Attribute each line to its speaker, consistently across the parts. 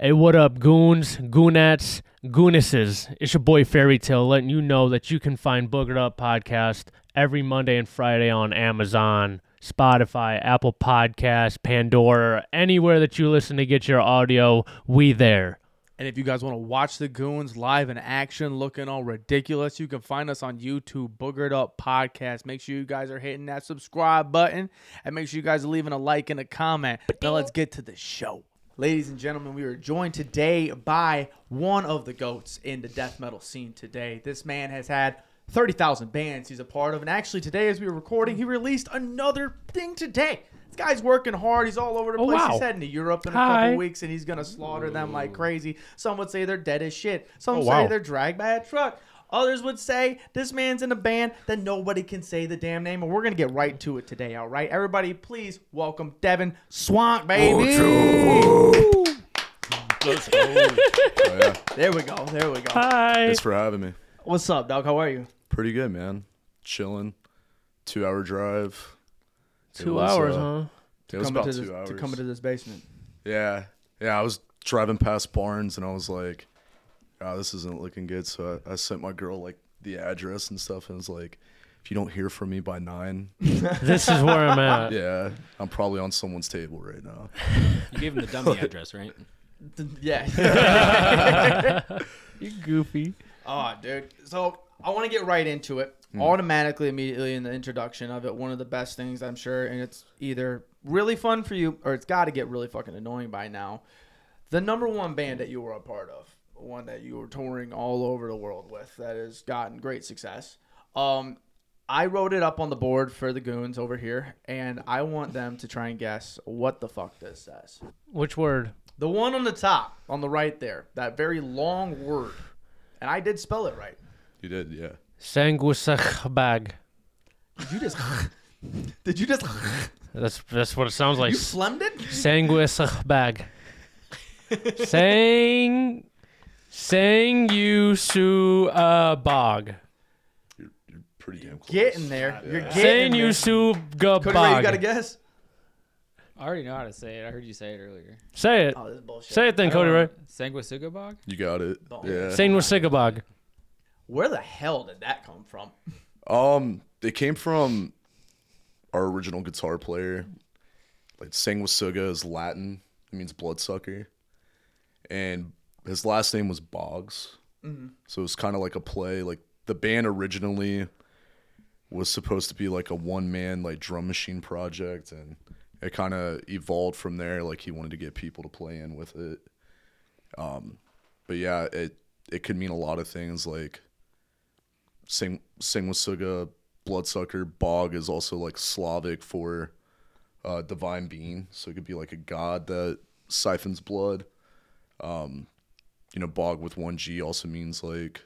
Speaker 1: Hey, what up, goons, goonettes, goonesses? It's your boy Fairy Tale letting you know that you can find Boogered Up Podcast every Monday and Friday on Amazon, Spotify, Apple Podcasts, Pandora, anywhere that you listen to get your audio. We there.
Speaker 2: And if you guys want to watch the goons live in action, looking all ridiculous, you can find us on YouTube, Boogered Up Podcast. Make sure you guys are hitting that subscribe button and make sure you guys are leaving a like and a comment. Now let's get to the show. Ladies and gentlemen, we are joined today by one of the goats in the death metal scene today. This man has had 30,000 bands he's a part of. And actually, today, as we were recording, he released another thing today. This guy's working hard. He's all over the
Speaker 1: Oh,
Speaker 2: place.
Speaker 1: wow.
Speaker 2: He's heading to Europe in a
Speaker 1: Hi.
Speaker 2: couple weeks and he's going to slaughter them like crazy. Some would say they're dead as shit. Some
Speaker 1: Oh,
Speaker 2: say
Speaker 3: wow.
Speaker 2: they're dragged by a truck. Others would say this man's in a band that nobody can say the damn name. And we're going to get right to it today, all right? Everybody, please welcome Devin Swank, baby. There we go. There we go.
Speaker 1: Hi.
Speaker 3: Thanks for having me.
Speaker 2: What's up, dog? How are you?
Speaker 3: Pretty good, man. Chilling. Two hour drive. It
Speaker 1: Two
Speaker 3: was,
Speaker 1: hours,
Speaker 3: uh,
Speaker 1: huh?
Speaker 3: It was
Speaker 2: Coming
Speaker 3: about
Speaker 2: to
Speaker 3: two
Speaker 2: this,
Speaker 3: hours.
Speaker 2: To come into this basement.
Speaker 3: yeah. Yeah. I was driving past Barnes and I was like, oh, this isn't looking good. So I, I sent my girl like the address and stuff and was like, if you don't hear from me by nine,
Speaker 1: This is where I'm at.
Speaker 3: yeah, I'm probably on someone's table right now.
Speaker 4: You gave him the dummy address, right?
Speaker 2: Th- Yeah.
Speaker 1: You goofy.
Speaker 2: oh, dude. So I want to get right into it. Automatically, immediately in the introduction of it, one of the best things I'm sure, and it's either really fun for you or it's got to get really fucking annoying by now. The number one band that you were a part of, one that you were touring all over the world with, that has gotten great success. Um, I wrote it up on the board for the goons over here, and I want them to try and guess what the fuck this says.
Speaker 1: Which word?
Speaker 2: The one on the top, on the right there, that very long word. And I did spell it right.
Speaker 3: You did, yeah.
Speaker 1: Sanguisach bag.
Speaker 2: Did you just. did you just.
Speaker 1: That's that's what it sounds like.
Speaker 2: you phlegmed it?
Speaker 1: Sanguisach bag. Sang sang you su uh, bog.
Speaker 3: You're pretty damn close.
Speaker 2: Getting there. You're
Speaker 1: Sang
Speaker 2: getting
Speaker 1: you
Speaker 2: there.
Speaker 1: su ga
Speaker 2: Cody Ray, you
Speaker 1: bog.
Speaker 2: got to guess?
Speaker 4: I already know how to say it. I heard you say it earlier.
Speaker 1: Say it.
Speaker 2: Oh, this is bullshit.
Speaker 1: Say it then, Cody Ray.
Speaker 4: Sanguisugabog?
Speaker 3: You got it. Yeah.
Speaker 2: Oh.
Speaker 1: Sanguisagabog.
Speaker 2: Where the hell did that come from?
Speaker 3: Um, they came from our original guitar player. Like Sanguisuga is Latin. It means bloodsucker. And his last name was Boggs. So it was kind of like a play. Like the band originally was supposed to be like a one man like drum machine project and it kind of evolved from there like he wanted to get people to play in with it. Um but yeah, it it could mean a lot of things like Sing Singwasuga bloodsucker bog is also like Slavic for uh, divine being, so it could be like a god that siphons blood. Um, you know, bog with one G also means like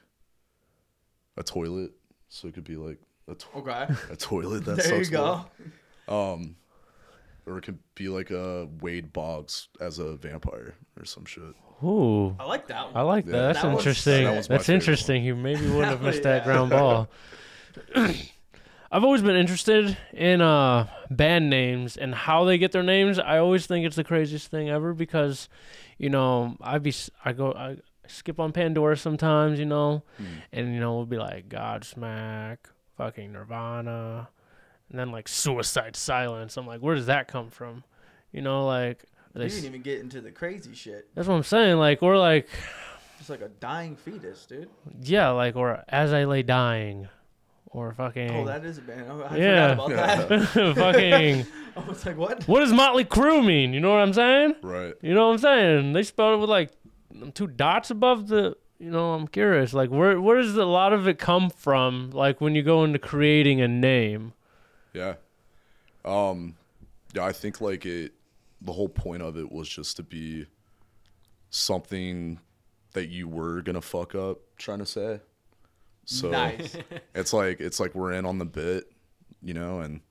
Speaker 3: a toilet, so it could be like a, to-
Speaker 2: Okay.
Speaker 3: a toilet that
Speaker 2: There you
Speaker 3: sucks
Speaker 2: go.
Speaker 3: blood. or it could be like a Wade Boggs as a vampire or some shit.
Speaker 1: Ooh.
Speaker 2: I like that
Speaker 1: I
Speaker 2: one.
Speaker 1: like
Speaker 3: Yeah,
Speaker 1: that. That's
Speaker 2: that one's-
Speaker 1: interesting.
Speaker 3: that one's my
Speaker 1: That's
Speaker 3: favorite
Speaker 1: interesting. He maybe wouldn't have
Speaker 2: That
Speaker 1: missed
Speaker 2: one-
Speaker 1: that
Speaker 2: yeah.
Speaker 1: ground ball. I've always been interested in uh, band names and how they get their names. I always think it's the craziest thing ever because, you know, I be s- I go I skip on Pandora sometimes, you know,
Speaker 3: Hmm.
Speaker 1: and you know we'll be like Godsmack, fucking Nirvana, and then like Suicide Silence. I'm like, where does that come from? You know, like are they
Speaker 2: You
Speaker 1: s-
Speaker 2: didn't even get into the crazy shit.
Speaker 1: that's what I'm saying. Like we're like
Speaker 2: It's like a dying fetus, dude.
Speaker 1: Yeah, like or as I lay dying, or fucking,
Speaker 2: Oh, that is a band. Oh, I
Speaker 1: Yeah.
Speaker 2: forgot about that.
Speaker 1: fucking.
Speaker 2: I was like, what?
Speaker 1: What does Motley Crue mean? You know what I'm saying?
Speaker 3: Right.
Speaker 1: You know what I'm saying? They spelled it with like two dots above the. You know, I'm curious. Like, where where does a lot of it come from? Like when you go into creating a name.
Speaker 3: Yeah. Um yeah, I think like it the whole point of it was just to be something that you were gonna fuck up trying to say. So
Speaker 2: Nice.
Speaker 3: it's like it's like we're in on the bit, you know, and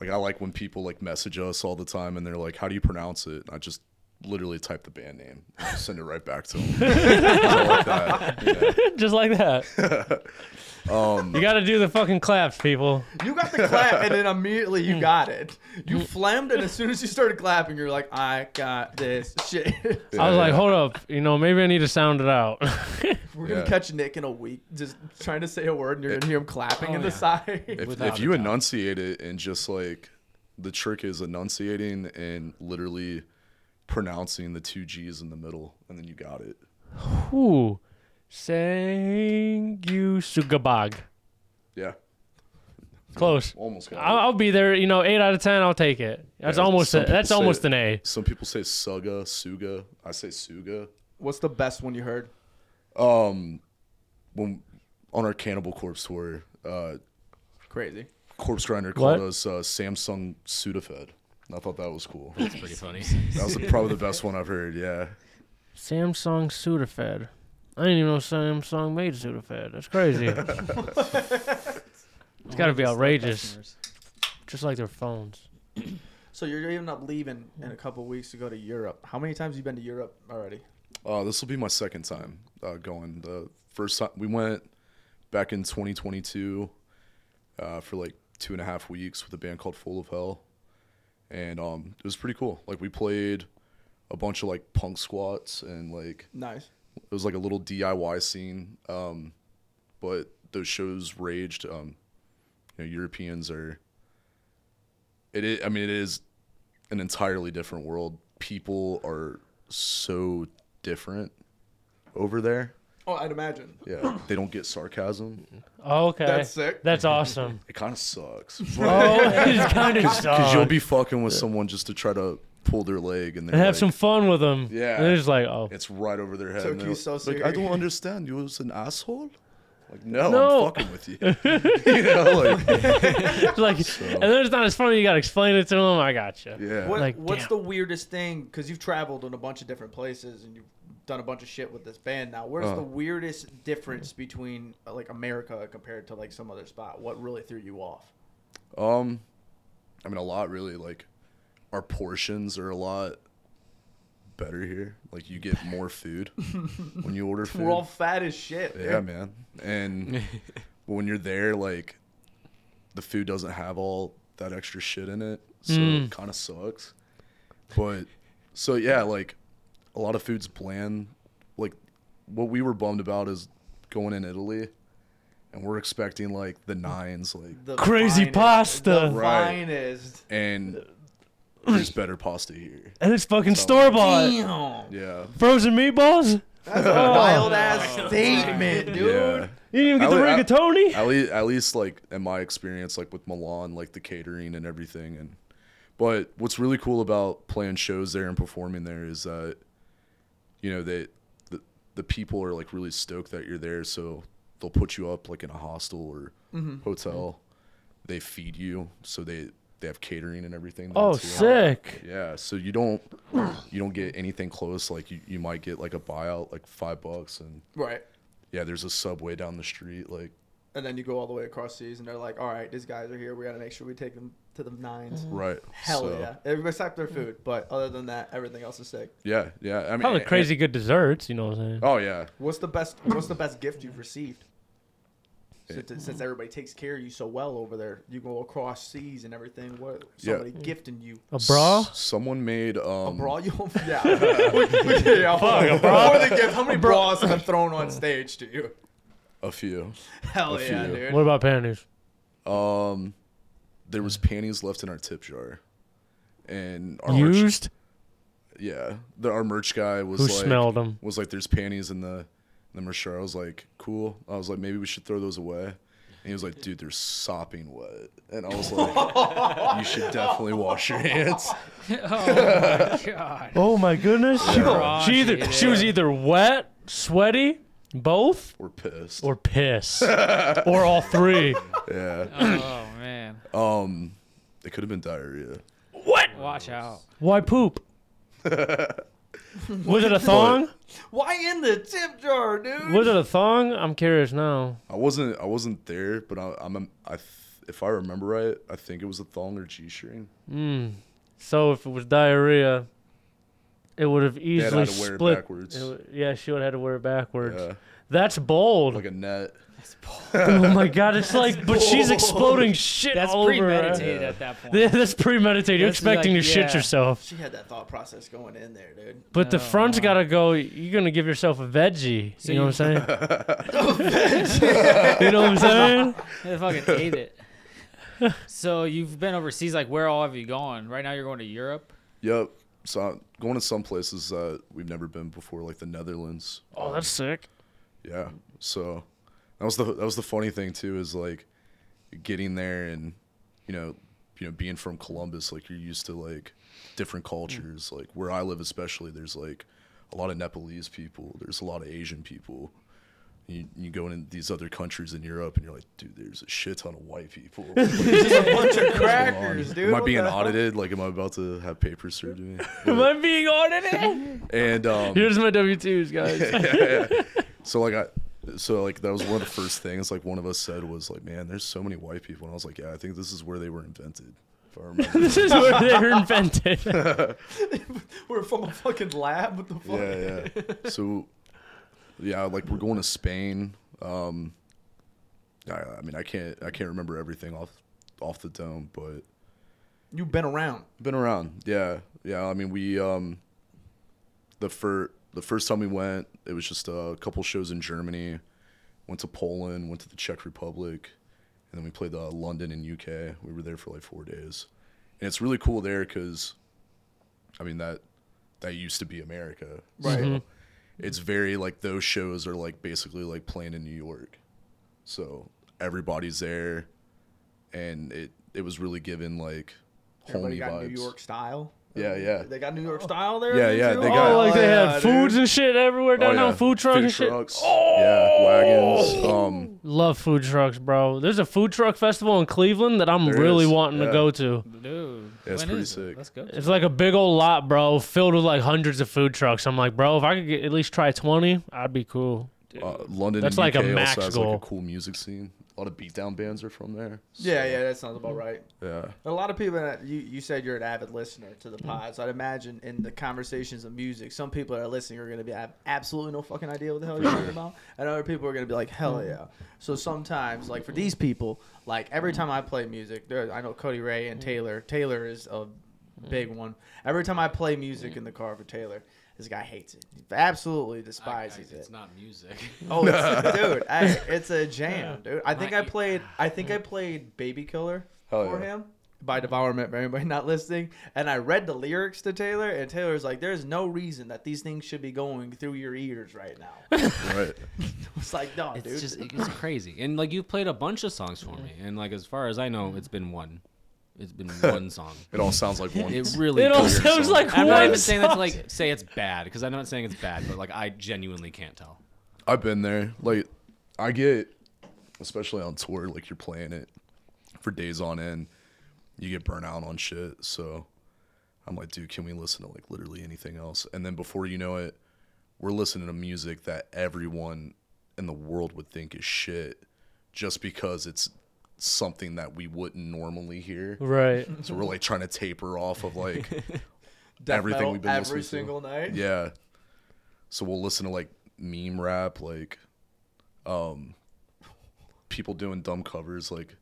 Speaker 3: like I like when people like message us all the time and they're like, How do you pronounce it? And I just literally type the band name, and just send it right back to him. So like that, you know.
Speaker 1: Just like that. you got to do the fucking claps, people.
Speaker 2: You got the clap, and then immediately you got it. You phlegmed, and as soon as you started clapping, you're like, I got this shit.
Speaker 1: I was
Speaker 3: Yeah,
Speaker 1: like,
Speaker 3: yeah.
Speaker 1: hold up, you know, maybe I need to sound it out.
Speaker 2: We're gonna
Speaker 3: Yeah.
Speaker 2: catch Nick in a week, just trying to say a word, and you're gonna hear him clapping
Speaker 4: Oh,
Speaker 2: in the
Speaker 4: yeah.
Speaker 2: side.
Speaker 3: if,
Speaker 4: Without
Speaker 3: if
Speaker 4: a
Speaker 3: you
Speaker 4: doubt.
Speaker 3: enunciate it and just like the trick is enunciating and literally pronouncing the two G's in the middle, and then you got it.
Speaker 1: Ooh, thank you, Sugabog.
Speaker 3: Yeah,
Speaker 1: Close.
Speaker 3: almost got
Speaker 1: I'll,
Speaker 3: it.
Speaker 1: I'll be there. You know, eight out of ten, I'll take it. That's
Speaker 3: Yeah,
Speaker 1: almost
Speaker 3: some
Speaker 1: a,
Speaker 3: people
Speaker 1: that's
Speaker 3: say
Speaker 1: almost
Speaker 3: it.
Speaker 1: an A.
Speaker 3: Some people say Suga, Suga. I say Suga.
Speaker 2: What's the best one you heard?
Speaker 3: Um, when on our Cannibal Corpse tour, uh,
Speaker 2: Crazy.
Speaker 3: Corpse Grinder called
Speaker 1: What?
Speaker 3: us uh, Samsung Sudafed. And I thought that was cool.
Speaker 4: It's pretty funny.
Speaker 3: That was probably the best one I've heard. Yeah,
Speaker 1: Samsung Sudafed. I didn't even know Samsung made Sudafed. That's crazy. it's got to be outrageous, just like their phones.
Speaker 2: So you're even up leaving in a couple weeks to go to Europe. How many times have you been to Europe already?
Speaker 3: uh, this will be my second time uh, going. The first time we went back in 2022 uh, for like two and a half weeks with a band called Full of Hell, and um, it was pretty cool. Like we played a bunch of like punk squats and like
Speaker 2: Nice.
Speaker 3: it was like a little DIY scene. Um, but those shows raged. Um, you know, Europeans are. It is, I mean, it is an entirely different world. People are so different over there.
Speaker 2: Oh, I'd imagine.
Speaker 3: Yeah, they don't get sarcasm.
Speaker 1: Okay,
Speaker 2: That's sick.
Speaker 1: That's awesome.
Speaker 3: It kind of sucks
Speaker 1: Oh, it's kind of
Speaker 3: because you'll
Speaker 1: sucks.
Speaker 3: be fucking with someone just to try to pull their leg
Speaker 1: And
Speaker 3: and then
Speaker 1: have some fun with them.
Speaker 3: Yeah.
Speaker 1: and they're just like, oh,
Speaker 3: It's right over their head.
Speaker 2: Took
Speaker 3: and they're
Speaker 2: you so
Speaker 3: like, I don't
Speaker 2: serious.
Speaker 3: understand. You was an asshole. Like, no,
Speaker 1: No.
Speaker 3: I'm fucking with you. you know, like,
Speaker 1: It's like, and then it's not as funny. You gotta explain it to them. I gotcha.
Speaker 3: yeah.
Speaker 2: What,
Speaker 1: Like,
Speaker 2: what's
Speaker 1: damn.
Speaker 2: the weirdest thing? Because you've traveled in a bunch of different places and you've done a bunch of shit with this band. Now, where's
Speaker 3: Uh-huh.
Speaker 2: the weirdest difference between uh, like America compared to like some other spot? What really threw you off?
Speaker 3: Um, I mean, a lot really. Like, our portions are a lot better here. Like, you get more food when you order food.
Speaker 2: We're all fat as shit. dude.
Speaker 3: yeah, man. And when you're there, like, the food doesn't have all that extra shit in it, so
Speaker 2: Mm.
Speaker 3: it kind of sucks. But so yeah, like a lot of food's bland. Like what we were bummed about is going in Italy, and we're expecting like the nines, like,
Speaker 2: The
Speaker 1: Crazy
Speaker 2: finest-
Speaker 1: pasta.
Speaker 2: The
Speaker 3: Right.
Speaker 2: finest.
Speaker 3: and there's better pasta here.
Speaker 1: And it's fucking store bought.
Speaker 2: Damn.
Speaker 3: Yeah.
Speaker 1: Frozen meatballs.
Speaker 2: That's a wild ass statement, dude.
Speaker 3: Yeah.
Speaker 1: You didn't even get the
Speaker 3: I would-
Speaker 1: rigatoni.
Speaker 3: At least, at least, like in my experience, like with Milan, like the catering and everything, and but what's really cool about playing shows there and performing there is that, you know, that the the people are like really stoked that you're there, so they'll put you up like in a hostel or hotel. They feed you, so they they have catering and everything. there,
Speaker 1: oh,
Speaker 3: too.
Speaker 1: sick.
Speaker 3: Yeah, so you don't you don't get anything close. Like you, you might get like a buyout, like five bucks, and
Speaker 2: Right.
Speaker 3: yeah, there's a subway down the street, like.
Speaker 2: And then you go all the way across seas, and they're like, "All right, these guys are here. We got to make sure we take them to the 9s
Speaker 3: Right.
Speaker 2: Hell
Speaker 3: so-
Speaker 2: yeah! Everybody except their food, but other than that, everything else is sick.
Speaker 3: Yeah, yeah. I mean,
Speaker 1: Probably
Speaker 3: a-
Speaker 1: crazy good desserts. You know what I'm saying?
Speaker 3: a- oh yeah,
Speaker 2: What's the best? What's the best gift you've received? Since, since everybody takes care of you so well over there, you go across seas and everything. What
Speaker 3: Yeah.
Speaker 2: somebody gifting you?
Speaker 3: Oh,
Speaker 1: A bra.
Speaker 3: S- someone made um,
Speaker 2: A bra? You yeah. we, we, yeah.
Speaker 1: a bra.
Speaker 2: More than gift. How many bras have been thrown on stage to you?
Speaker 3: a few.
Speaker 2: Hell
Speaker 3: A
Speaker 2: yeah,
Speaker 3: few.
Speaker 2: dude.
Speaker 1: What about panties?
Speaker 3: Um, there was panties left in our tip jar, and our merch,
Speaker 1: Used?
Speaker 3: yeah, the, our merch guy was
Speaker 1: Who
Speaker 3: like,
Speaker 1: smelled them?
Speaker 3: was like, "There's panties in the in the merch jar." I was like, "Cool." I was like, "Maybe we should throw those away." And he was like, "Dude, they're sopping wet," and I was like, "You should definitely wash your hands."
Speaker 4: oh my god.
Speaker 1: Oh my goodness. She-
Speaker 4: Yeah.
Speaker 1: She either she was either wet, sweaty, both,
Speaker 3: We're pissed.
Speaker 1: or piss, or all three.
Speaker 3: yeah.
Speaker 4: Oh man.
Speaker 3: Um, it could have been diarrhea.
Speaker 4: Watch out.
Speaker 1: Why poop? Was it a thong?
Speaker 2: Why in the tip jar, dude?
Speaker 1: Was it a thong? I'm curious now.
Speaker 3: I wasn't I wasn't there, but I, I'm I th- if I remember right, I think it was a thong or g string.
Speaker 1: So if it was diarrhea, it would have
Speaker 3: had
Speaker 1: easily
Speaker 3: to wear it
Speaker 1: split.
Speaker 3: backwards.
Speaker 1: It would- yeah, she would have had to wear it backwards.
Speaker 3: Yeah.
Speaker 1: That's bold.
Speaker 3: like a net.
Speaker 1: oh my god, it's like, but she's
Speaker 5: bold.
Speaker 1: exploding shit
Speaker 5: That's
Speaker 1: all over. her.
Speaker 5: premeditated at that point.
Speaker 1: Yeah, that's premeditated. You're
Speaker 5: That's
Speaker 1: expecting
Speaker 5: like-
Speaker 1: to
Speaker 5: yeah.
Speaker 1: shit yourself.
Speaker 2: She had that thought process going in there, dude.
Speaker 1: But the
Speaker 5: No,
Speaker 1: front's
Speaker 5: no.
Speaker 1: gotta go. You're gonna give yourself a veggie.
Speaker 5: So
Speaker 1: you know
Speaker 5: you-
Speaker 1: what I'm saying? you know what I'm saying?
Speaker 5: They fucking ate it. So you've been overseas. Like, where all have you gone? Right now, you're going to Europe.
Speaker 3: Yep. So I'm going to some places that we've never been before, like the Netherlands.
Speaker 1: Oh, that's sick.
Speaker 3: Yeah. So that was the that was the funny thing too is like getting there and you know you know being from Columbus like you're used to like different cultures like where I live especially there's like a lot of Nepalese people there's a lot of Asian people you, you go in these other countries in Europe and you're like dude there's a shit ton of white people Like,
Speaker 2: a bunch of
Speaker 3: um,
Speaker 2: crackers, dude.
Speaker 3: am I
Speaker 2: What
Speaker 3: being
Speaker 2: the hell?
Speaker 3: audited like am I about to have papers served to me
Speaker 1: Am
Speaker 3: But-
Speaker 1: I being audited?
Speaker 3: and um,
Speaker 1: Here's my W-2s, guys.
Speaker 3: So like I, so like that was one of the first things like one of us said was like, man, there's so many white people, and I was like, yeah, I think this is where they were invented. If I remember.
Speaker 1: this is where they were invented.
Speaker 2: We're from a fucking lab. What the fuck?
Speaker 3: yeah, yeah. So yeah, like we're going to Spain. Um, I, I mean, I can't I can't remember everything off off the dome, but
Speaker 2: You've been around.
Speaker 3: been around. Yeah, yeah. I mean, we um, the fir- the first time we went, it was just a couple shows in Germany. Went to Poland, went to the Czech Republic, and then we played uh, London and UK. We were there for like four days, and it's really cool there because, I mean that that used to be America,
Speaker 2: Right.
Speaker 3: So it's very like those shows are like basically like playing in New York, so everybody's there, and it it was really given like
Speaker 2: Everybody
Speaker 3: homey
Speaker 2: got
Speaker 3: vibes.
Speaker 2: New York style.
Speaker 3: Yeah, yeah.
Speaker 2: They got New York style there.
Speaker 3: Yeah, yeah,
Speaker 2: too?
Speaker 3: they got-
Speaker 1: Oh, like they
Speaker 2: yeah,
Speaker 1: had
Speaker 2: dude.
Speaker 1: foods and shit everywhere
Speaker 3: Oh,
Speaker 1: downtown.
Speaker 3: yeah.
Speaker 1: Food trucks and shit. Oh!
Speaker 3: trucks. Yeah, wagons. Um,
Speaker 1: Love food trucks, bro. There's a food truck festival in Cleveland that I'm
Speaker 3: There
Speaker 1: really
Speaker 3: is,
Speaker 1: wanting to
Speaker 3: yeah.
Speaker 1: go to.
Speaker 5: Dude,
Speaker 3: Yeah, it's
Speaker 5: when
Speaker 3: pretty
Speaker 5: is it?
Speaker 3: sick.
Speaker 5: Let's go.
Speaker 1: It's like a big old lot, bro, filled with like hundreds of food trucks. I'm like, bro, if I could get at least try 20, I'd be cool.
Speaker 3: uh, London
Speaker 1: That's
Speaker 3: and
Speaker 1: like a
Speaker 3: UK
Speaker 1: max
Speaker 3: also has
Speaker 1: goal.
Speaker 3: like a cool music scene. A lot of beatdown bands are from there.
Speaker 2: Yeah, yeah, that sounds
Speaker 3: Mm-hmm.
Speaker 2: about right.
Speaker 3: Yeah.
Speaker 2: A lot of people, that you, you said you're an avid listener to the pod, so I'd imagine in the conversations of music, some people that are listening are going to be have absolutely no fucking idea what the hell you're talking about, and other people are going to be like, hell yeah. So sometimes, like for these people, like every time I play music, there, I know Cody Ray and Taylor. Taylor is a big one. Every time I play music in the car for Taylor, this guy hates it. He absolutely despises it.
Speaker 5: It's not music.
Speaker 2: Oh, it's, dude, I, it's a jam, dude. I think
Speaker 5: My
Speaker 2: I
Speaker 5: e-
Speaker 2: played. I think I played "Baby Killer"
Speaker 3: Hell
Speaker 2: for
Speaker 3: yeah.
Speaker 2: him by Devourment. For anybody not listening, and I read the lyrics to Taylor, and Taylor's like, "There's no reason that these things should be going through your ears right now."
Speaker 3: Right.
Speaker 2: it's like, no,
Speaker 4: It's
Speaker 2: dude.
Speaker 4: just it's crazy. And like you've played a bunch of songs for me, and like as far as I know, it's been one. It's been one song.
Speaker 3: It all sounds like one.
Speaker 4: It really.
Speaker 1: It all
Speaker 4: does.
Speaker 1: sounds like
Speaker 4: I'm not
Speaker 1: one
Speaker 4: even saying that to
Speaker 1: song.
Speaker 4: like say it's bad because I'm not saying it's bad, but like I genuinely can't tell.
Speaker 3: I've been there. Like, I get, especially on tour, like you're playing it for days on end, you get burnt out on shit. So I'm like, dude, can we listen to like literally anything else? And then before you know it, we're listening to music that everyone in the world would think is shit just because it's something that we wouldn't normally hear.
Speaker 1: Right.
Speaker 3: So we're like trying to taper off of like
Speaker 2: Death
Speaker 3: everything
Speaker 2: metal
Speaker 3: we've been
Speaker 2: every
Speaker 3: listening to.
Speaker 2: single night.
Speaker 3: Yeah. So we'll listen to like meme rap, like um people doing dumb covers like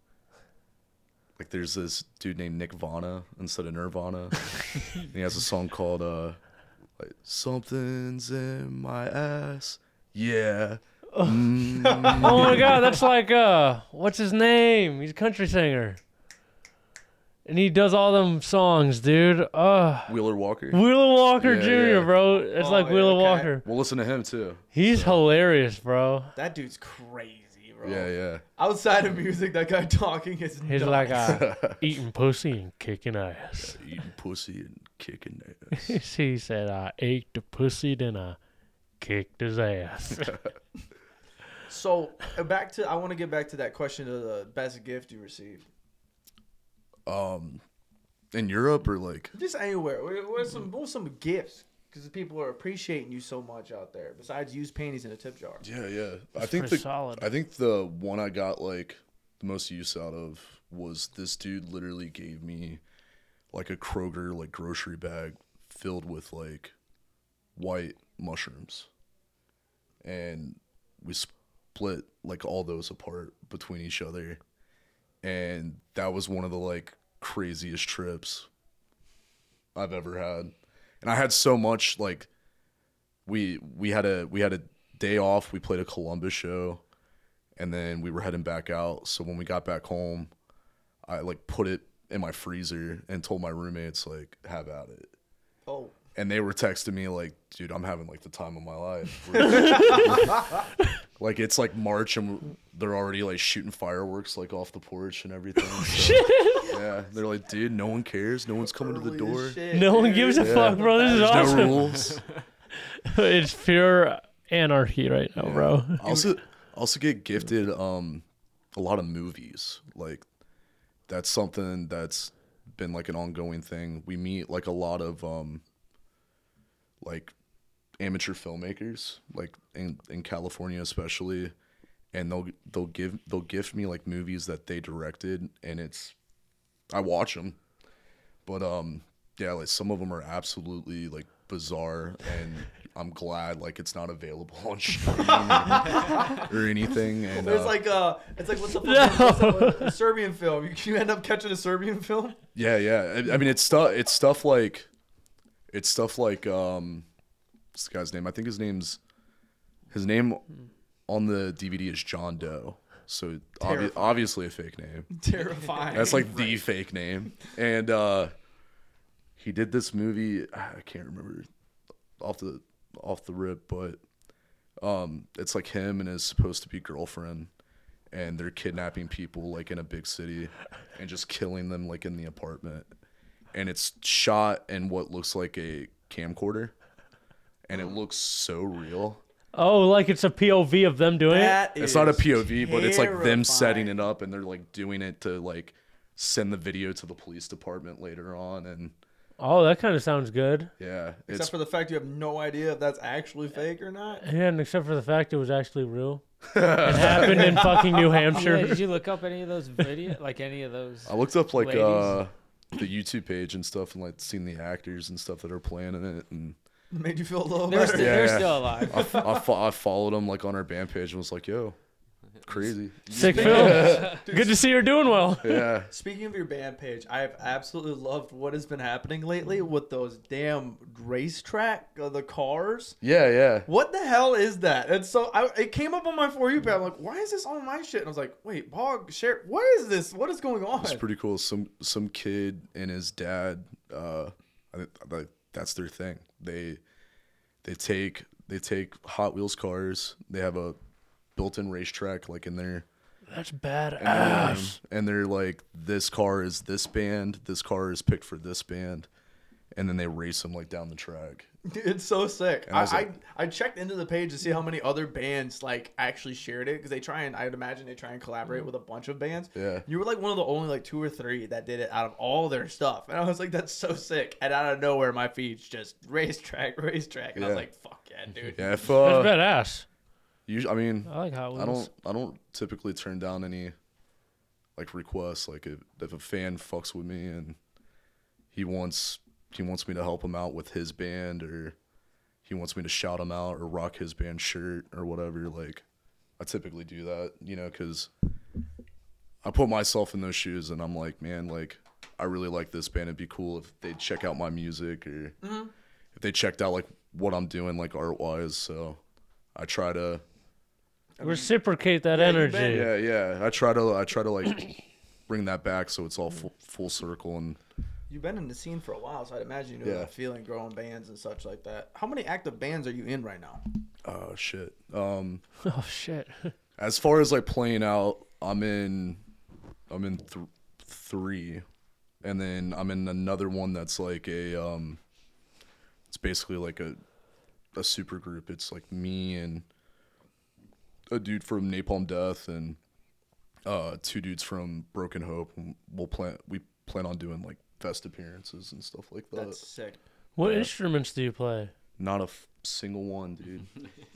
Speaker 3: like there's this dude named Nick Vana instead of Nirvana. and he has a song called uh like Something's in my ass. Yeah. Mm.
Speaker 1: Oh my god, that's like uh what's his name? He's a country singer. And he does all them songs, dude. Uh
Speaker 3: Wheeler Walker.
Speaker 1: Wheeler Walker
Speaker 3: Yeah,
Speaker 1: Jr.,
Speaker 3: yeah.
Speaker 1: bro. It's
Speaker 2: Oh,
Speaker 1: like
Speaker 2: yeah,
Speaker 1: Wheeler
Speaker 2: okay.
Speaker 1: Walker.
Speaker 3: We'll listen to him too.
Speaker 1: He's hilarious, bro.
Speaker 2: That dude's crazy, bro.
Speaker 3: Yeah, yeah.
Speaker 2: Outside of music, that guy talking is.
Speaker 1: He's like
Speaker 2: nuts.
Speaker 1: uh, eating pussy and kicking ass.
Speaker 3: Eating pussy and kicking ass.
Speaker 1: he said, I ate the pussy, then I kicked his ass.
Speaker 2: So uh, back to I want to get back to that question of the best gift you received.
Speaker 3: Um in Europe or like
Speaker 2: Just anywhere. What what are some what are some gifts? Because people are appreciating you so much out there. Besides used panties in a tip jar.
Speaker 3: Yeah, yeah. I think
Speaker 1: pretty
Speaker 3: the
Speaker 1: solid.
Speaker 3: I think the one I got like the most use out of was this dude literally gave me like a Kroger like grocery bag filled with like white mushrooms, and we split like all those apart between each other, and that was one of the like craziest trips I've ever had, and I had so much like we we had a we had a day off. We played a Columbus show, and then we were heading back out. So when we got back home, I like put it in my freezer and told my roommates like, "Have at it."
Speaker 2: Oh.
Speaker 3: And they were texting me like, "Dude, I'm having like the time of my life." We're- like it's like March and they're already like shooting fireworks like off the porch and everything. so, yeah, they're like, "Dude, no one cares. No one's coming to the door."
Speaker 1: No one gives a fuck, bro. This is
Speaker 3: There's
Speaker 1: awesome.
Speaker 3: no rules.
Speaker 1: it's pure anarchy right now, bro.
Speaker 3: I also I also get gifted um a lot of movies. Like that's something that's been like an ongoing thing. We meet like a lot of um like amateur filmmakers, like in, in California especially, and they'll they'll give they'll gift me like movies that they directed and it's I watch them. But um yeah, like some of them are absolutely like bizarre and I'm glad like it's not available on streaming or, or anything and
Speaker 2: It's
Speaker 3: uh,
Speaker 2: like uh, it's like what's up? What's up a Serbian film. You, you end up catching a Serbian film.
Speaker 3: Yeah, yeah. I, I mean, it's stuff. It's stuff like, it's stuff like um, what's the guy's name? I think his name's his name on the DVD is John Doe. So obvi-
Speaker 2: Terrifying.
Speaker 3: obviously a fake name.
Speaker 2: Terrifying.
Speaker 3: That's like the fake name. And uh, he did this movie. I can't remember off the off the rip, but um, it's like him and his supposed to be girlfriend, and they're kidnapping people like in a big city, and just killing them like in the apartment. And it's shot in what looks like a camcorder, and it looks so real.
Speaker 1: Oh, like it's a POV of them doing it.
Speaker 2: That
Speaker 3: It's
Speaker 2: is
Speaker 3: not a POV, but it's like them setting
Speaker 2: terrifying.
Speaker 3: it up and they're like doing it to like send the video to the police department later on and
Speaker 1: Oh, that kind of sounds good.
Speaker 3: yeah, it's
Speaker 2: Except for the fact you have no idea if that's actually fake or not.
Speaker 1: Yeah, and except for the fact it was actually real. it happened in fucking New
Speaker 4: Yeah,
Speaker 1: Hampshire.
Speaker 4: did you look up any of those video, like any of those?
Speaker 3: I looked up like
Speaker 4: Ladies.
Speaker 3: uh the YouTube page and stuff and like seen the actors and stuff that are playing in it and
Speaker 2: Made you feel a little
Speaker 4: They're,
Speaker 2: better.
Speaker 4: st- they're
Speaker 3: yeah.
Speaker 4: still alive.
Speaker 3: I, fo- I, fo- I followed them like on our band page and was like, "Yo, crazy."
Speaker 1: Sick film. Good to see you're doing well.
Speaker 3: Yeah.
Speaker 2: Speaking of your band page, I have absolutely loved what has been happening lately with those damn racetrack, uh, the cars.
Speaker 3: Yeah, yeah.
Speaker 2: What the hell is that? And so I, it came up on my for you page. I'm like, why is this on my shit? And I was like, wait, Bog, share. What is this? What is going on?
Speaker 3: It's pretty cool. Some some kid and his dad, uh, I, think- like that's their thing. They they take they take Hot Wheels cars. They have a built-in racetrack like in their
Speaker 1: That's
Speaker 3: in their
Speaker 1: badass.
Speaker 3: room, and they're like, this car is this band. This car is picked for this band, and then they race them like down the track.
Speaker 2: Dude, it's so sick.
Speaker 3: And I
Speaker 2: I,
Speaker 3: was like-
Speaker 2: I, I checked into the page to see how many other bands like actually shared it because they try and I'd imagine they try and collaborate with a bunch of bands.
Speaker 3: Yeah.
Speaker 2: You were like one of the only like two or three that did it out of all their stuff, and I was like, that's so sick. And out of nowhere, my feed's just racetrack, racetrack, and I was
Speaker 3: Yeah.
Speaker 2: like, fuck yeah, dude.
Speaker 3: Yeah, if
Speaker 1: That's
Speaker 3: uh,
Speaker 1: badass.
Speaker 3: usu- I mean,
Speaker 1: I like Hot Wheels.
Speaker 3: I don't I don't typically turn down any like requests. Like if, if a fan fucks with me and he wants he wants me to help him out with his band or he wants me to shout him out or rock his band shirt or whatever, like I typically do that, you know, because I put myself in those shoes and I'm like, man, like I really like this band. It'd be cool if they check out my music or if they checked out like what I'm doing, like art wise. So I try to
Speaker 1: Reciprocate that
Speaker 2: Yeah, you
Speaker 1: energy.
Speaker 2: bet.
Speaker 3: yeah, yeah. I try to I try to like bring that back so it's all full, full circle and
Speaker 2: You've been in the scene for a while, so I'd imagine you know
Speaker 3: Yeah.
Speaker 2: that feeling, growing bands and such like that. How many active bands are you in right now?
Speaker 3: oh shit. Um
Speaker 1: Oh shit.
Speaker 3: as far as like playing out, I'm in I'm in th- 3 and then I'm in another one that's like a um it's basically like a a super group. It's like me and a dude from Napalm Death and uh two dudes from Broken Hope. We'll plan we plan on doing like fest appearances and stuff like that.
Speaker 2: That's sick.
Speaker 1: What instruments do you play?
Speaker 3: Not a f- single one, dude.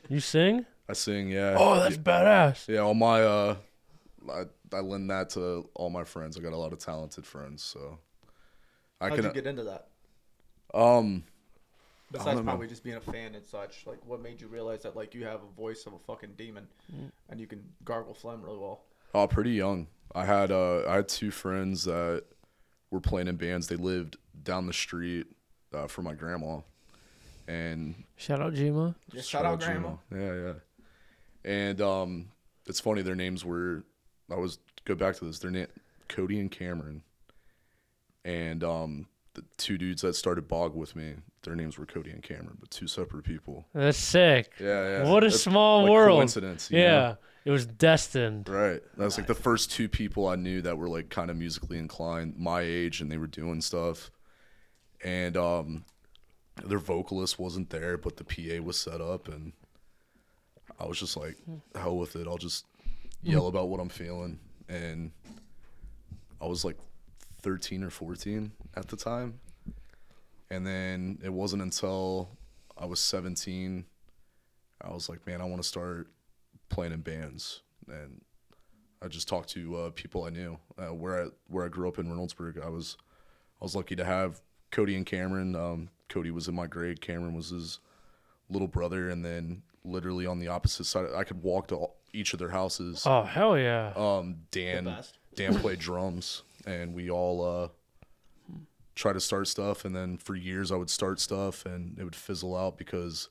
Speaker 1: You sing?
Speaker 3: I sing, yeah.
Speaker 1: Oh, that's badass.
Speaker 3: yeah, all my uh I, I lend that to all my friends. I got a lot of talented friends, so I
Speaker 2: How'd
Speaker 3: can
Speaker 2: you get into that?
Speaker 3: um
Speaker 6: Besides
Speaker 3: know.
Speaker 6: probably just being a fan and such, like what made you realize that like you have a voice of a fucking demon,
Speaker 1: Mm.
Speaker 6: and you can gargle phlegm really well.
Speaker 3: Oh, pretty young. I had uh, I had two friends that were playing in bands. They lived down the street uh, from my grandma, and
Speaker 1: Shout out Jima.
Speaker 6: Yeah, shout out
Speaker 3: Jim.
Speaker 6: grandma.
Speaker 3: Yeah, yeah. And um, it's funny. Their names were. I was go back to this. Their name Cody and Cameron, and um, the two dudes that started Bog with me. Their names were Cody and Cameron, but two separate people.
Speaker 1: That's sick.
Speaker 3: Yeah, yeah.
Speaker 1: What a
Speaker 3: That's
Speaker 1: small
Speaker 3: like
Speaker 1: world.
Speaker 3: Coincidence. you
Speaker 1: yeah,
Speaker 3: know?
Speaker 1: it was destined.
Speaker 3: Right. That was like the first two people I knew that were like kind of musically inclined, my age, and they were doing stuff. And um, their vocalist wasn't there, but the PA was set up, and I was just like, "Hell with it! I'll just yell about what I'm feeling." And I was like 13 or 14 at the time, and then it wasn't until I was 17 I was like, "Man, I want to start playing in bands." And I just talked to uh, people I knew uh, where I where I grew up in Reynoldsburg. I was I was lucky to have Cody and Cameron. Um, Cody was in my grade. Cameron was his little brother, and then literally on the opposite side, I could walk to all, each of their houses.
Speaker 1: Oh hell yeah!
Speaker 3: Um, Dan
Speaker 6: best.
Speaker 3: Dan played drums, and we all uh, try to start stuff. And then for years, I would start stuff, and it would fizzle out because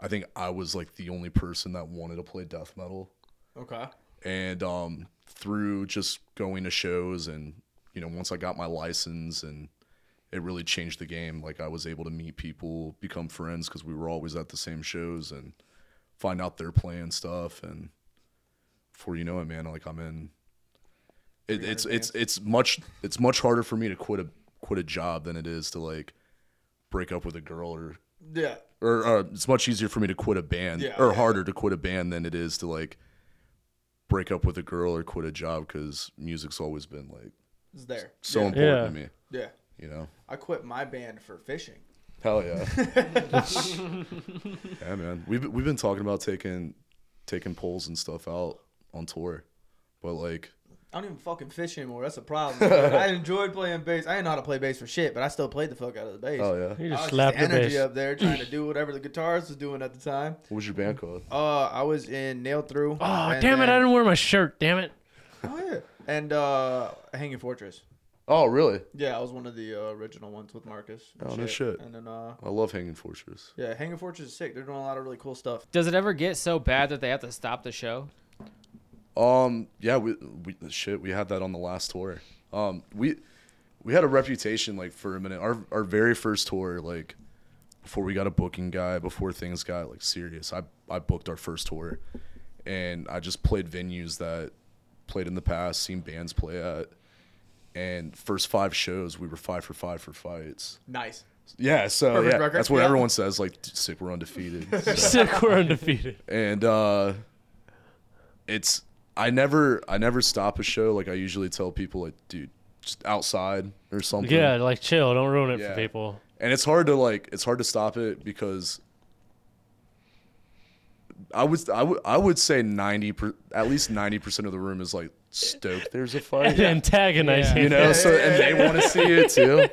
Speaker 3: I think I was like the only person that wanted to play death metal
Speaker 6: Okay.
Speaker 3: and um, through just going to shows and you know once i got my license and it really changed the game like i was able to meet people become friends because we were always at the same shows and find out they're playing stuff and before you know it man like i'm in it, it's it's it's much it's much harder for me to quit a quit a job than it is to like break up with a girl or
Speaker 6: Yeah.
Speaker 3: or uh, it's much easier for me to quit a band
Speaker 6: Yeah.
Speaker 3: or harder to quit a band than it is to like break up with a girl or quit a job because music's always been like
Speaker 6: It's there.
Speaker 3: so
Speaker 6: yeah.
Speaker 3: important
Speaker 1: Yeah.
Speaker 3: to me
Speaker 6: yeah.
Speaker 3: you know
Speaker 6: I quit my band for fishing.
Speaker 3: hell yeah yeah man we've, we've been talking about taking taking polls and stuff out on tour but like
Speaker 6: I don't even fucking fish anymore. That's a problem. I enjoyed playing bass. I didn't know how to play bass for shit, but I still played the fuck out of the bass.
Speaker 3: oh yeah
Speaker 1: You
Speaker 6: I was
Speaker 1: just
Speaker 6: just
Speaker 1: slapped the
Speaker 6: energy
Speaker 1: bass.
Speaker 6: up there trying to do whatever the guitarist was doing at the time.
Speaker 3: what was your band called
Speaker 6: Uh, I was in Nail Through.
Speaker 1: Oh damn it! I didn't wear my shirt. Damn it!
Speaker 6: Oh, yeah. And uh, Hanging Fortress.
Speaker 3: oh really
Speaker 6: Yeah, I was one of the uh, original ones with Marcus. and
Speaker 3: Oh, no shit.
Speaker 6: And then, uh,
Speaker 3: i love hanging fortress
Speaker 6: yeah, Hanging Fortress is sick. They're doing a lot of really cool stuff.
Speaker 4: Does it ever get so bad that they have to stop the show?
Speaker 3: Um. Yeah. We, we shit. We had that on the last tour. Um. We we had a reputation like for a minute. Our our very first tour, like before we got a booking guy, before things got like serious. I I booked our first tour, and I just played venues that played in the past, seen bands play at, and first five shows we were five for five for fights.
Speaker 6: Nice.
Speaker 3: Yeah. So
Speaker 6: Perfect
Speaker 3: yeah,
Speaker 6: record,
Speaker 3: that's what
Speaker 6: yeah.
Speaker 3: everyone says. Like sick, we're undefeated. So-
Speaker 1: Sick, we're undefeated.
Speaker 3: and uh it's i never i never stop a show like i usually tell people like dude just outside or something
Speaker 1: Yeah, like chill. Don't ruin it
Speaker 3: Yeah.
Speaker 1: for people.
Speaker 3: and it's hard to like it's hard to stop it because I would I would I would say ninety per, at least ninety percent of the room is like stoked. There's a fight,
Speaker 1: Antagonizing.
Speaker 3: you know. So and they want to see it too,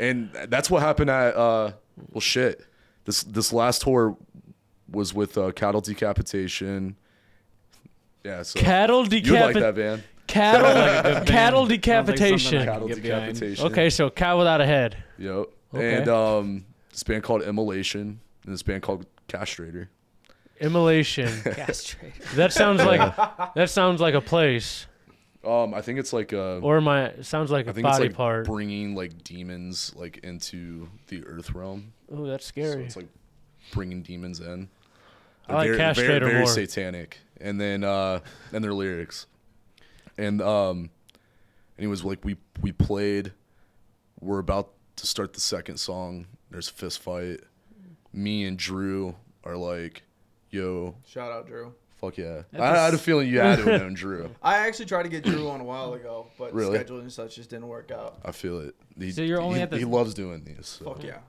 Speaker 3: and that's what happened at uh well shit. This this last tour was with uh, cattle decapitation. Yeah, so
Speaker 1: Cattle
Speaker 3: you would like
Speaker 1: decapit.
Speaker 3: that band?
Speaker 1: cattle, cattle
Speaker 7: I
Speaker 1: decapitation.
Speaker 7: can
Speaker 3: Cattle
Speaker 7: get behind.
Speaker 3: decapitation.
Speaker 1: Okay, so cow without a head.
Speaker 3: Yep.
Speaker 1: Okay.
Speaker 3: And um, this band called Immolation and this band called Castrator.
Speaker 1: Immolation. That sounds like that sounds like a place,
Speaker 3: Um, I think it's like uh,
Speaker 1: or my sounds like
Speaker 3: I
Speaker 1: a
Speaker 3: think it's
Speaker 1: body
Speaker 3: like
Speaker 1: part.
Speaker 3: bringing like demons like into the earth realm.
Speaker 1: Ooh, that's
Speaker 3: So
Speaker 1: scary.
Speaker 3: it's like bringing demons in.
Speaker 1: I like
Speaker 3: very,
Speaker 1: Castrator
Speaker 3: very, very
Speaker 1: more.
Speaker 3: satanic, and then uh, and their lyrics, and um, and he was like, we we played, we're about to start the second song. There's a fist fight. Me and Drew are like, yo,
Speaker 6: Shout out, Drew.
Speaker 3: fuck yeah. I, I had a feeling you had to have known Drew.
Speaker 6: I actually tried to get Drew on a while ago, but
Speaker 3: Really?
Speaker 6: scheduling and such just didn't work out.
Speaker 3: I feel it. He,
Speaker 4: So you're only
Speaker 3: he,
Speaker 4: at the-
Speaker 3: he loves doing these. so.
Speaker 6: Fuck yeah.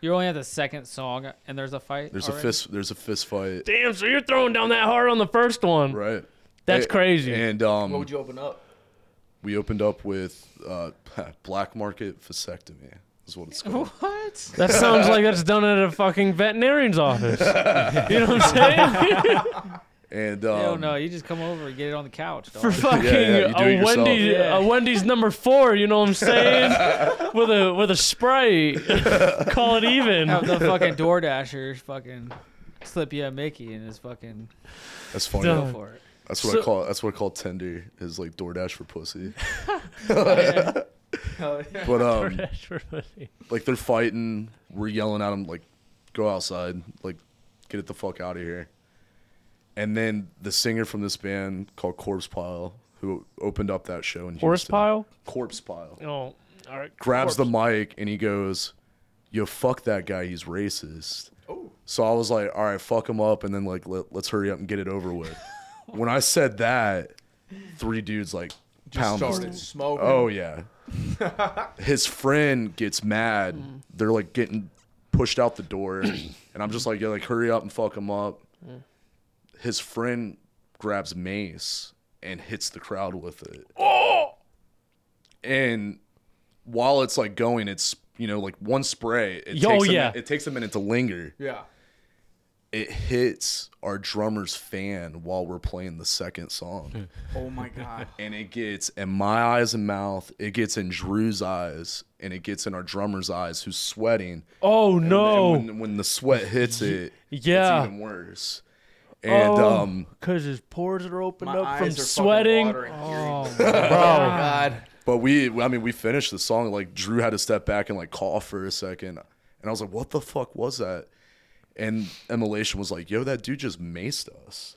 Speaker 4: You're only at the second song and there's a fight.
Speaker 3: There's a
Speaker 4: already?
Speaker 3: fist. There's a fist fight.
Speaker 1: Damn, so you're throwing down that hard on the first one.
Speaker 3: Right.
Speaker 1: That's
Speaker 3: A-
Speaker 1: crazy.
Speaker 3: And um,
Speaker 6: What would you open up?
Speaker 3: we opened up with uh, Black Market Vasectomy. is what
Speaker 1: Oh.
Speaker 3: it's called.
Speaker 4: What?
Speaker 1: That sounds like that's done at a fucking veterinarian's office. you know what I'm saying?
Speaker 3: And
Speaker 4: Hell
Speaker 3: um,
Speaker 4: no, you just come over and get it on the couch, dog.
Speaker 1: For fucking
Speaker 3: yeah, you do it
Speaker 1: a
Speaker 3: yourself.
Speaker 1: Wendy's,
Speaker 4: Yeah.
Speaker 1: a Wendy's number four. You know what I'm saying? with a with a Sprite, call it even.
Speaker 4: Have the fucking DoorDasher fucking slip you a Mickey and just fucking
Speaker 3: that's funny.
Speaker 1: Duh.
Speaker 4: go
Speaker 1: Oh.
Speaker 4: for it.
Speaker 3: That's what
Speaker 1: So-
Speaker 3: I call. That's what I call Tinder is like DoorDash for pussy.
Speaker 1: Oh,
Speaker 3: But um, like they're fighting, we're yelling at them like, "Go outside, like, get it the fuck out of here." And then the singer from this band called Corpse Pile, who opened up that show in Houston,
Speaker 1: Horse pile.
Speaker 3: Corpse Pile,
Speaker 1: Oh, all right.
Speaker 3: grabs the mic and he goes, "Yo, fuck that guy, he's racist."
Speaker 6: Oh,
Speaker 3: So I was like, "All right, fuck him up," and then like, let, let's hurry up and get it over with. when I said that, three dudes like
Speaker 2: Just
Speaker 3: pounded
Speaker 2: started smoking.
Speaker 3: Oh yeah. His friend gets mad. They're like getting pushed out the door, and I'm just like, yeah, like hurry up and fuck him up. His friend grabs mace and hits the crowd with it. Oh! And while it's like going, it's you know like one spray. It
Speaker 1: Yo,
Speaker 3: takes a
Speaker 1: yeah.
Speaker 3: min- it takes a minute to linger.
Speaker 2: Yeah.
Speaker 3: It hits our drummer's fan while we're playing the second song
Speaker 1: Hmm.
Speaker 2: Oh my god.
Speaker 3: and it gets in my eyes and mouth. It gets in Drew's eyes, and it gets in our drummer's eyes, who's sweating.
Speaker 1: Oh
Speaker 3: And-
Speaker 1: no.
Speaker 3: And when, when the sweat hits it,
Speaker 1: Yeah.
Speaker 3: it's even worse. And
Speaker 1: Oh.
Speaker 3: um,
Speaker 1: Cause his pores are opened
Speaker 2: My
Speaker 1: up from
Speaker 2: eyes are fucking
Speaker 1: sweating.
Speaker 2: watering hearing
Speaker 1: Oh,
Speaker 2: this.
Speaker 1: bro.
Speaker 2: God.
Speaker 3: but we, I mean, we finished the song. Like Drew had to step back and like cough for a second, and I was like, "What the fuck was that?" And Emulation was like, "Yo, that dude just maced us."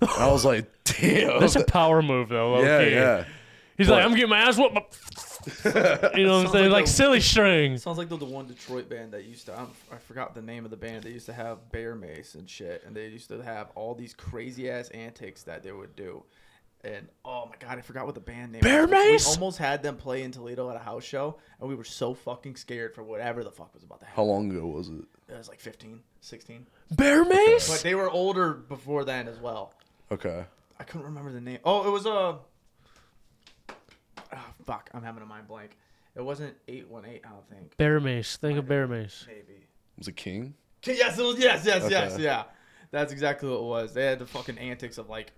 Speaker 3: And I was like, "Damn."
Speaker 1: That's a power move though. Low
Speaker 3: yeah,
Speaker 1: key.
Speaker 3: yeah.
Speaker 1: He's like, I'm getting my ass whooped. but-" you know what I'm
Speaker 2: Sounds
Speaker 1: saying?
Speaker 2: like
Speaker 1: Like
Speaker 2: a-
Speaker 1: silly strings.
Speaker 2: Sounds like the, the one Detroit band that used to, I'm, I forgot the name of the band, they used to have Bear Mace and shit, and they used to have all these crazy ass antics that they would do. And oh my god, I forgot what the band name
Speaker 1: Bear
Speaker 2: was. We-
Speaker 1: Mace?
Speaker 2: We almost had them play in Toledo at a house show, and we were so fucking scared for whatever the fuck was about to
Speaker 3: How
Speaker 2: happen.
Speaker 3: long ago was it?
Speaker 1: Oh.
Speaker 2: It was like 15, 16.
Speaker 1: Bear mace.
Speaker 2: But they were older before then as well.
Speaker 3: Okay.
Speaker 2: I couldn't remember the name. Oh, it was a. Oh, fuck, I'm having a mind blank. It wasn't 818, I don't think.
Speaker 1: Bear mace. Think of bear mace.
Speaker 2: Maybe.
Speaker 3: Was it King?
Speaker 2: Yes, it was, yes, yes, yes,
Speaker 3: Okay.
Speaker 2: yeah. That's exactly what it was. They had the fucking antics of like,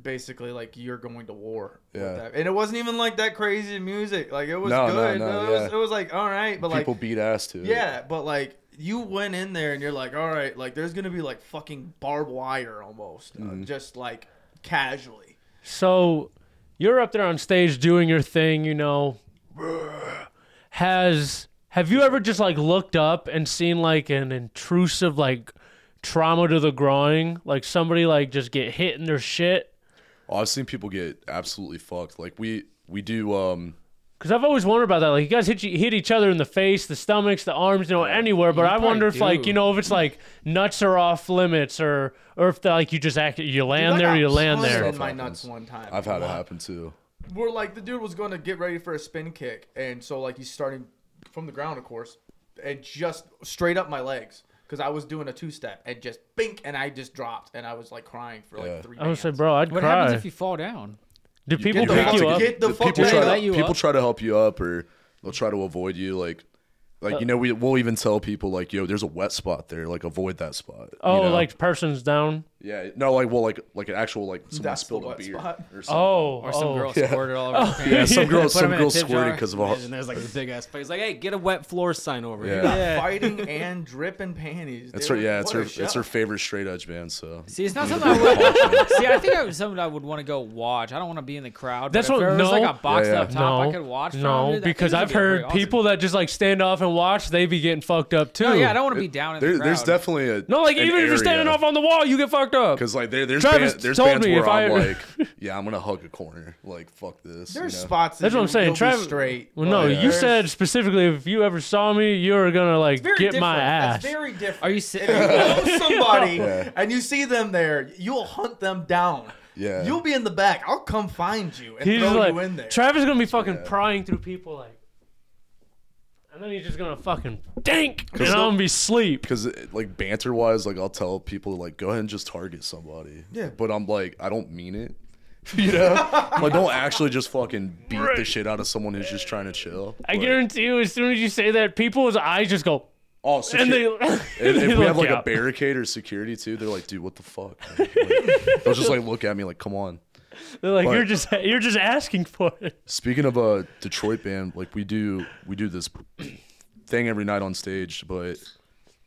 Speaker 2: basically like you're going to war. with
Speaker 3: Yeah.
Speaker 2: that. And it wasn't even like that crazy music. Like it was
Speaker 3: No, no,
Speaker 2: good.
Speaker 3: no,
Speaker 2: it, was,
Speaker 3: yeah.
Speaker 2: it was like all right, but
Speaker 3: People
Speaker 2: like
Speaker 3: beat ass to it.
Speaker 2: yeah, but like you went in there and you're like all right, like there's gonna be like fucking barbed wire almost,
Speaker 3: Mm-hmm.
Speaker 2: uh, just like casually.
Speaker 1: So you're up there on stage doing your thing, you know. Has have you ever just like looked up and seen like an intrusive like trauma to the groin, like somebody like just get hit in their shit?
Speaker 3: Oh, I've seen people get absolutely fucked. Like we we do um
Speaker 1: Because I've always wondered about that. Like you guys hit you, hit each other in the face, the stomachs, the arms, you know, anywhere. But I
Speaker 4: probably
Speaker 1: wonder if like
Speaker 4: do.
Speaker 1: you know if it's like nuts are off limits or or if like you just act you land
Speaker 2: I
Speaker 1: there,
Speaker 2: got
Speaker 1: you land
Speaker 2: punched
Speaker 1: there.
Speaker 2: In my
Speaker 3: Stuff
Speaker 2: nuts
Speaker 3: happens.
Speaker 2: one time.
Speaker 3: I've had it happen too.
Speaker 2: We're like the dude was going to get ready for a spin kick, and so like he's starting from the ground, of course, and just straight up my legs because I was doing a two step and just bink, and I just dropped, and I was like crying for like
Speaker 3: Yeah.
Speaker 2: three.
Speaker 1: I would say,
Speaker 2: bands.
Speaker 1: bro, I'd
Speaker 4: What
Speaker 1: cry.
Speaker 4: happens if you fall down?
Speaker 1: Do people
Speaker 2: Get the
Speaker 1: pick
Speaker 2: fuck-
Speaker 1: you up?
Speaker 2: Get the
Speaker 3: The
Speaker 2: fuck
Speaker 3: people
Speaker 2: back
Speaker 3: try
Speaker 2: up.
Speaker 4: let
Speaker 3: to,
Speaker 4: you
Speaker 3: people
Speaker 4: up.
Speaker 3: try to help you up or they'll try to avoid you like like
Speaker 2: Uh,
Speaker 3: you know we we'll even tell people like yo there's a wet spot there like avoid that spot. you
Speaker 1: Oh,
Speaker 3: know?
Speaker 1: like person's down.
Speaker 3: yeah no like well like like an actual like someone
Speaker 2: That's the
Speaker 3: spilled a
Speaker 2: wet
Speaker 3: beer
Speaker 2: spot.
Speaker 3: or something.
Speaker 1: Oh,
Speaker 4: Or some
Speaker 1: oh.
Speaker 4: girl squirted all over the
Speaker 3: yeah
Speaker 4: pants.
Speaker 3: some girl
Speaker 4: Put 'em
Speaker 3: some
Speaker 4: in a
Speaker 3: girl
Speaker 4: tip
Speaker 3: squirted
Speaker 4: jar.
Speaker 3: because of a
Speaker 8: And there's like a big ass place. Like, hey, get a wet floor sign over here.
Speaker 3: yeah.
Speaker 2: Fighting and dripping panties.
Speaker 3: It's her
Speaker 2: dude.
Speaker 3: yeah it's
Speaker 2: What
Speaker 3: her
Speaker 2: a
Speaker 3: it's
Speaker 2: show.
Speaker 3: her favorite straight edge band so
Speaker 4: See, it's not something I would. see, I think it was something I would want to go watch. I don't want to be in the crowd.
Speaker 1: That's
Speaker 4: but
Speaker 1: what-
Speaker 4: if there was
Speaker 1: no.
Speaker 4: like a box
Speaker 3: Yeah, yeah.
Speaker 4: up top I could watch. from,
Speaker 1: no,
Speaker 4: dude, I think
Speaker 1: because
Speaker 4: it'd
Speaker 1: I've
Speaker 4: get pretty
Speaker 1: heard
Speaker 4: awesome.
Speaker 1: people that just like stand off and watch, they be getting fucked up too.
Speaker 4: No, yeah, I don't want to be down in
Speaker 3: there,
Speaker 4: the crowd.
Speaker 3: there's definitely a
Speaker 1: No, like even if you're standing off on the wall, you get fucked up.
Speaker 3: because like there, there's
Speaker 1: Travis
Speaker 3: band, there's
Speaker 1: told
Speaker 3: bands
Speaker 1: me
Speaker 3: where
Speaker 1: if I-
Speaker 3: I'm like yeah I'm gonna hug a corner like fuck this you
Speaker 2: There's
Speaker 3: know?
Speaker 2: spots. That
Speaker 1: That's what I'm
Speaker 2: you-
Speaker 1: saying.
Speaker 2: you'll be
Speaker 1: Travis,
Speaker 2: straight.
Speaker 1: Well, no,
Speaker 3: oh,
Speaker 2: but
Speaker 1: you
Speaker 2: there's-
Speaker 1: said specifically if you ever saw me, you're gonna like
Speaker 2: Very
Speaker 1: get
Speaker 2: different.
Speaker 1: my ass.
Speaker 2: That's very different.
Speaker 4: Are you
Speaker 2: If
Speaker 4: sitting?
Speaker 2: you know somebody
Speaker 3: Yeah.
Speaker 2: and you see them there, you'll hunt them down.
Speaker 3: Yeah.
Speaker 2: You'll be in the back. I'll come find you and
Speaker 1: He's
Speaker 2: throw
Speaker 1: like
Speaker 2: you in there.
Speaker 1: Travis is gonna be fucking prying through people like, and then he's just gonna fucking dink, and I'm gonna be sleep.
Speaker 3: because like banter wise like i'll tell people like go ahead and just target somebody
Speaker 2: Yeah.
Speaker 3: but i'm like i don't mean it you know? like, don't actually just fucking beat the shit out of someone who's just trying to chill.
Speaker 1: I
Speaker 3: Like,
Speaker 1: guarantee you, as soon as you say that, people's eyes just go,
Speaker 3: Oh, secu-
Speaker 1: and they.
Speaker 3: and
Speaker 1: they
Speaker 3: if we have
Speaker 1: look
Speaker 3: like a
Speaker 1: out.
Speaker 3: barricade or security too, they're like, dude, what the fuck? man?" Like, they'll just like look at me like, come on.
Speaker 1: They're like,
Speaker 3: But-
Speaker 1: you're just you're just asking for it.
Speaker 3: Speaking of a Detroit band, like we do, we do this thing every night on stage. But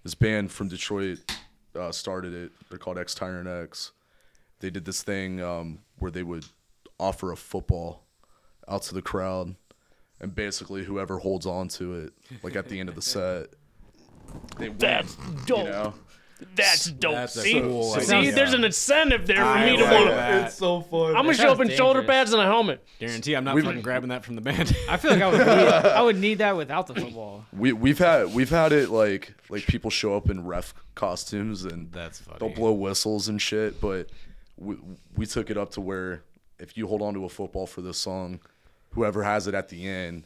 Speaker 3: this band from Detroit uh, started it. They're called X Tyrant X. They did this thing um, where they would offer a football out to the crowd, and basically whoever holds on to it, like at the end of the set, they win.
Speaker 1: That's
Speaker 3: you
Speaker 1: dope.
Speaker 3: know,
Speaker 1: That's dope.
Speaker 7: That's a
Speaker 1: see,
Speaker 7: cool
Speaker 1: see,
Speaker 7: idea.
Speaker 1: there's an incentive there for me to
Speaker 7: like
Speaker 1: want to.
Speaker 7: that.
Speaker 6: It's so fun.
Speaker 1: I'm gonna
Speaker 4: That
Speaker 1: show up in
Speaker 4: sounds
Speaker 1: shoulder
Speaker 4: dangerous.
Speaker 1: pads and a helmet.
Speaker 7: Guarantee I'm not
Speaker 3: We've-
Speaker 7: fucking grabbing that from the band.
Speaker 4: I feel like I would need, I would need that without the football.
Speaker 3: we we've had we've had it like like people show up in ref costumes and
Speaker 7: That's funny.
Speaker 3: they'll blow whistles and shit, but we, we took it up to where if you hold on to a football for this song, whoever has it at the end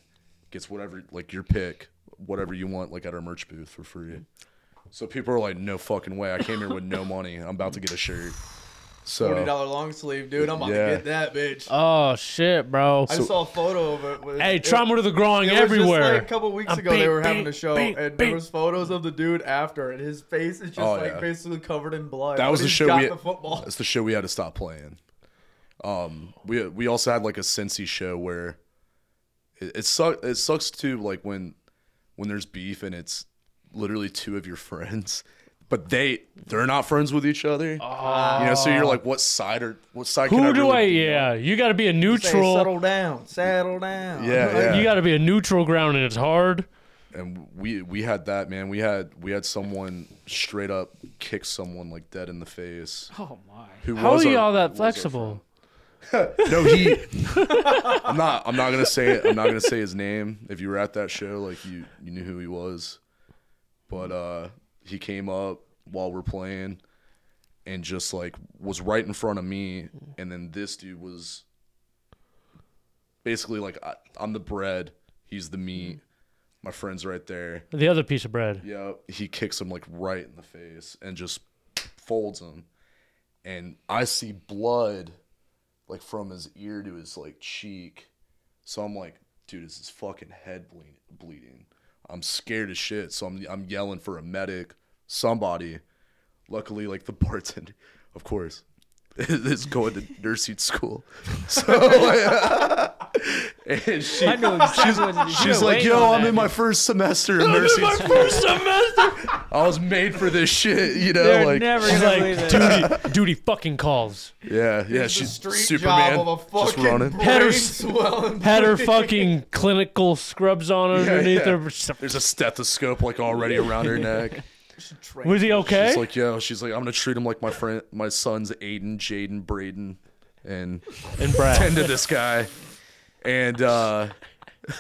Speaker 3: gets whatever, like your pick, whatever you want, like at our merch booth for free. So people are like, no fucking way. I came here with no money. I'm about to get a shirt.
Speaker 6: Forty
Speaker 3: So
Speaker 6: dollar long sleeve, dude. I'm about
Speaker 3: Yeah. Uh,
Speaker 6: to get that bitch.
Speaker 1: Oh shit, bro.
Speaker 6: I saw a photo of it. with-
Speaker 1: hey,
Speaker 6: it-
Speaker 1: trauma to the growing
Speaker 6: It Was just
Speaker 1: everywhere.
Speaker 6: like a couple weeks
Speaker 1: I'm
Speaker 6: ago, they
Speaker 1: big,
Speaker 6: were having
Speaker 1: big,
Speaker 6: a show,
Speaker 1: big,
Speaker 6: and
Speaker 1: big.
Speaker 6: there was photos of the dude after, and his face is just
Speaker 3: Oh,
Speaker 6: like
Speaker 3: yeah.
Speaker 6: basically covered in blood.
Speaker 3: that
Speaker 6: but
Speaker 3: was the
Speaker 6: he's
Speaker 3: show.
Speaker 6: got
Speaker 3: We,
Speaker 6: the football.
Speaker 3: That's the show we had to stop playing. Um, we we also had like a Cincy show where it, it sucks. It sucks too. Like when when there's beef and it's literally two of your friends, but they they're not friends with each other. You know, so you're like, what side are what side? can
Speaker 1: Who
Speaker 3: I
Speaker 1: do
Speaker 3: really
Speaker 1: I?
Speaker 3: be on?
Speaker 1: Yeah, you got to be a
Speaker 6: Say,
Speaker 1: neutral.
Speaker 6: settle down, settle down.
Speaker 3: Yeah, yeah.
Speaker 1: You got to be a neutral ground, and it's hard.
Speaker 3: and we we had that man. We had we had someone straight up kick someone like dead in the face.
Speaker 4: Oh my!
Speaker 3: Who
Speaker 1: How
Speaker 3: was
Speaker 1: are
Speaker 3: our-
Speaker 1: y'all that
Speaker 3: was our
Speaker 1: flexible?
Speaker 3: No, he. I'm not. I'm not gonna say it. I'm not gonna say his name. If you were at that show, like you, you knew who he was. But uh, he came up while we're playing, and just like was right in front of me, and then this dude was basically like I, I'm the bread, he's the meat, my friend's right there.
Speaker 1: The other piece of bread.
Speaker 3: Yeah, he kicks him like right in the face and just folds him. And I see blood like from his ear to his like cheek. So I'm like, dude, is his fucking head bleeding? bleeding? I'm scared as shit. So I'm I'm yelling for a medic, somebody. Luckily, like the bartender, of course, is going to nursing school. So like, and she,
Speaker 4: I know exactly
Speaker 3: she's,
Speaker 4: what you- you
Speaker 3: she's
Speaker 4: were
Speaker 3: like,
Speaker 4: waiting
Speaker 3: yo,
Speaker 4: on
Speaker 3: I'm
Speaker 4: that,
Speaker 3: in my
Speaker 4: dude."
Speaker 3: first semester in nursing school. I was made for this shit, you know.
Speaker 4: They're
Speaker 3: like,
Speaker 4: never
Speaker 1: She's
Speaker 4: gonna believe
Speaker 1: like
Speaker 4: it.
Speaker 1: duty, duty fucking calls.
Speaker 3: yeah, yeah,
Speaker 6: It's the
Speaker 3: she's
Speaker 6: street
Speaker 3: Superman,
Speaker 6: job of a
Speaker 3: just
Speaker 6: fucking
Speaker 3: running.
Speaker 6: brain
Speaker 1: Had her-
Speaker 6: swelling
Speaker 1: Had her
Speaker 6: bleeding.
Speaker 1: fucking clinical scrubs on
Speaker 3: Yeah,
Speaker 1: underneath
Speaker 3: yeah.
Speaker 1: her.
Speaker 3: There's a stethoscope like already around her neck.
Speaker 1: Was he okay?
Speaker 3: She's like, yo, she's like, I'm gonna treat him like my friend, my son's Aiden, Jaden, Braden, and
Speaker 1: and Brad.
Speaker 3: tend to this guy. And uh,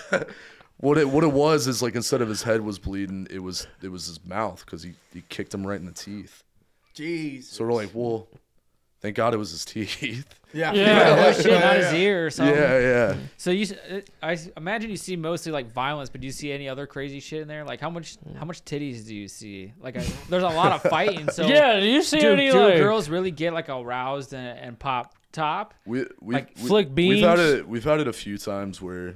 Speaker 3: what it what it was is like instead of his head was bleeding, it was it was his mouth because he he kicked him right in the teeth.
Speaker 6: Jeez.
Speaker 3: So we're like, well, thank God it was his teeth.
Speaker 6: yeah.
Speaker 1: Yeah.
Speaker 4: Oh, shit, not his ear or
Speaker 6: Oh.
Speaker 4: something.
Speaker 3: yeah, yeah.
Speaker 4: So you, s- uh, I s- imagine you see mostly like violence, but do you see any other crazy shit in there? Like how much, how much titties do you see? Like I, there's a lot of fighting. So
Speaker 1: Yeah, do you see
Speaker 4: do,
Speaker 1: any
Speaker 4: do
Speaker 1: like
Speaker 4: girls really get like aroused and, and pop top?
Speaker 3: We we
Speaker 4: Like,
Speaker 3: we,
Speaker 1: flick
Speaker 3: We've had
Speaker 1: beans?
Speaker 3: it. We've had it a few times where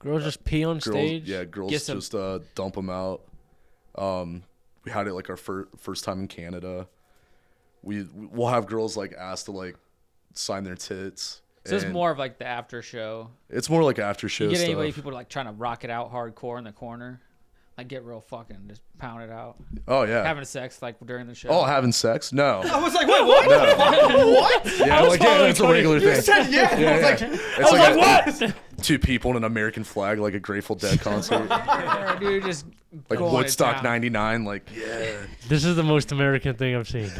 Speaker 1: girls just pee on
Speaker 3: girls,
Speaker 1: stage?
Speaker 3: yeah, girls
Speaker 4: Get some-
Speaker 3: just uh, dump them out. Um, we had it like our fir- first time in Canada. We we'll have girls like ask to like sign their tits.
Speaker 4: So it's
Speaker 3: and
Speaker 4: more of like the after show.
Speaker 3: It's more like after show
Speaker 4: You get
Speaker 3: stuff.
Speaker 4: any way people are like trying to rock it out hardcore in the corner, like get real fucking just pound it out,
Speaker 3: oh yeah.
Speaker 4: having sex like during the show.
Speaker 3: oh, having sex? No.
Speaker 6: I was like, wait, what?
Speaker 3: Yeah,
Speaker 1: was
Speaker 3: like, yeah,
Speaker 1: following
Speaker 3: it's a
Speaker 1: Cody.
Speaker 3: regular
Speaker 6: I
Speaker 3: thing.
Speaker 6: said yeah. I was
Speaker 3: Yeah,
Speaker 6: like,
Speaker 3: yeah. It's
Speaker 1: I was
Speaker 3: a-
Speaker 1: like, what?
Speaker 3: Two people and an American flag, like a Grateful Dead concert,
Speaker 4: Yeah, dude, just
Speaker 3: like
Speaker 4: going to
Speaker 3: Woodstock
Speaker 4: town.
Speaker 3: '99. Like, yeah.
Speaker 1: This is the most American thing I've seen.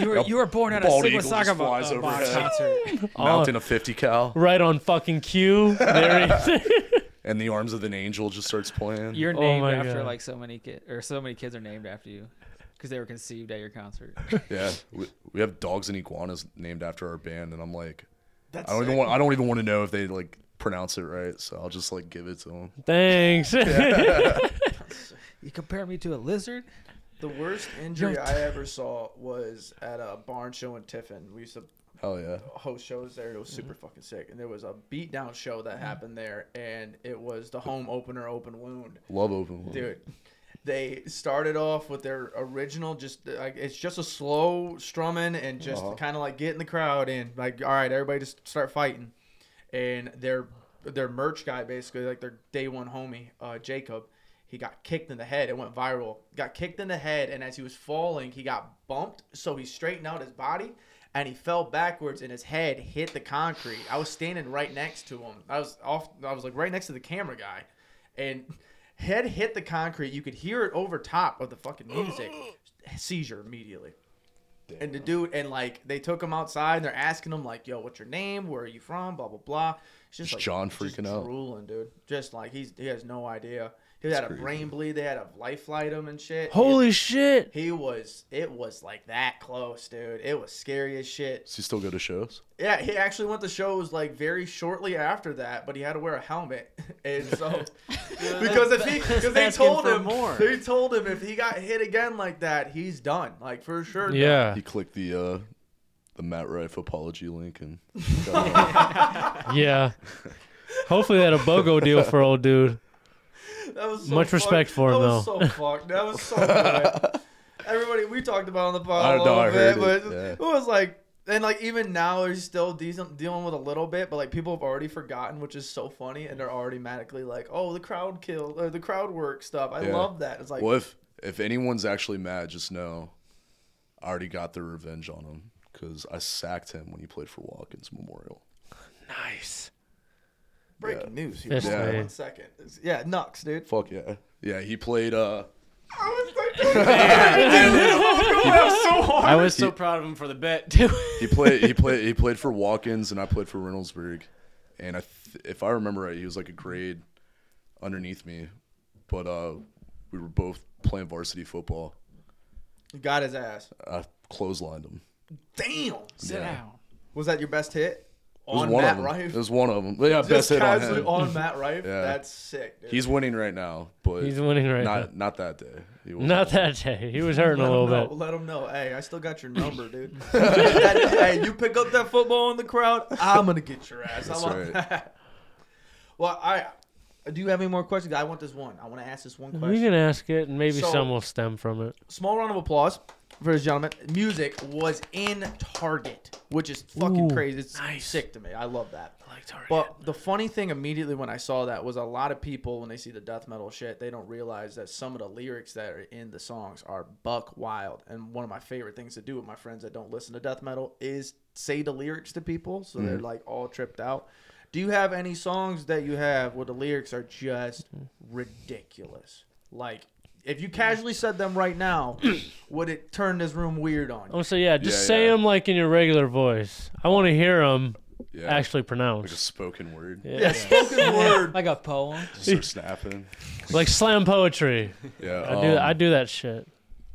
Speaker 4: You were, you were born at a
Speaker 3: bald
Speaker 4: Sigma
Speaker 3: eagle just
Speaker 4: Soccer bo-
Speaker 3: flies
Speaker 4: uh, box
Speaker 3: overhead.
Speaker 4: concert.
Speaker 3: Mountain of 50 cal,
Speaker 1: right on fucking cue. There it is.
Speaker 3: and the arms of an angel just starts playing.
Speaker 4: You're
Speaker 1: Oh
Speaker 4: named
Speaker 1: my
Speaker 4: after
Speaker 1: God.
Speaker 4: like so many kids, or so many kids are named after you because they were conceived at your concert.
Speaker 3: Yeah, we, we have dogs and iguanas named after our band, and I'm like,
Speaker 6: That's
Speaker 3: I don't even
Speaker 6: sick.
Speaker 3: want. I don't even want to know if they like pronounce it right, so I'll just like give it to them.
Speaker 1: Thanks.
Speaker 4: You compare me to a lizard?
Speaker 6: The worst injury I ever saw was at a barn show in Tiffin. We used to
Speaker 3: Hell yeah.
Speaker 2: host shows there. It was super fucking sick. And there was a beatdown show that happened there, and it was the home opener, Open Wound.
Speaker 3: Love open wound.
Speaker 2: Dude, they started off with their original, just like it's just a slow strumming and just
Speaker 3: Uh-huh.
Speaker 2: kind of like getting the crowd in. Like, all right, everybody just start fighting. And their their merch guy, basically, like their day one homie, uh, Jacob. He got kicked in the head. It went viral. Got kicked in the head, and as he was falling, he got bumped. So he straightened out his body, and he fell backwards and his head hit the concrete. I was standing right next to him. I was off I was like right next to the camera guy. And head hit the concrete. You could hear it over top of the fucking music. Seizure immediately. And the dude and like they took him outside and they're asking him like, "Yo, what's your name? Where are you from?" blah blah blah. It's just
Speaker 3: Is
Speaker 2: like
Speaker 3: John
Speaker 2: just
Speaker 3: freaking out?
Speaker 2: drooling, dude. Just like he's he has no idea. He had a brain bleed. They had a life flight him and shit.
Speaker 1: Holy shit!
Speaker 2: He was it was like that close, dude. It was scary as shit.
Speaker 3: Does he still go to shows?
Speaker 2: Yeah, he actually went to shows like very shortly after that, but he had to wear a helmet, and so because if he because they
Speaker 4: That's asking
Speaker 2: told
Speaker 4: for
Speaker 2: him
Speaker 4: more.
Speaker 2: they told him if he got hit again like that, he's done, like for sure. done.
Speaker 1: Yeah,
Speaker 3: He clicked the uh the Matt Rife apology link and
Speaker 1: yeah. Hopefully that a bogo deal for old dude.
Speaker 2: that was so
Speaker 1: Much
Speaker 2: fucked-
Speaker 1: respect for
Speaker 2: that
Speaker 1: him,
Speaker 2: was so fucked. That was so good. Everybody, we talked about it on the pod
Speaker 3: I
Speaker 2: a
Speaker 3: know,
Speaker 2: little
Speaker 3: I
Speaker 2: bit,
Speaker 3: heard
Speaker 2: but
Speaker 3: it, yeah.
Speaker 2: it was like. And like even now, he's still decent, dealing with a little bit, but like people have already forgotten, which is so funny, and they're automatically like, "Oh, the crowd kill or the crowd work stuff." I
Speaker 3: Yeah.
Speaker 2: love that. It's like
Speaker 3: Well if if anyone's actually mad, just know I already got their revenge on him because I sacked him when he played for Watkins Memorial.
Speaker 1: Nice.
Speaker 2: Breaking news here.
Speaker 1: Fist
Speaker 2: Hold on
Speaker 1: fight.
Speaker 2: One second. It's- Yeah, Nux, dude.
Speaker 3: Fuck yeah. Yeah, he played uh
Speaker 2: I was like, so hard.
Speaker 7: I was so proud of him for the bet too.
Speaker 3: he played he played he played for Watkins and I played for Reynoldsburg, and I th- if I remember right, he was like a grade underneath me, but uh, we were both playing varsity football.
Speaker 2: Got his ass.
Speaker 3: I clotheslined him.
Speaker 2: Damn.
Speaker 4: Sit
Speaker 3: Yeah.
Speaker 4: down.
Speaker 2: Was that your best hit?
Speaker 3: It was
Speaker 2: On
Speaker 3: one
Speaker 2: Matt
Speaker 3: of them.
Speaker 2: Rife?
Speaker 3: It was one of them. Yeah, best
Speaker 2: Just
Speaker 3: hit on
Speaker 2: casually
Speaker 3: him.
Speaker 2: on Matt Rife?
Speaker 3: Yeah.
Speaker 2: That's sick, dude.
Speaker 3: He's winning right now, but
Speaker 1: He's winning right
Speaker 3: not not that day. He wasn't
Speaker 1: Not
Speaker 3: winning.
Speaker 1: that day. He was hurting a
Speaker 2: let him
Speaker 1: little
Speaker 2: know.
Speaker 1: bit.
Speaker 2: Let him know. Hey, I still got your number, dude. That- hey, you pick up that football in the crowd, I'm gonna get your ass. I
Speaker 3: That's
Speaker 2: love
Speaker 3: right.
Speaker 2: that. Well, I do you have any more questions? I want this one. I want to ask this one question.
Speaker 1: You can ask it, and maybe
Speaker 2: So-
Speaker 1: some will stem from it.
Speaker 2: small round of applause for this gentleman. Music was in Target, which is fucking
Speaker 1: Ooh,
Speaker 2: crazy. It's
Speaker 1: nice.
Speaker 2: sick to me. I love that.
Speaker 1: I like Target.
Speaker 2: But the funny thing immediately when I saw that was a lot of people when they see the death metal shit, they don't realize that some of the lyrics that are in the songs are buck wild. And one of my favorite things to do with my friends that don't listen to death metal is say the lyrics to people so
Speaker 3: Mm-hmm.
Speaker 2: they're like all tripped out. Do you have any songs that you have where the lyrics are just
Speaker 3: Mm-hmm.
Speaker 2: ridiculous? Like if you casually said them right now, would it turn this room weird on you?
Speaker 1: Oh, so yeah, just
Speaker 3: Yeah,
Speaker 1: say
Speaker 3: yeah.
Speaker 1: them like in your regular voice. I want to hear them
Speaker 3: Yeah,
Speaker 1: actually
Speaker 3: like a
Speaker 1: pronounced.
Speaker 3: spoken word.
Speaker 1: Yeah.
Speaker 2: Yeah, spoken word.
Speaker 4: Like a poem.
Speaker 3: Just start snapping.
Speaker 1: Like slam poetry.
Speaker 3: Yeah,
Speaker 1: I do.
Speaker 3: um,
Speaker 1: I do that shit.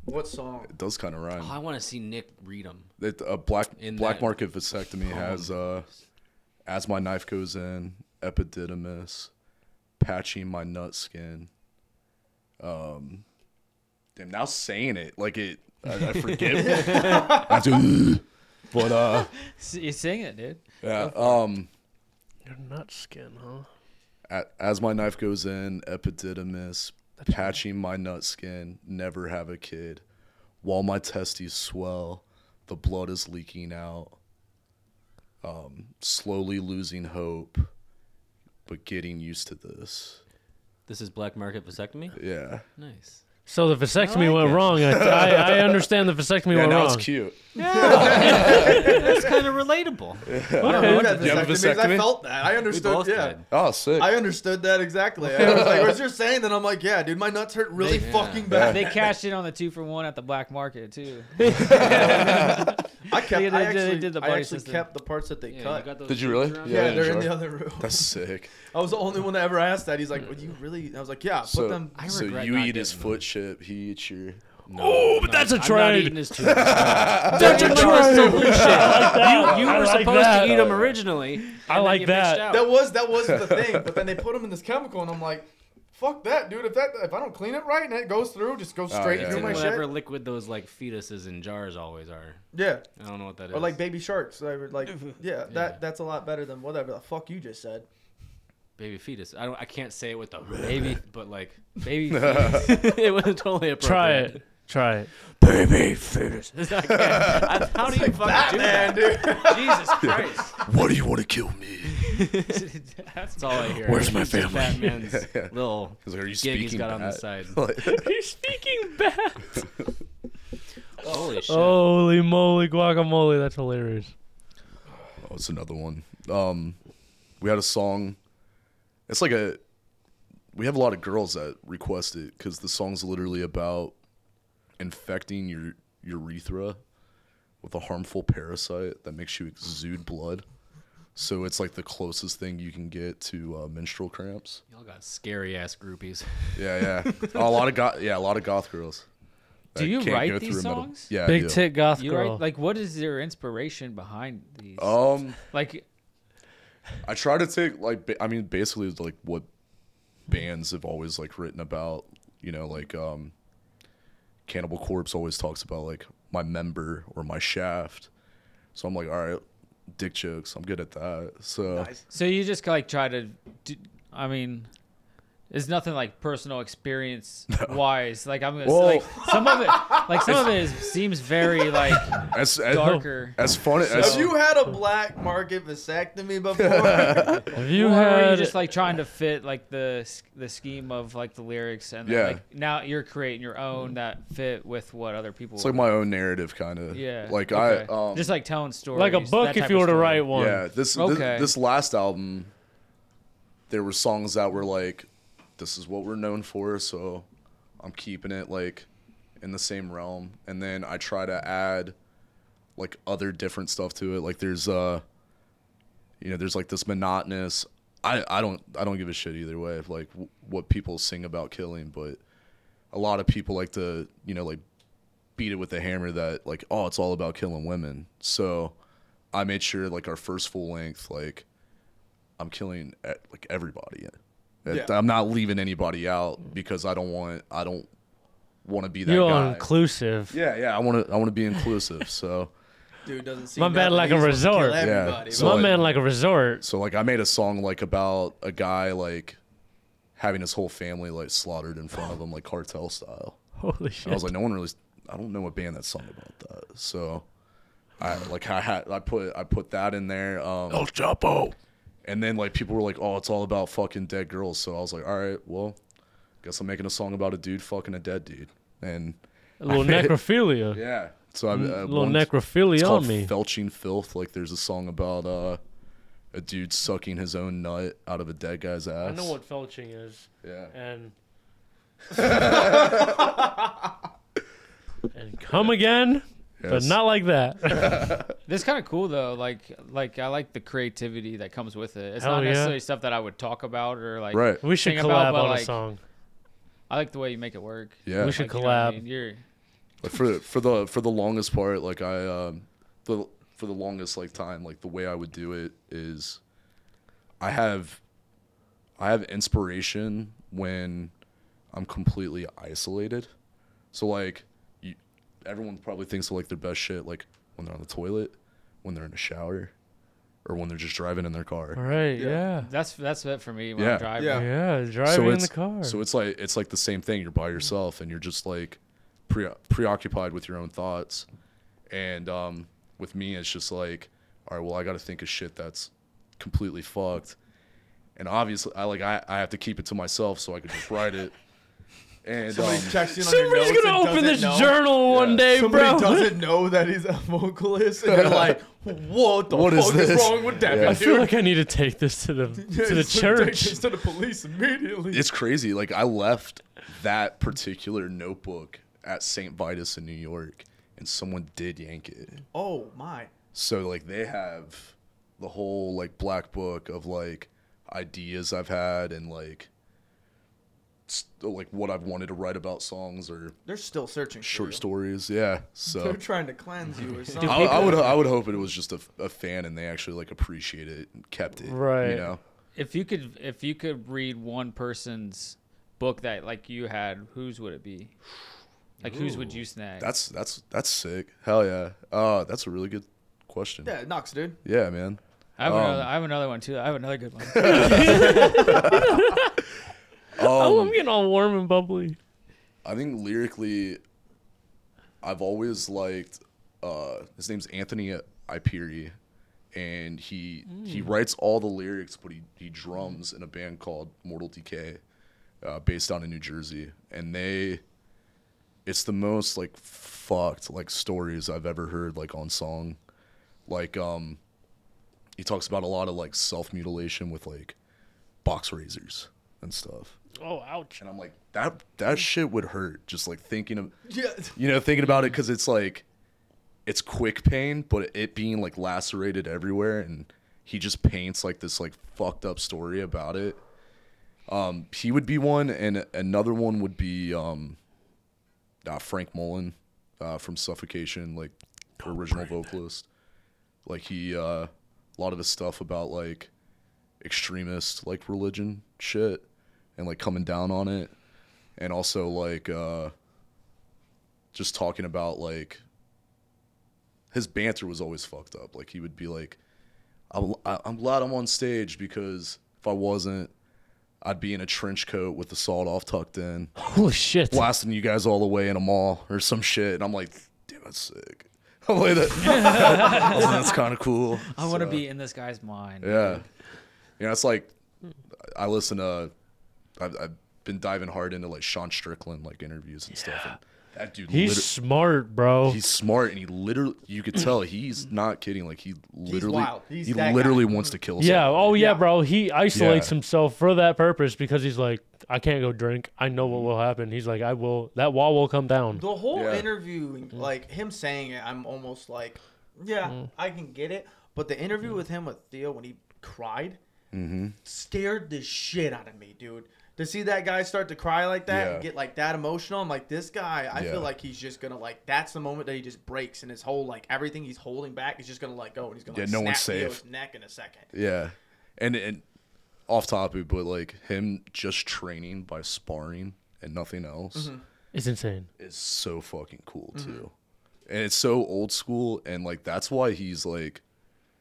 Speaker 2: What song?
Speaker 3: It does kind of rhyme.
Speaker 7: Oh, I want to see Nick read them.
Speaker 3: It, uh, black
Speaker 7: In
Speaker 3: black
Speaker 7: that
Speaker 3: market vasectomy has uh, as my knife goes in, epididymis, patching my nut skin. Um, damn, now saying it like it, I, I forget. I do, but uh,
Speaker 4: S- You sing it, dude.
Speaker 3: yeah, um,
Speaker 1: Your nut skin, huh?
Speaker 3: a- as my knife goes in, epididymis, patching my nut skin, never have a kid, while my testes swell, the blood is leaking out, um, slowly losing hope, but getting used to this.
Speaker 7: This is black market vasectomy.
Speaker 3: Yeah,
Speaker 7: Nice.
Speaker 1: So the vasectomy
Speaker 7: like
Speaker 1: went
Speaker 7: it.
Speaker 1: wrong. I, I, I understand the vasectomy
Speaker 3: yeah,
Speaker 1: went
Speaker 3: now
Speaker 1: wrong.
Speaker 3: it's cute.
Speaker 7: That's kind of relatable.
Speaker 2: I don't know what that
Speaker 3: You have a
Speaker 2: vasectomy means. I
Speaker 3: vasectomy?
Speaker 2: felt that. I
Speaker 7: We
Speaker 2: understood.
Speaker 7: both
Speaker 2: Yeah.
Speaker 7: did.
Speaker 3: Oh, sick.
Speaker 2: I understood that exactly. I was like, "What you're saying?" Then I'm like, "Yeah, dude, my nuts hurt really
Speaker 7: They-
Speaker 2: fucking
Speaker 3: yeah.
Speaker 2: bad."
Speaker 4: They cashed in on the two for one at the black market too.
Speaker 2: I kept.
Speaker 4: They- they-
Speaker 2: I
Speaker 4: they
Speaker 2: actually,
Speaker 4: did
Speaker 2: I
Speaker 4: the buddy
Speaker 2: actually
Speaker 4: system.
Speaker 2: kept the parts that they cut.
Speaker 3: Did you really?
Speaker 2: yeah,
Speaker 3: Yeah,
Speaker 2: they're in the
Speaker 3: sure.
Speaker 2: other room.
Speaker 3: That's sick.
Speaker 2: I was the only one that ever asked that. He's like, "Would you really?" I was like, "Yeah,
Speaker 3: So,
Speaker 2: put them."
Speaker 7: I
Speaker 3: so
Speaker 7: regret
Speaker 3: you
Speaker 7: not
Speaker 3: eat his
Speaker 7: getting
Speaker 3: foot chip, he eats your.
Speaker 1: oh, but that's a
Speaker 7: I'm not
Speaker 1: trade.
Speaker 7: eating his tubes.
Speaker 1: That's a trade.
Speaker 7: you were
Speaker 1: I like
Speaker 7: supposed
Speaker 1: that.
Speaker 7: to eat them originally.
Speaker 1: I like that.
Speaker 2: That was that was the thing. But then they put them in this chemical, and I'm like, Fuck that, dude. If that if I don't clean it right and it goes through, just go straight
Speaker 3: yeah.
Speaker 2: through
Speaker 7: It's in
Speaker 2: my
Speaker 7: whatever
Speaker 2: shit.
Speaker 7: liquid those like fetuses in jars always are.
Speaker 2: Yeah.
Speaker 7: I don't know what that is.
Speaker 2: Or like baby sharks. I would like yeah, that that's a lot better than whatever the fuck you just said.
Speaker 7: baby fetus. I don't. I can't say it with the baby, but like baby. fetus. it was totally appropriate.
Speaker 1: Try it. Try it.
Speaker 3: Baby fetus.
Speaker 7: I can't. I- how do you fucking do that? Jesus Christ!
Speaker 3: Why do you want to kill me?
Speaker 7: That's all I hear.
Speaker 3: Where's my
Speaker 7: It's just
Speaker 3: family?
Speaker 7: Batman's little
Speaker 3: He's like, "Are you
Speaker 7: gig he's
Speaker 3: speaking
Speaker 7: got on the
Speaker 3: Bat?"
Speaker 7: side.
Speaker 1: He's speaking bad.
Speaker 7: Holy shit!
Speaker 1: Holy moly, guacamole! That's hilarious.
Speaker 3: Oh, it's another one. Um, we had a song. It's like a. We have a lot of girls that request it because the song's literally about infecting your urethra with a harmful parasite that makes you exude blood. So it's like the closest thing you can get to uh, menstrual cramps.
Speaker 7: Y'all got scary ass groupies.
Speaker 3: Yeah, yeah. a lot of goth. Yeah, a lot of goth girls.
Speaker 4: Do
Speaker 3: that
Speaker 4: you
Speaker 3: can't
Speaker 4: write
Speaker 3: go
Speaker 4: these
Speaker 3: through a middle-
Speaker 4: songs?
Speaker 3: Yeah, I
Speaker 1: Big
Speaker 3: do.
Speaker 1: tit goth
Speaker 4: You
Speaker 1: girl.
Speaker 4: write, like what is your inspiration behind these?
Speaker 3: Um,
Speaker 4: Like
Speaker 3: I try to take like ba- I mean basically it's, like what bands have always like written about, you know, like um Cannibal Corpse always talks about like my member or my shaft. So I'm like, all right, dick jokes. I'm good at that. So
Speaker 4: so you just like try to do, I mean it's nothing like personal experience wise. Like I'm gonna
Speaker 3: Well-
Speaker 4: say, like some of it like some of it is, seems very like
Speaker 3: as as,
Speaker 4: darker.
Speaker 3: as fun
Speaker 2: Have
Speaker 3: as
Speaker 2: you had a black market vasectomy before?
Speaker 1: Have you
Speaker 4: or are you
Speaker 1: had?
Speaker 4: just like trying to fit like the s- the scheme of like the lyrics and then,
Speaker 3: Yeah.
Speaker 4: like now you're creating your own that fit with what other people
Speaker 3: it's like my own narrative kind of.
Speaker 4: yeah
Speaker 3: Like
Speaker 4: okay.
Speaker 3: I um
Speaker 4: just like telling stories
Speaker 1: like a
Speaker 4: that
Speaker 1: book
Speaker 4: type
Speaker 1: if you
Speaker 4: of
Speaker 1: were to
Speaker 4: story.
Speaker 1: write one.
Speaker 3: Yeah, this,
Speaker 4: Okay.
Speaker 3: this this last album, there were songs that were like, "This is what we're known for," so I'm keeping it like in the same realm. And then I try to add like other different stuff to it. Like there's uh, you know, there's like this monotonous. I I don't I don't give a shit either way. of, Like w- what people sing about killing, but a lot of people like to you know like beat it with a hammer that like oh it's all about killing women so i made sure like our first full length like i'm killing eh, like everybody That- i'm not leaving anybody out because i don't want i don't want to be that
Speaker 1: You're
Speaker 3: guy
Speaker 1: inclusive.
Speaker 3: yeah yeah i want to i want to be inclusive so
Speaker 2: Dude doesn't seem
Speaker 1: My bad, like a resort. Yeah.
Speaker 2: Everybody,
Speaker 3: So-
Speaker 1: My
Speaker 3: Well,
Speaker 1: man, like a resort.
Speaker 3: so like i made a song like about a guy like having his whole family like slaughtered in front of him like cartel style
Speaker 1: Holy
Speaker 3: And I was
Speaker 1: shit!
Speaker 3: like, no one really. I don't know a band that's sung about that. So, I like I had I put I put that in there. Um, El Chapo. And then like people were like, oh, it's all about fucking dead girls. So I was like, all right, well, guess I'm making a song about a dude fucking a dead dude. And
Speaker 1: A little necrophilia.
Speaker 3: yeah, so I uh,
Speaker 1: A little
Speaker 3: one- It's
Speaker 1: necrophilia
Speaker 3: called
Speaker 1: on me.
Speaker 3: Felching filth. Like there's a song about uh, a dude sucking his own nut out of a dead guy's ass.
Speaker 1: I know what felching is,
Speaker 3: Yeah.
Speaker 1: and and come again, but
Speaker 3: Yes.
Speaker 1: not like that.
Speaker 4: That's kind of cool though. Like, like I like the creativity that comes with it. It's
Speaker 1: Hell
Speaker 4: not
Speaker 1: yeah.
Speaker 4: necessarily stuff that I would talk about or like.
Speaker 3: Right.
Speaker 1: We should
Speaker 4: Think
Speaker 1: collab
Speaker 4: about, but,
Speaker 1: on a
Speaker 4: like,
Speaker 1: song.
Speaker 4: I like the way you make it work.
Speaker 3: Yeah.
Speaker 1: We should
Speaker 4: Like, you know what I
Speaker 1: collab.
Speaker 4: mean? You're
Speaker 3: Like for for the for the longest part, like I um the for the longest like time, like the way I would do it is I have I have inspiration when I'm completely isolated. So like you, everyone probably thinks of like their best shit like when they're on the toilet, when they're in a shower, or when they're just driving in their car.
Speaker 1: All right. Yeah.
Speaker 4: that's that's it for me when
Speaker 3: Yeah.
Speaker 4: I'm driving.
Speaker 2: Yeah.
Speaker 1: Yeah. Driving in
Speaker 3: it's-
Speaker 1: the car.
Speaker 3: So it's like it's like the same thing. You're by yourself and you're just like pre- preoccupied with your own thoughts. And um, with me, it's just like, all right, well, I got to think of shit that's completely fucked. And obviously, I like I, I have to keep it to myself so I could just write it. And um,
Speaker 2: Somebody checks in on your
Speaker 1: Somebody's
Speaker 2: notes
Speaker 1: gonna
Speaker 2: and
Speaker 1: open
Speaker 2: doesn't
Speaker 1: this
Speaker 2: know.
Speaker 1: journal one day,
Speaker 2: Somebody
Speaker 1: bro.
Speaker 2: doesn't know that he's a vocalist, and you're like, "What the
Speaker 3: What is
Speaker 2: fuck is,
Speaker 3: this?
Speaker 2: wrong with that
Speaker 3: Yeah.
Speaker 1: I
Speaker 2: dude?"
Speaker 1: feel like I need to take this to the to the
Speaker 2: Just take
Speaker 1: church.
Speaker 2: this to the police immediately.
Speaker 3: it's crazy. Like I left that particular notebook at St. Vitus in New York, and someone did yank it.
Speaker 2: Oh my!
Speaker 3: So like they have the whole like black book of like ideas I've had and like st- like what I've wanted to write about songs or
Speaker 2: They're still searching. for
Speaker 3: short
Speaker 2: you.
Speaker 3: stories. Yeah.
Speaker 2: They're
Speaker 3: So
Speaker 2: trying to cleanse you or
Speaker 3: I,
Speaker 2: something.
Speaker 3: I would I would hope it was just a, a fan and they actually like appreciate it and kept it.
Speaker 1: Right.
Speaker 3: You know.
Speaker 4: If you could, if you could read one person's book that like you had, whose would it be? Like whose would you snag?
Speaker 3: That's that's that's sick. Hell yeah. Uh, that's a really good question. Yeah,
Speaker 2: Yeah, Knox, dude.
Speaker 3: man.
Speaker 4: I have,
Speaker 3: um,
Speaker 4: another, I have another one too. I have another good one.
Speaker 1: oh,
Speaker 3: Um,
Speaker 1: I'm getting all warm and bubbly.
Speaker 3: I think lyrically, I've always liked. Uh, his name's Anthony Iperi, and he he writes all the lyrics, but he he drums in a band called Mortal Decay, uh, based out in New Jersey, and they. It's the most like fucked like stories I've ever heard like on song, like um. He talks about a lot of like self mutilation with like box razors and stuff.
Speaker 1: Oh, ouch.
Speaker 3: And I'm like, that that shit would hurt just like thinking of,
Speaker 2: Yeah.
Speaker 3: you know, thinking about it because it's like, it's quick pain, but it being like lacerated everywhere, and he just paints like this like fucked up story about it. Um, he would be one, and another one would be um, uh, Frank Mullen uh, from Suffocation, like original vocalist. Like he, uh, a lot of his stuff about like extremist like religion shit and like coming down on it and also like uh just talking about like his banter was always fucked up like he would be like I'm, I- I'm glad i'm on stage because if i wasn't i'd be in a trench coat with the sawed off tucked in
Speaker 1: Holy shit.
Speaker 3: blasting you guys all the way in a mall or some shit and i'm like damn that's sick i'm like that I was like, that's kind of cool
Speaker 4: I want to be in this guy's mind.
Speaker 3: yeah. You know, it's like I listen to I've, I've been diving hard into like Sean Strickland like interviews and stuff. And that dude
Speaker 1: He's
Speaker 3: liter-
Speaker 1: smart, bro.
Speaker 3: he's smart and he literally you could tell he's not kidding like he literally
Speaker 2: wild. He's
Speaker 3: he
Speaker 2: that guy.
Speaker 3: literally wants to kill
Speaker 1: yeah.
Speaker 3: someone.
Speaker 1: Oh, yeah,
Speaker 2: Yeah.
Speaker 1: bro. He isolates
Speaker 3: Yeah.
Speaker 1: himself for that purpose because he's like, I can't go drink. I know what will happen. He's like, I will. That wall will come down.
Speaker 2: The whole
Speaker 3: Yeah.
Speaker 2: interview,
Speaker 4: Mm-hmm.
Speaker 2: like him saying it, I'm almost like, yeah,
Speaker 4: Mm.
Speaker 2: I can get it. But the interview with him with Theo when he cried
Speaker 3: Mm-hmm.
Speaker 2: scared the shit out of me, dude. To see that guy start to cry like that
Speaker 3: Yeah.
Speaker 2: and get like that emotional, I'm like, this guy, I
Speaker 3: Yeah.
Speaker 2: feel like he's just gonna like that's the moment that he just breaks and his whole like everything he's holding back is just gonna let go and he's gonna
Speaker 3: Yeah,
Speaker 2: like,
Speaker 3: no
Speaker 2: snap
Speaker 3: one's
Speaker 2: Theo's
Speaker 3: safe.
Speaker 2: neck in a second.
Speaker 3: Yeah. And and off topic, but like him just training by sparring and nothing else
Speaker 2: Mm-hmm.
Speaker 1: It's insane.
Speaker 3: is so fucking cool too. And it's so old school and like that's why he's like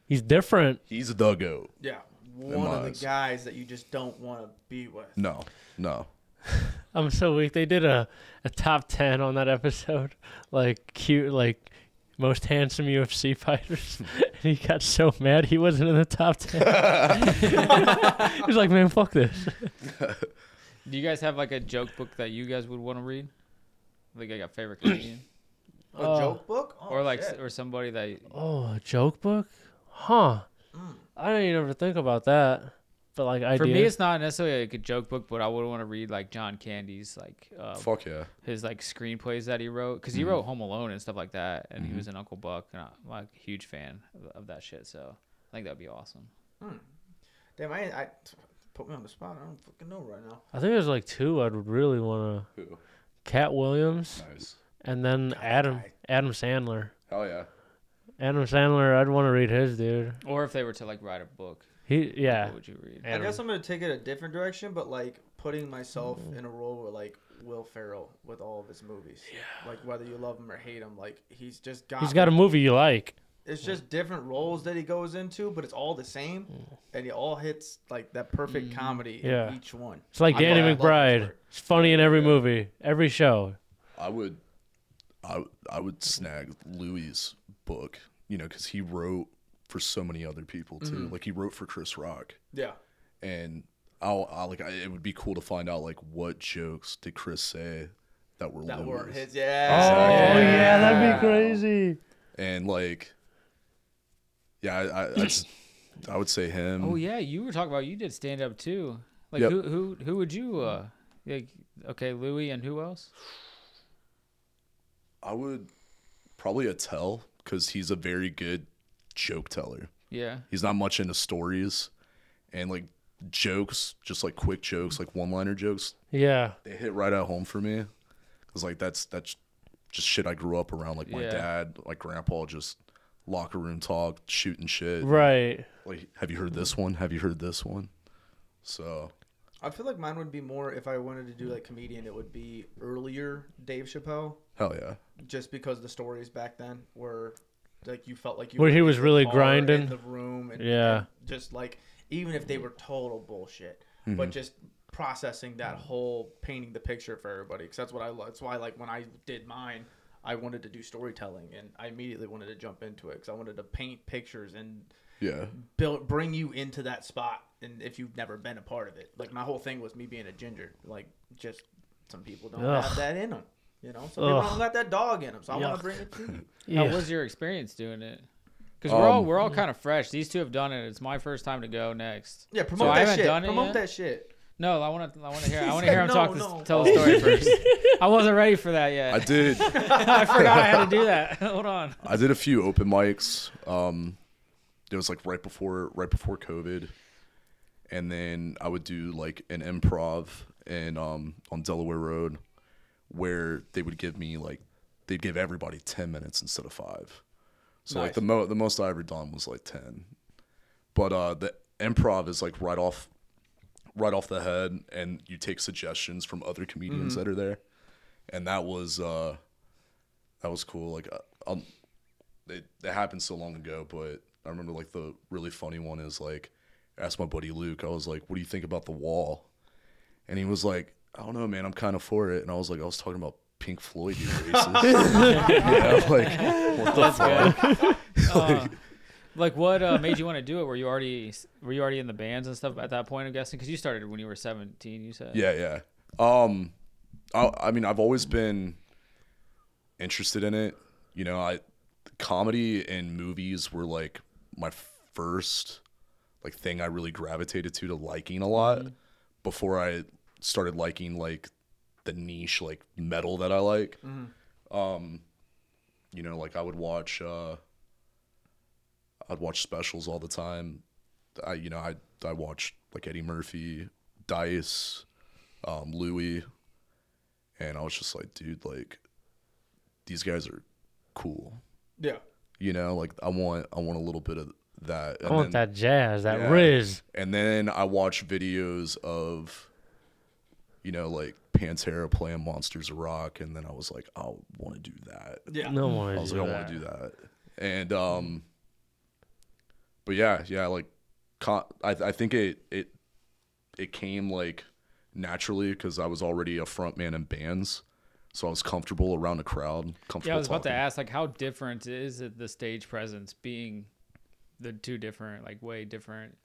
Speaker 1: He's different.
Speaker 3: he's the goat.
Speaker 2: Yeah. One of the
Speaker 3: eyes.
Speaker 2: guys that you just don't want to be with.
Speaker 3: No. No.
Speaker 1: I'm so weak. They did a, a top 10 on that episode. Like, cute, like, most handsome UFC fighters. and he got so mad he wasn't in the top 10. he was like, man, fuck this.
Speaker 4: Do you guys have like a joke book that you guys would want to read? Like like a favorite comedian
Speaker 2: A joke book? Oh,
Speaker 4: Uh, or like s
Speaker 2: shit.
Speaker 4: or somebody that
Speaker 1: Oh, a joke book? Huh. I didn't even ever think about that. But, like, ideas.
Speaker 4: for me it's not necessarily like a joke book, but I would want to read like John Candy's like uh,
Speaker 3: Fuck yeah.
Speaker 4: his like screenplays that he wrote because he
Speaker 3: Mm-hmm.
Speaker 4: wrote Home Alone and stuff like that, and he was an Uncle Buck, and I'm like a huge fan of, of that shit. So I think that'd be awesome.
Speaker 2: Damn, I, I put me on the spot. I don't fucking know right now.
Speaker 1: I think there's like two I'd really want to.
Speaker 3: Who?
Speaker 1: Cat Williams
Speaker 3: Nice.
Speaker 1: and then Adam Adam Sandler.
Speaker 3: Hell yeah.
Speaker 1: Adam Sandler, I'd want to read his, dude.
Speaker 4: Or if they were to like write a book,
Speaker 1: He, yeah.
Speaker 4: what would you read?
Speaker 2: I
Speaker 1: Adam.
Speaker 2: guess I'm gonna take it a different direction, but like putting myself
Speaker 1: Mm-hmm.
Speaker 2: in a role with like Will Ferrell with all of his movies. Yeah. Like whether you love him or hate him, like he's just got.
Speaker 1: He's got a movie you like.
Speaker 2: It's just different roles that he goes into, but it's all the same, and it all hits like that perfect comedy
Speaker 1: Mm. Yeah.
Speaker 2: in each one.
Speaker 1: It's like
Speaker 2: I
Speaker 1: Danny
Speaker 2: love- I love this
Speaker 1: McBride.
Speaker 2: work.
Speaker 1: It's funny in every movie, every show.
Speaker 3: I would, I I would snag Louis' book, you know, because he wrote for so many other people too.
Speaker 2: Mm-hmm.
Speaker 3: Like he wrote for Chris Rock,
Speaker 2: Yeah.
Speaker 3: and I'll, I like I, it would be cool to find out like what jokes did Chris say that were
Speaker 2: That
Speaker 3: Louis,
Speaker 2: were his. Yeah.
Speaker 1: Oh yeah, that'd be crazy.
Speaker 3: and like, yeah, I I, I'd s- I would say him.
Speaker 4: Oh yeah, you were talking about you did stand up too. Like
Speaker 3: Yep.
Speaker 4: who who who would you uh like okay, Louis and who else?
Speaker 3: I would probably a tell because he's a very good joke teller.
Speaker 4: Yeah.
Speaker 3: He's not much into stories and like jokes, just like quick jokes, like one liner jokes.
Speaker 1: Yeah,
Speaker 3: They hit right at home for me. Cause like that's that's just shit I grew up around. Like my
Speaker 4: Yeah.
Speaker 3: dad, like grandpa, just locker room talk, shooting shit.
Speaker 1: right.
Speaker 3: Like, have you heard this one? Have you heard this one? So
Speaker 2: I feel like mine would be more if I wanted to do like comedian. It would be earlier Dave Chappelle,
Speaker 3: Hell yeah.
Speaker 2: just because the stories back then were like you felt like you
Speaker 1: Where
Speaker 2: were
Speaker 1: he
Speaker 2: in
Speaker 1: was
Speaker 2: the
Speaker 1: really
Speaker 2: bar,
Speaker 1: grinding.
Speaker 2: in the room, and,
Speaker 1: Yeah.
Speaker 2: and just like even if they were total bullshit, but just processing that whole painting the picture for everybody because that's what I love. That's why like when I did mine. I wanted to do storytelling, and I immediately wanted to jump into it because I wanted to paint pictures and
Speaker 3: Yeah.
Speaker 2: build, bring you into that spot and if you've never been a part of it like my whole thing was me being a ginger like just some people don't
Speaker 1: Ugh.
Speaker 2: have that in them you know some people
Speaker 1: Ugh.
Speaker 2: don't got that dog in them so i want
Speaker 1: Yuck.
Speaker 2: to bring it to you
Speaker 1: Yeah.
Speaker 4: How was your experience doing it? Because we're all
Speaker 3: Um,
Speaker 4: we're all kind of fresh. These two have done it. It's my first time to go next.
Speaker 2: yeah
Speaker 4: So
Speaker 2: promote
Speaker 4: I
Speaker 2: that
Speaker 4: haven't
Speaker 2: shit
Speaker 4: done it
Speaker 2: promote
Speaker 4: yet?
Speaker 2: that shit
Speaker 4: No, I want to. I want to hear. I
Speaker 2: He
Speaker 4: want to hear
Speaker 2: said
Speaker 4: him
Speaker 2: no,
Speaker 4: talk. This,
Speaker 2: no.
Speaker 4: Tell the story first. I wasn't ready for that yet.
Speaker 3: I did
Speaker 4: I forgot I had to do that. Hold on.
Speaker 3: I did a few open mics. Um, it was like right before right before COVID, and then I would do like an improv and um, on Delaware Road, where they would give me like they'd give everybody ten minutes instead of five. So like the mo the most I ever done was like ten, but uh, the improv is like right off right off the head, and you take suggestions from other comedians that are there, and that was. Uh, that was cool. Like, uh, um, it, it happened so long ago, but I remember like the really funny one is like, I asked my buddy Luke, I was like, what do you think about the wall? And he was like, I don't know, man, I'm kind of for it. And I was like, I was talking about Pink Floyd, you racist. you know, like, what the fuck?
Speaker 4: Uh, like what uh, made you want to do it? Were you already were you already in the bands and stuff at that point? I'm guessing because you started when you were 17. You said.
Speaker 3: Yeah, yeah. Um, I, I mean, I've always been interested in it. You know, I comedy and movies were like my first like thing I really gravitated to to liking a lot before I started liking like the niche like metal that I like. Um, you know, like I would watch uh, I'd watch specials all the time. I you know I I watched like Eddie Murphy, Dice, um, Louis, and I was just like, dude, like these guys are cool.
Speaker 2: yeah
Speaker 3: You know, like I want I want a little bit of that.
Speaker 1: I
Speaker 3: And
Speaker 1: want
Speaker 3: then-
Speaker 1: that jazz, that
Speaker 3: Yeah.
Speaker 1: riz.
Speaker 3: And then I watch videos of, you know, like Pantera playing Monsters of Rock, and then I was like, I want to do that.
Speaker 2: yeah
Speaker 1: No one.
Speaker 3: I was like, I want to do that. And um, but yeah, yeah, like, con- I I think it it it came like naturally because I was already a front man in bands, so I was comfortable around a crowd. Comfortable
Speaker 4: Yeah, I was about to
Speaker 3: talking.
Speaker 4: ask like how different is it the stage presence being the two different like way different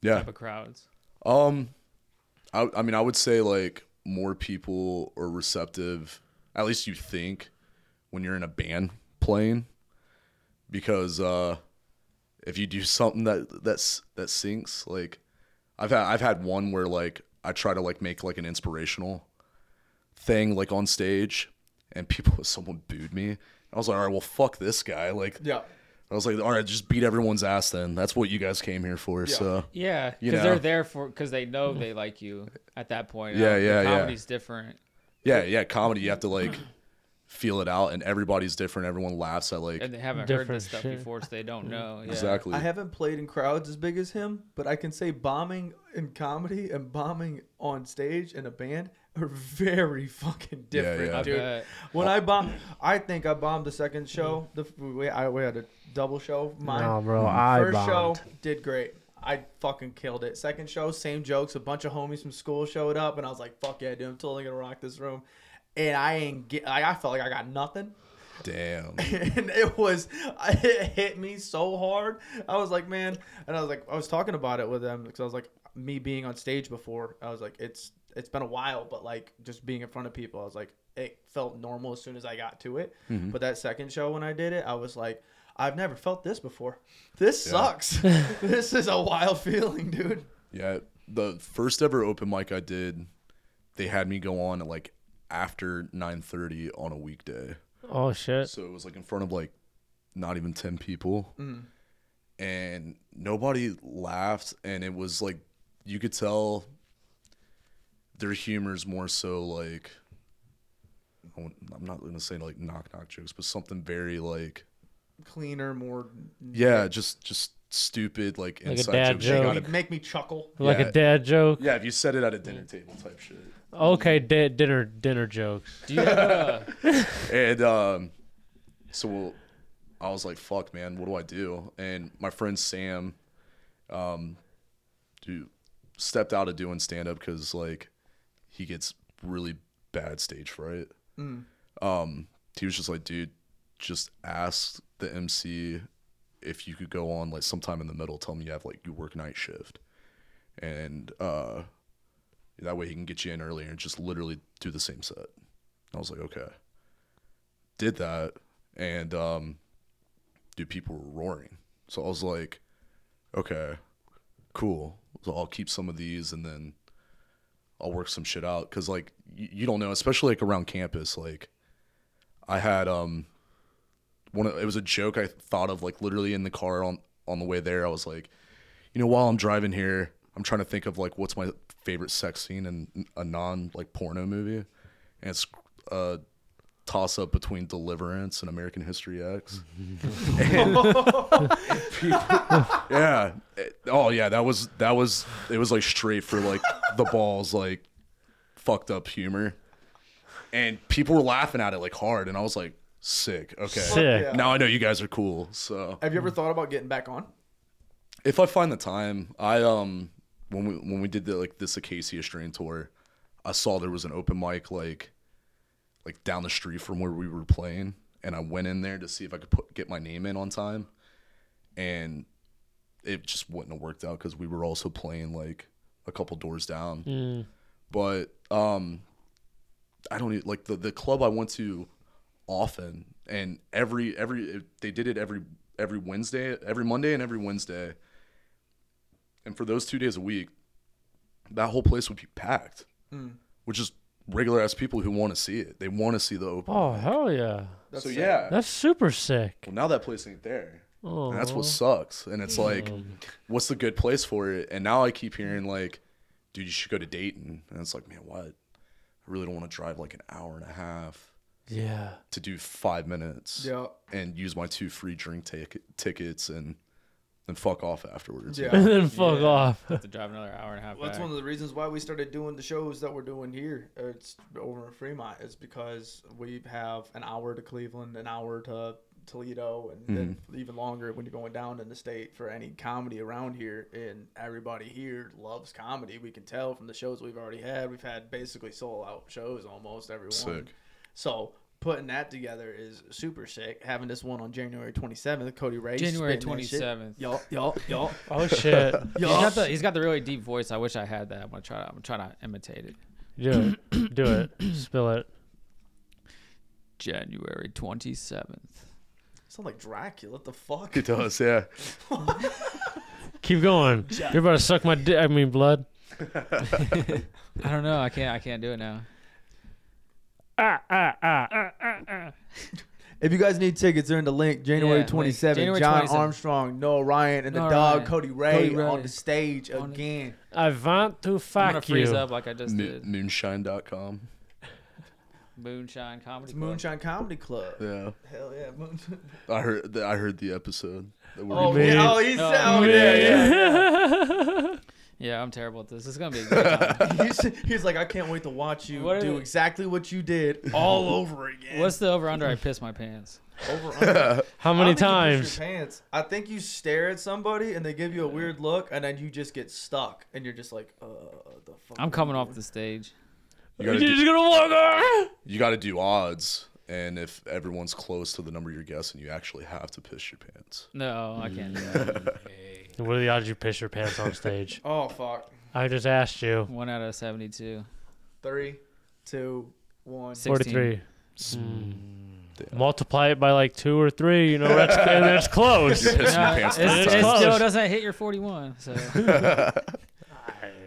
Speaker 3: Yeah,
Speaker 4: type of crowds.
Speaker 3: Um, I I mean I would say like more people are receptive. At least you think when you're in a band playing, because uh, if you do something that that's that sinks, like I've had I've had one where like I try to like make like an inspirational thing like on stage, and people someone booed me. I was like, all right, well fuck this guy. Like
Speaker 2: yeah
Speaker 3: I was like, all right, just beat everyone's ass then. That's what you guys came here for. So
Speaker 4: Yeah,
Speaker 3: You
Speaker 4: because they're
Speaker 3: know.
Speaker 4: there for because they know they like you at that point.
Speaker 3: Yeah,
Speaker 4: Uh, the
Speaker 3: yeah, yeah.
Speaker 4: Comedy's different.
Speaker 3: Yeah, yeah, comedy. You have to like feel it out, and everybody's different. Everyone laughs at like
Speaker 4: and they haven't heard
Speaker 1: Different
Speaker 4: this stuff
Speaker 1: shit.
Speaker 4: before, so they don't know. Yeah.
Speaker 3: exactly.
Speaker 2: i haven't played in crowds as big as him but i can say bombing in comedy and bombing on stage in a band are very fucking
Speaker 3: Yeah,
Speaker 2: different
Speaker 3: yeah.
Speaker 4: I
Speaker 2: dude
Speaker 4: bet.
Speaker 2: When I bombed, I think I bombed the second show. The we, I, we had a double show. Mine.
Speaker 1: No, bro, I
Speaker 2: First
Speaker 1: bombed.
Speaker 2: show did great. I fucking killed it. Second show, same jokes. A bunch of homies from school showed up, and I was like, "Fuck yeah, dude! I'm totally gonna rock this room." And I ain't get. I, I felt like I got nothing,
Speaker 3: Damn.
Speaker 2: and it was it hit me so hard. I was like, man, and I was like, I was talking about it with them because I was like, me being on stage before, I was like, it's it's been a while, but like just being in front of people, I was like, it felt normal as soon as I got to it. But that second show when I did it, I was like, I've never felt this before. This sucks. this is a wild feeling, dude.
Speaker 3: Yeah, the first ever open mic I did, they had me go on at like after nine thirty on a weekday,
Speaker 1: Oh shit.
Speaker 3: so it was like in front of like not even ten people,
Speaker 4: Mm.
Speaker 3: and nobody laughed, and it was like you could tell their humor's more so like I won't- I'm not gonna say like knock knock jokes, but something very like
Speaker 2: Cleaner, more.
Speaker 3: yeah just just stupid like
Speaker 1: a
Speaker 3: inside
Speaker 1: dad
Speaker 3: joke.
Speaker 1: joke.
Speaker 3: You gotta-
Speaker 2: Make me chuckle.
Speaker 1: Like
Speaker 3: Yeah.
Speaker 1: a dad joke.
Speaker 3: yeah, if you said it at a dinner table type shit.
Speaker 1: Okay, da- dinner dinner jokes.
Speaker 4: Do you have a,
Speaker 3: And um, so we'll, I was like, "Fuck, man, what do I do?" And my friend Sam, um, dude, stepped out of doing stand up because like he gets really bad stage fright. Um, he was just like, "Dude, just ask the MC if you could go on like sometime in the middle. Tell me you have like you work night shift, and uh, that way he can get you in earlier and just literally do the same set." I was like, "Okay." did that and um dude people were roaring so i was like okay cool so i'll keep some of these and then i'll work some shit out because like you, you don't know especially like around campus like i had um one of, it was a joke i thought of like literally in the car on on the way there i was like you know while i'm driving here i'm trying to think of like what's my favorite sex scene in a non like porno movie and it's uh toss up between Deliverance and American History X. And- people- yeah. It- Oh yeah, that was that was it was like straight for like the balls like fucked up humor. And people were laughing at it like hard and I was like sick. Okay.
Speaker 1: Sick.
Speaker 2: yeah.
Speaker 3: Now I know you guys are cool. So
Speaker 2: Have you ever thought about getting back on?
Speaker 3: if I find the time, I um when we when we did the like this Acacia Strain tour, I saw there was an open mic like like down the street from where we were playing, and I went in there to see if I could put get my name in on time, and it just wouldn't have worked out because we were also playing like a couple doors down. But um, I don't e- like the the club I went to often, and every every they did it every every Wednesday, every Monday, and every Wednesday. And for those two days a week, that whole place would be packed, which is regular ass people who want to see it. They want to see the open.
Speaker 1: Oh hell yeah.
Speaker 3: so yeah,
Speaker 1: That's super sick.
Speaker 3: well, now that place ain't there.
Speaker 1: Oh,
Speaker 3: And that's what sucks. And it's like, what's the good place for it? And now I keep hearing, like, dude, you should go to Dayton. And it's like, man, what? I really don't want to drive like an hour and a half
Speaker 1: yeah.
Speaker 3: to do five minutes
Speaker 2: Yeah.
Speaker 3: and use my two free drink tic- tickets and then fuck off afterwards.
Speaker 2: Yeah.
Speaker 1: And then fuck
Speaker 4: Yeah.
Speaker 1: off.
Speaker 4: have to drive another hour and a half?
Speaker 2: Well, that's
Speaker 4: back?
Speaker 2: one of the reasons why we started doing the shows that we're doing here. uh, It's over in Fremont. It's because we have an hour to Cleveland, an hour to Toledo, and then even longer when you're going down in the state for any comedy around here. And everybody here loves comedy. We can tell from the shows we've already had. We've had basically sold out shows almost every one.
Speaker 3: Sick.
Speaker 2: So putting that together is super sick. Having this one on January 27th, Cody Ray.
Speaker 4: January
Speaker 2: spitting that shit.
Speaker 4: 27th.
Speaker 2: Yup, yup, yup.
Speaker 1: Oh shit.
Speaker 4: He's got, the, he's got the really deep voice. I wish I had that. I'm gonna try. To, I'm trying to imitate it.
Speaker 1: Do it. Do it. Spill it.
Speaker 4: January 27th.
Speaker 2: Sound like Dracula. What the fuck?
Speaker 3: It does, yeah.
Speaker 1: Keep going. You're about to suck my dick. I mean blood.
Speaker 4: I don't know. I can't. I can't do it now.
Speaker 2: If you guys need tickets, they're in the link. January
Speaker 4: Yeah, link.
Speaker 2: 27th.
Speaker 4: January
Speaker 2: John
Speaker 4: 27th.
Speaker 2: Armstrong, Noah Ryan, and the
Speaker 4: Noah
Speaker 2: dog
Speaker 4: Ryan,
Speaker 2: Cody Ray,
Speaker 4: Cody Ray.
Speaker 2: on the stage
Speaker 4: On-
Speaker 2: again.
Speaker 1: I want to
Speaker 4: I'm gonna
Speaker 1: fuck you.
Speaker 4: freeze up like I just
Speaker 3: Mo-
Speaker 4: did.
Speaker 3: moonshine.com.
Speaker 4: Moonshine comedy.
Speaker 2: It's
Speaker 4: Club.
Speaker 2: Moonshine Comedy Club.
Speaker 3: Yeah.
Speaker 2: Hell yeah, Moonshine.
Speaker 3: I heard the, I heard the episode. That we
Speaker 2: Oh,
Speaker 3: were-
Speaker 1: Man.
Speaker 2: yeah, oh, he's
Speaker 4: Oh,
Speaker 2: oh, yeah,
Speaker 3: man.
Speaker 4: Yeah, I'm terrible at this. It's gonna be. A good time.
Speaker 2: yeah. he's, he's like, I can't wait to watch you
Speaker 4: What are
Speaker 2: do
Speaker 4: they-
Speaker 2: exactly what you did all over again.
Speaker 4: What's the over under? I piss my pants.
Speaker 2: over under?
Speaker 1: How
Speaker 2: I
Speaker 1: many
Speaker 2: don't think you piss
Speaker 1: times?
Speaker 2: your pants. I think you stare at somebody and they give you a weird look, and then you just get stuck, and you're just like, uh, the fuck.
Speaker 4: I'm coming
Speaker 2: am I
Speaker 4: off the stage.
Speaker 3: You
Speaker 1: You're
Speaker 3: gotta do-
Speaker 1: just gonna walk off.
Speaker 3: you got to do odds and if everyone's close to the number you're guessing you actually have to piss your pants
Speaker 4: No, I can't. Do that.
Speaker 1: What are the odds you piss your pants on stage?
Speaker 2: doing?" Oh fuck.
Speaker 1: I just asked you.
Speaker 4: One out of seventy-two.
Speaker 2: Three, two, one.
Speaker 4: Six.
Speaker 1: 43. Mm. Multiply it by like two or three, you know, that's, and that's close.
Speaker 3: you're pissing
Speaker 4: No,
Speaker 3: your pants
Speaker 4: it's,
Speaker 1: That's
Speaker 4: it
Speaker 1: close.
Speaker 4: still doesn't hit your 41. So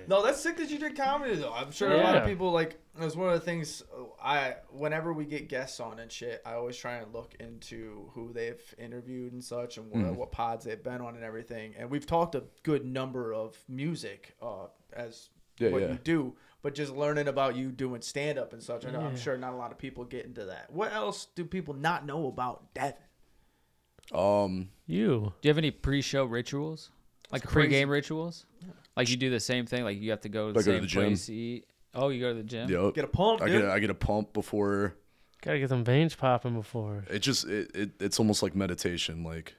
Speaker 2: No, that's sick that you did comedy though. I'm sure a lot of
Speaker 1: Yeah.
Speaker 2: people like. That's one of the things uh, I. Whenever we get guests on and shit, I always try and look into who they've interviewed and such, and what,
Speaker 3: Mm-hmm.
Speaker 2: what pods they've been on and everything. And we've talked a good number of music uh, as
Speaker 3: Yeah,
Speaker 2: what
Speaker 3: yeah.
Speaker 2: you do, but just learning about you doing stand up and such. I know I'm sure not a lot of people get into that. What else do people not know about Devin?
Speaker 3: Um,
Speaker 1: You.
Speaker 4: Do you have any pre-show rituals? Like pre-game rituals? Like you do the same thing? Like you have to go to the
Speaker 3: I go to
Speaker 4: same
Speaker 3: the gym.
Speaker 4: place to eat? Oh, you go to the gym?
Speaker 3: yep.
Speaker 2: Get a pump,
Speaker 3: I
Speaker 2: dude.
Speaker 3: get a, I get a pump before
Speaker 1: Gotta get them veins popping before.
Speaker 3: it just it, it it's almost like meditation like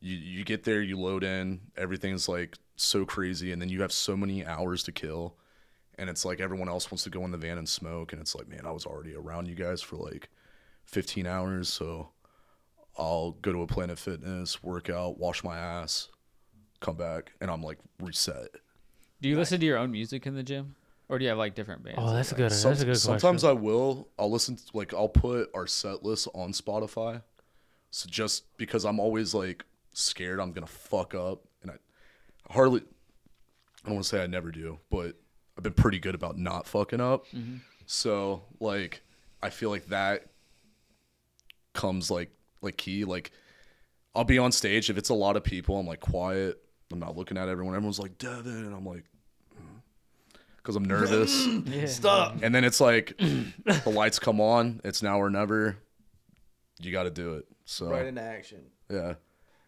Speaker 3: you you get there you load in everything's like so crazy and then you have so many hours to kill and it's like everyone else wants to go in the van and smoke and it's like man I was already around you guys for like 15 hours so I'll go to a Planet Fitness workout wash my ass come back and I'm like reset
Speaker 4: Do you listen to your own music in the gym? Or do you have like different bands?
Speaker 1: Oh, that's a good.
Speaker 3: Some-
Speaker 1: that's a good
Speaker 3: sometimes
Speaker 1: question.
Speaker 3: I will. I'll listen to, like I'll put our set list on Spotify. So just because I'm always like scared I'm gonna fuck up and I hardly I don't wanna say I never do, but I've been pretty good about not fucking up.
Speaker 1: Mm-hmm.
Speaker 3: So like I feel like that comes like like key. Like I'll be on stage if it's a lot of people, I'm like quiet. I'm not looking at everyone. Everyone's like Devin and I'm like because I'm nervous.
Speaker 2: Stop.
Speaker 3: And then it's like the lights come on. It's now or never. You got to do it. So
Speaker 2: Right into action.
Speaker 3: yeah,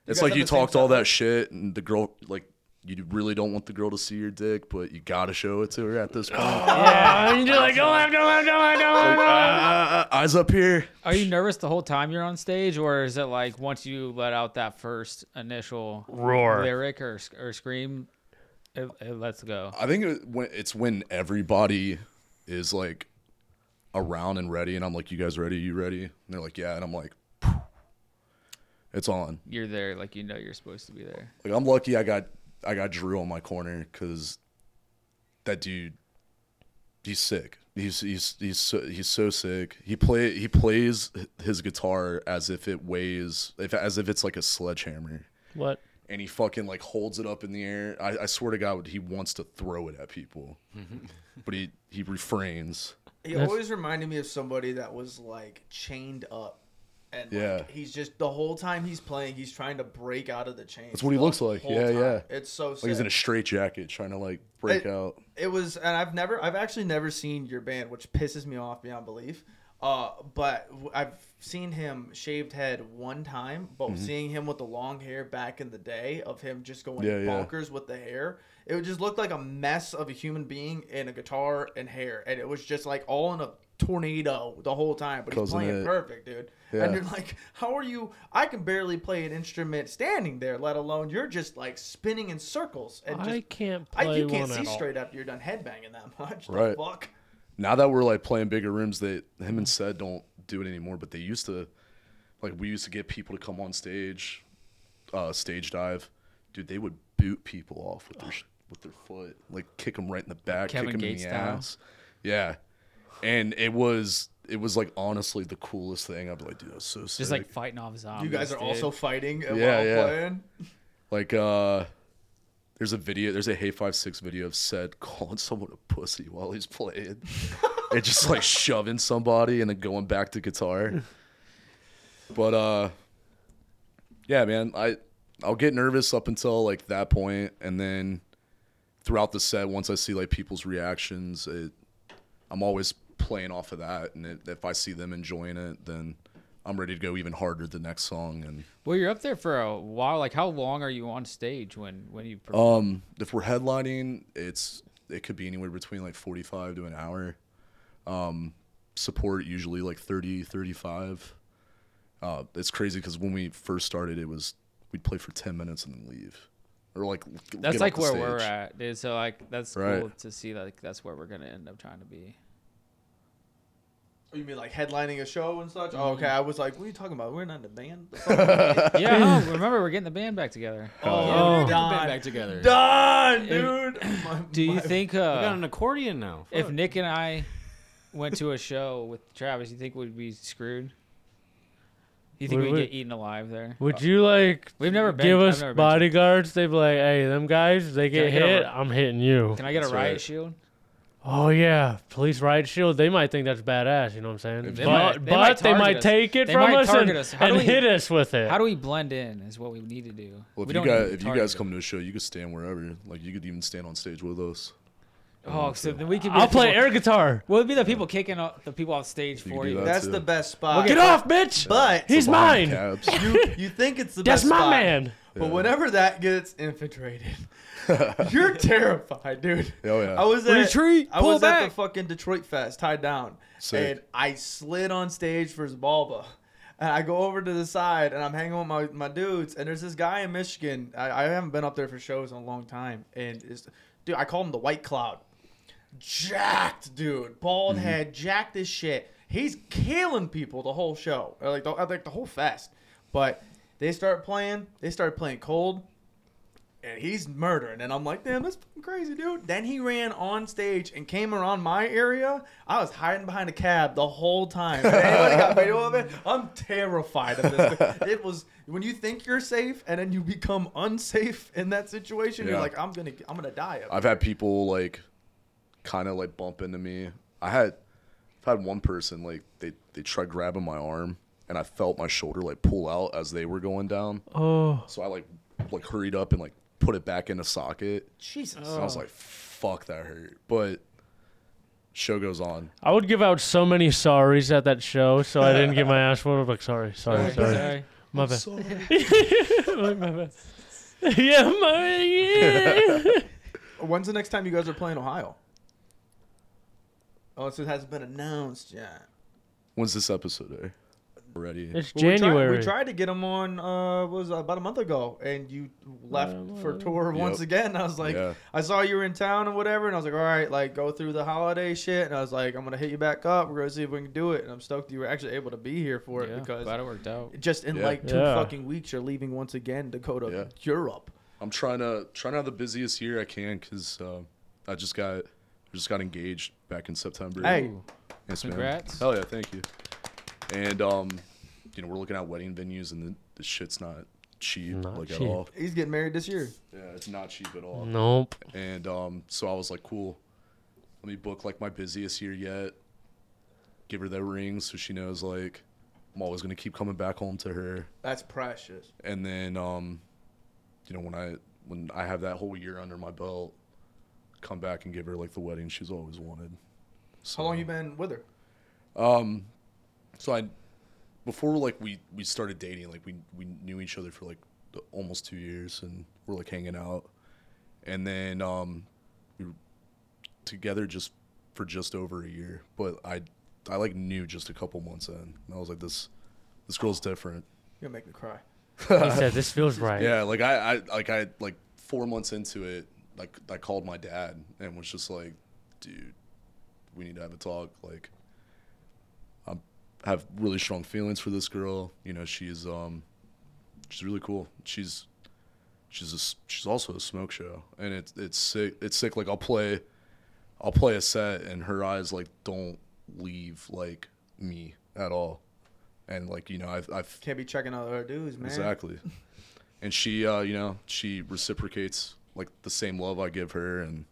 Speaker 3: it's
Speaker 2: guys
Speaker 3: like
Speaker 2: have
Speaker 3: you
Speaker 2: the same
Speaker 3: talked all
Speaker 2: setup?
Speaker 3: that shit, and the girl like you really don't want the girl to see your dick, but you got to show it to her at this point.
Speaker 1: Yeah, and you're like,
Speaker 4: oh.
Speaker 1: go left, go left, go left, go left.
Speaker 3: Ah, ah, ah, eyes up here.
Speaker 4: Are you nervous the whole time you're on stage? Or is it like once you let out that first initial
Speaker 1: Roar.
Speaker 4: lyric or, sc- or scream, it, it lets go?
Speaker 3: I think it, when, it's when everybody is like around and ready, and I'm like, "You guys ready? You ready?" And they're like, "Yeah," and I'm like, "It's on."
Speaker 4: You're there like you know you're supposed to be there.
Speaker 3: Like I'm lucky I got I got Drew on my corner because that dude, he's sick. He's he's he's so, he's so sick. He play he plays his guitar as if it weighs if as if it's like a sledgehammer,
Speaker 1: What?
Speaker 3: and he fucking like holds it up in the air. I, I swear to God, he wants to throw it at people, but he he refrains.
Speaker 2: He always reminded me of somebody that was like chained up. And like,
Speaker 3: Yeah.
Speaker 2: he's just the whole time he's playing, he's trying to break out of the chains.
Speaker 3: That's what he
Speaker 2: the
Speaker 3: looks like.
Speaker 2: whole
Speaker 3: Yeah,
Speaker 2: time.
Speaker 3: yeah.
Speaker 2: It's so
Speaker 3: Like
Speaker 2: sick.
Speaker 3: he's in a straitjacket trying to like break
Speaker 2: Hey.
Speaker 3: out.
Speaker 2: it was and i've never i've actually never seen your band which pisses me off beyond belief uh, but w- i've seen him shaved head one time but
Speaker 3: Mm-hmm.
Speaker 2: seeing him with the long hair back in the day of him just going
Speaker 3: Yeah, yeah.
Speaker 2: bonkers with the hair it would just looked like a mess of a human being and a guitar and hair and it was just like all in a tornado the whole time but he's
Speaker 3: Causing
Speaker 2: playing
Speaker 3: it.
Speaker 2: perfect dude
Speaker 3: Yeah.
Speaker 2: and you're like how are you i can barely play an instrument standing there let alone you're just like spinning in circles and just
Speaker 1: I can't play
Speaker 2: I, you can't
Speaker 1: one
Speaker 2: see
Speaker 1: at all.
Speaker 2: straight after you're done headbanging that much. The
Speaker 3: Right.
Speaker 2: fuck?
Speaker 3: now that we're like playing bigger rooms that him and said don't do it anymore but they used to like we used to get people to come on stage uh stage dive dude they would boot people off with their sh- with their foot like kick them right in the back
Speaker 4: Kevin
Speaker 3: kick them
Speaker 4: Gates
Speaker 3: in the
Speaker 4: style.
Speaker 3: ass yeah and it was it was like honestly the coolest thing i'd be like dude that was so sick
Speaker 4: Just like fighting off zombies.
Speaker 2: You guys are
Speaker 4: dude.
Speaker 2: also fighting and
Speaker 3: Yeah,
Speaker 2: while
Speaker 3: yeah.
Speaker 2: playing.
Speaker 3: Like uh there's a video there's a Hey Five Six video of said calling someone a pussy while he's playing. and just like shoving somebody and then going back to guitar. But uh yeah, man, I I'll get nervous up until like that point and then throughout the set once I see like people's reactions, it I'm always playing off of that and it, if I see them enjoying it, then I'm ready to go even harder the next song and
Speaker 4: Well, you're up there for a while. Like, how long are you on stage when when you? Perform?
Speaker 3: Um, if we're headlining, it's it could be anywhere between like 45 to an hour. Um, support usually like 30, 35. Uh, it's crazy because when we first started, it was we'd play for 10 minutes and then leave, or like l- get
Speaker 4: that's
Speaker 3: off
Speaker 4: like
Speaker 3: the
Speaker 4: where we're
Speaker 3: stage.
Speaker 4: at, dude. So like, that's
Speaker 3: Right.
Speaker 4: cool to see. Like, that's where we're gonna end up trying to be.
Speaker 2: Oh, you mean like headlining a show and such? Oh,
Speaker 1: Mm-hmm.
Speaker 2: okay. I was like, what are you talking about? We're not in a band.
Speaker 4: Yeah. huh? remember, we're getting the band back together.
Speaker 2: oh,
Speaker 7: Band
Speaker 2: done.
Speaker 7: back together.
Speaker 2: Done, dude. My-
Speaker 4: Do you
Speaker 2: my-
Speaker 4: think
Speaker 7: I got
Speaker 4: uh,
Speaker 7: an accordion now.
Speaker 4: if Nick and I went to a show with Travis, you think we'd be screwed? You think
Speaker 1: Would
Speaker 4: we'd
Speaker 1: we?
Speaker 4: get eaten alive there?
Speaker 1: Would you like?
Speaker 4: We've never been-
Speaker 1: give
Speaker 4: I've
Speaker 1: us
Speaker 4: never been to-
Speaker 1: bodyguards. They'd be like, "Hey, them guys, they
Speaker 4: I
Speaker 1: get
Speaker 4: get a-
Speaker 1: hit. i I'm hitting you."
Speaker 4: Can I get a
Speaker 3: That's
Speaker 4: riot
Speaker 3: right.
Speaker 4: shield?
Speaker 1: Oh yeah, police riot shield. They might think that's badass. You know what I'm saying?
Speaker 4: They
Speaker 1: but
Speaker 4: might- they
Speaker 1: but
Speaker 4: might
Speaker 1: they
Speaker 4: target
Speaker 1: might
Speaker 4: us.
Speaker 1: take it
Speaker 4: They
Speaker 1: from
Speaker 4: might
Speaker 1: us and,
Speaker 4: target us. How do
Speaker 1: and
Speaker 4: we-
Speaker 1: hit us with it.
Speaker 4: How do we blend in? Is what we need to do.
Speaker 3: Well, if
Speaker 4: we
Speaker 3: you
Speaker 4: need
Speaker 3: guys
Speaker 4: to be
Speaker 3: if you guys
Speaker 4: targeted.
Speaker 3: come to a show, you could stand wherever. Like you could even stand on stage with us.
Speaker 4: Oh, so then we could. Be
Speaker 1: I'll
Speaker 4: the people-
Speaker 1: play air guitar.
Speaker 4: We'll be the people kicking off, the people off stage
Speaker 3: You
Speaker 4: for
Speaker 3: do
Speaker 4: you.
Speaker 3: that.
Speaker 2: That's
Speaker 3: too.
Speaker 2: the best spot.
Speaker 1: Get off, bitch.
Speaker 2: But
Speaker 1: He's mine.
Speaker 3: Cabs.
Speaker 2: you, you think it's the
Speaker 1: That's
Speaker 2: best
Speaker 1: my
Speaker 2: spot,
Speaker 1: man.
Speaker 2: But whenever that gets infiltrated, you're terrified, dude.
Speaker 3: Oh, yeah.
Speaker 2: I was at,
Speaker 4: Retreat,
Speaker 2: I
Speaker 4: pull
Speaker 2: was at
Speaker 4: back.
Speaker 2: the fucking Detroit Fest, tied down,
Speaker 3: Sick.
Speaker 2: and I slid on stage for Zabalba. And I go over to the side, and I'm hanging with my, my dudes. And there's this guy in Michigan. I, I haven't been up there for shows in a long time. And it's, dude, I call him the White Cloud. Jacked, dude, bald head, jacked as shit. He's killing people the whole show, or like the, like the whole fest. But they start playing. They start playing cold and he's murdering. And I'm like, damn, that's fucking crazy, dude. Then he ran on stage and came around my area. I was hiding behind a cab the whole time. If Anybody got video of it? I'm terrified of this. It was when you think you're safe and then you become unsafe in that situation. You're
Speaker 3: Yeah.
Speaker 2: like, I'm gonna, I'm gonna die.
Speaker 3: I've had people like kind of like bump into me. I had I've had one person like they they tried grabbing my arm and I felt my shoulder like pull out as they were going down.
Speaker 1: Oh,
Speaker 3: So I like like hurried up and like put it back in the socket.
Speaker 2: Jesus.
Speaker 3: And I
Speaker 1: Oh.
Speaker 3: was like, fuck that hurt. But show goes on.
Speaker 1: I would give out so many sorries at that show, so I didn't get my ass whooped. Like, sorry, sorry, sorry,
Speaker 4: Sorry.
Speaker 1: my bad. Like, my bad. yeah, my yeah.
Speaker 2: When's the next time you guys are playing Ohio? Oh, so it hasn't been announced yet.
Speaker 3: When's this episode air? Already.
Speaker 1: It's
Speaker 2: Well, we tried-
Speaker 1: January.
Speaker 2: We tried, to get him on. Uh, what was it, about a month ago, and you left for tour once again. And I was like,
Speaker 3: Yeah.
Speaker 2: I saw you were in town and whatever, and I was like, all right, like go through the holiday shit. And I was like, I'm gonna hit you back up. We're gonna see if we can do it. And I'm stoked you were actually able to be here for it
Speaker 4: Yeah,
Speaker 2: because
Speaker 4: glad it worked out.
Speaker 2: just in
Speaker 3: Yeah.
Speaker 2: like two
Speaker 1: Yeah.
Speaker 2: fucking weeks, you're leaving once again to go to
Speaker 3: Yeah.
Speaker 2: Europe.
Speaker 3: I'm trying to trying to have the busiest year I can because I just got I just got engaged back in September.
Speaker 2: Hey,
Speaker 3: Yes, man.
Speaker 4: Congrats.
Speaker 3: Hell yeah, thank you. And um, you know, we're looking at wedding venues, and the, the shit's not cheap,
Speaker 1: Not
Speaker 3: like
Speaker 1: cheap.
Speaker 3: at all.
Speaker 2: he's getting married this year.
Speaker 3: Yeah, it's not cheap at all.
Speaker 1: Nope.
Speaker 3: And um, so I was like, cool. Let me book like my busiest year yet. Give her that ring so she knows like I'm always gonna keep coming back home to her.
Speaker 2: That's precious.
Speaker 3: And then um, you know, when I when I have that whole year under my belt, come back and give her like the wedding she's always wanted.
Speaker 2: How long you been with her?
Speaker 3: so I before like we we started dating like we we knew each other for like the- almost two years and we're like hanging out and then um we were together just for just over a year but I I like knew just a couple months in and I was like this this girl's different
Speaker 2: You're gonna make me cry.
Speaker 1: He said this feels right.
Speaker 3: yeah like I I like I like four months into it like I called my dad and was just like dude we need to have a talk like have really strong feelings for this girl. You know, she's um, she's really cool. She's she's a s she's also a smoke show, and it's it's sick. It's sick. Like I'll play, I'll play a set, and her eyes like don't leave like me at all, and like you know I've I've
Speaker 2: Can't be checking out other dudes, man.
Speaker 3: Exactly. And she, uh, you know, she reciprocates like the same love I give her, and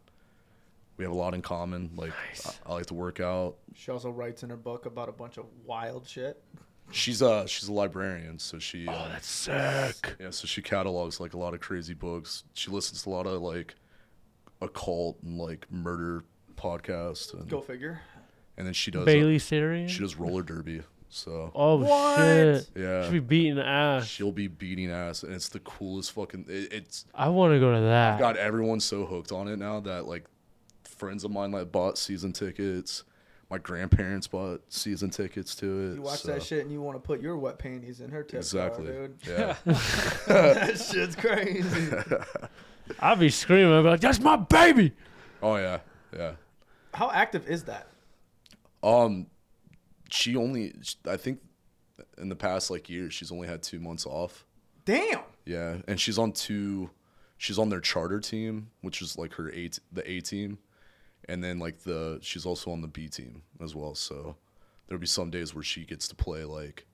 Speaker 3: we have a lot in common. Like I, I like to work out.
Speaker 2: She also writes in her book about a bunch of wild shit.
Speaker 3: She's uh she's a librarian, so she. uh,
Speaker 1: Sick.
Speaker 3: Yeah, so she catalogs like a lot of crazy books. She listens to a lot of like occult and like murder podcasts, and,
Speaker 2: Go figure.
Speaker 3: and then she does uh,
Speaker 1: Bailey Syrian.
Speaker 3: she does roller derby. So
Speaker 1: Oh
Speaker 2: What?
Speaker 1: shit. Should
Speaker 3: yeah,
Speaker 1: be beating ass.
Speaker 3: she'll be beating ass, and it's the coolest fucking. It, it's
Speaker 1: I want to go to that.
Speaker 3: got everyone so hooked on it now that like friends of mine like bought season tickets. My grandparents bought season tickets to it.
Speaker 2: You watch
Speaker 3: so-
Speaker 2: that shit and you want to put your wet panties in her tip
Speaker 3: Exactly.
Speaker 2: dude.
Speaker 3: Yeah.
Speaker 2: that shit's crazy.
Speaker 1: I'd be screaming. I'd be like, "That's my baby."
Speaker 3: oh yeah. Yeah.
Speaker 2: How active is that?
Speaker 3: Um, she only, I think, in the past like year, she's only had two months off.
Speaker 2: Damn.
Speaker 3: Yeah, and she's on two, she's on their charter team, which is like her a t- the A team, and then like the she's also on the B team as well. So there'll be some days where she gets to play like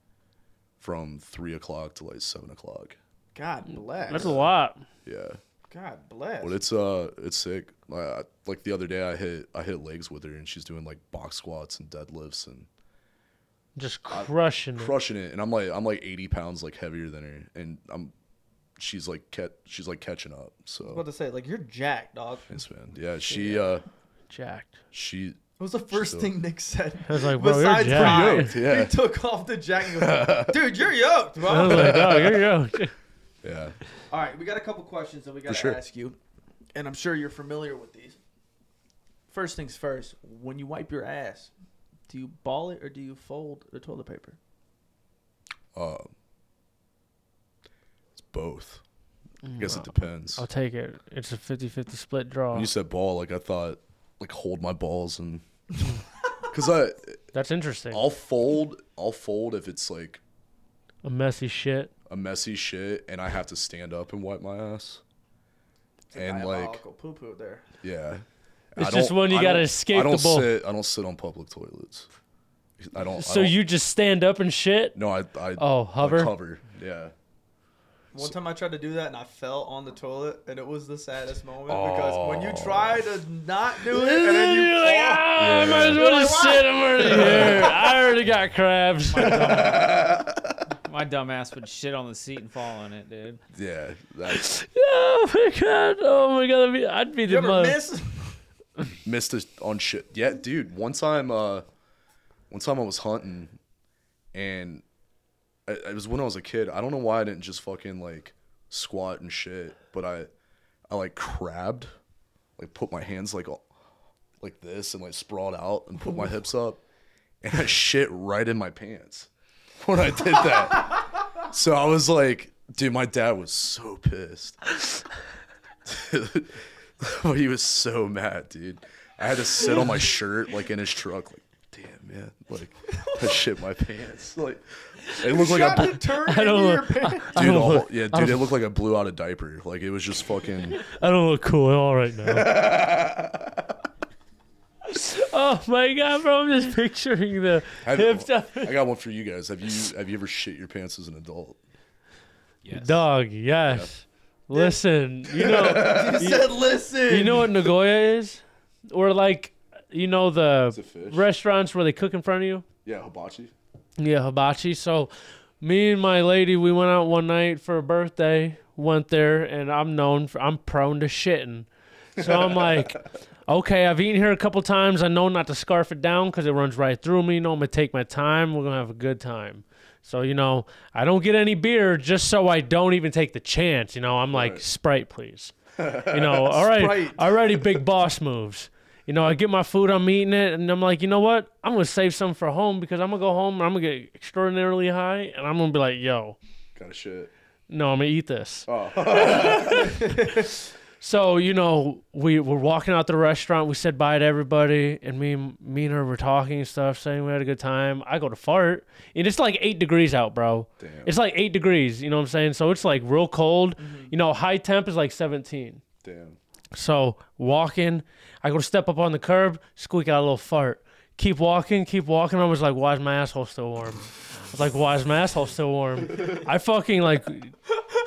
Speaker 3: from three o'clock to like seven o'clock.
Speaker 2: God bless.
Speaker 1: That's a lot.
Speaker 3: Yeah,
Speaker 2: God bless.
Speaker 3: but it's uh it's sick. Like, I, like the other day, I hit I hit legs with her, and she's doing like box squats and deadlifts and
Speaker 1: Just crushing it.
Speaker 3: crushing it and i'm like i'm like 80 pounds like heavier than her and i'm she's like cat she's like catching up
Speaker 2: I was about
Speaker 3: so
Speaker 2: to say, like, you're jacked, dog.
Speaker 3: thanks man yeah she uh
Speaker 1: jacked.
Speaker 3: She
Speaker 2: What was the first
Speaker 3: Sure.
Speaker 2: thing Nick said?
Speaker 1: I was like, bro, you're
Speaker 2: Besides
Speaker 1: jacked.
Speaker 2: pride,
Speaker 3: yoked, yeah.
Speaker 2: He took off the jacket. and goes, Dude, you're yoked, bro.
Speaker 1: I was like, dog, here you go.
Speaker 3: yeah.
Speaker 2: All right, we got a couple questions that we got to
Speaker 3: sure.
Speaker 2: ask you, and I'm sure you're familiar with these. First things first, when you wipe your ass, do you ball it or do you fold the toilet paper?
Speaker 3: Uh, it's both. I guess it depends.
Speaker 1: Mm. I'll take it. It's a 50-50 split draw.
Speaker 3: When you said ball, like I thought, like hold my balls and because I
Speaker 1: That's interesting.
Speaker 3: I'll fold I'll fold if it's like
Speaker 1: A messy shit.
Speaker 3: a messy shit and I have to stand up and wipe my ass. And like
Speaker 2: poo poo there.
Speaker 3: yeah,
Speaker 1: It's
Speaker 3: I
Speaker 1: just
Speaker 3: don't-
Speaker 1: one you
Speaker 3: I
Speaker 1: gotta
Speaker 3: don't-
Speaker 1: escape
Speaker 3: I
Speaker 1: the
Speaker 3: don't
Speaker 1: ball.
Speaker 3: sit. I don't sit on public toilets. I don't. I
Speaker 1: So
Speaker 3: don't-
Speaker 1: you just stand up and shit?
Speaker 3: No, I. I
Speaker 1: Oh,
Speaker 3: like,
Speaker 1: hover?
Speaker 3: hover. Yeah.
Speaker 2: One time I tried to do that and I fell on the toilet, and it was the saddest moment because when you try to not do it and then you
Speaker 1: You're like,
Speaker 2: fall,
Speaker 1: "Ah, I might as well just sit. I'm already here. I already got crabs.
Speaker 4: My dumb ass would shit on the seat and fall on it, dude.
Speaker 3: Yeah. That's
Speaker 1: oh my god. Oh my god. I'd be, I'd be
Speaker 2: you
Speaker 1: the
Speaker 2: ever
Speaker 1: mother.
Speaker 2: miss?
Speaker 3: missed us on shit. Yeah, dude. One time, uh, one time I was hunting, and I- it was when I was a kid. I don't know why I didn't just fucking like squat and shit, but I, I like crabbed, like put my hands like, all- like this and like sprawled out and put my hips up, and I shit right in my pants when I did that. so I was like, dude, my dad was so pissed. Oh, he was so mad, dude. I had to sit on my shirt like in his truck, like, damn man, like I shit my pants. Like it looked like I,
Speaker 2: Got
Speaker 3: blew,
Speaker 2: to turn
Speaker 1: I don't
Speaker 2: into your
Speaker 1: know.
Speaker 2: pants.
Speaker 1: I
Speaker 3: dude,
Speaker 1: don't
Speaker 3: the whole-
Speaker 1: look-
Speaker 3: yeah, dude, it looked like I blew out a diaper. Like it was just fucking.
Speaker 1: I don't look cool at all right now. oh my god, bro! I'm just picturing the
Speaker 3: Have-
Speaker 1: hips up.
Speaker 3: I got one for you guys. Have you have you ever shit your pants as an adult?
Speaker 7: Yes.
Speaker 1: Dog, yes. Listen, you know,
Speaker 2: You said, listen.
Speaker 1: you know what Nagoya is, or like, you know the
Speaker 3: fish.
Speaker 1: restaurants where they cook in front of you.
Speaker 3: Yeah, hibachi.
Speaker 1: Yeah, hibachi. So, me and my lady, we went out one night for a birthday. Went there, and I'm known for I'm prone to shitting. So I'm like, okay, I've eaten here a couple times. I know not to scarf it down because it runs right through me. You know, I'm gonna take my time. We're gonna have a good time. So you know, I don't get any beer just so I don't even take the chance. You know, I'm like Sprite, please. You know, all right,
Speaker 2: Sprite.
Speaker 1: already big boss moves. You know, I get my food, I'm eating it, and I'm like, you know what? I'm gonna save some for home because I'm gonna go home and I'm gonna get extraordinarily high, and I'm gonna be like, yo,
Speaker 3: Kind of shit.
Speaker 1: no, I'm gonna eat this.
Speaker 3: Oh,
Speaker 1: So you know, we were walking out the restaurant. We said bye to everybody, and me, and- me and her were talking and stuff, saying we had a good time. I go to fart, and it's like eight degrees out, bro.
Speaker 3: Damn.
Speaker 1: It's like eight degrees. You know what I'm saying? So it's like real cold. You know, high temp is like 17.
Speaker 3: damn.
Speaker 1: So walking, I go to step up on the curb, squeak out a little fart. Keep walking, keep walking. I was like, why is my asshole still warm? I was like, why is my asshole still warm? I fucking like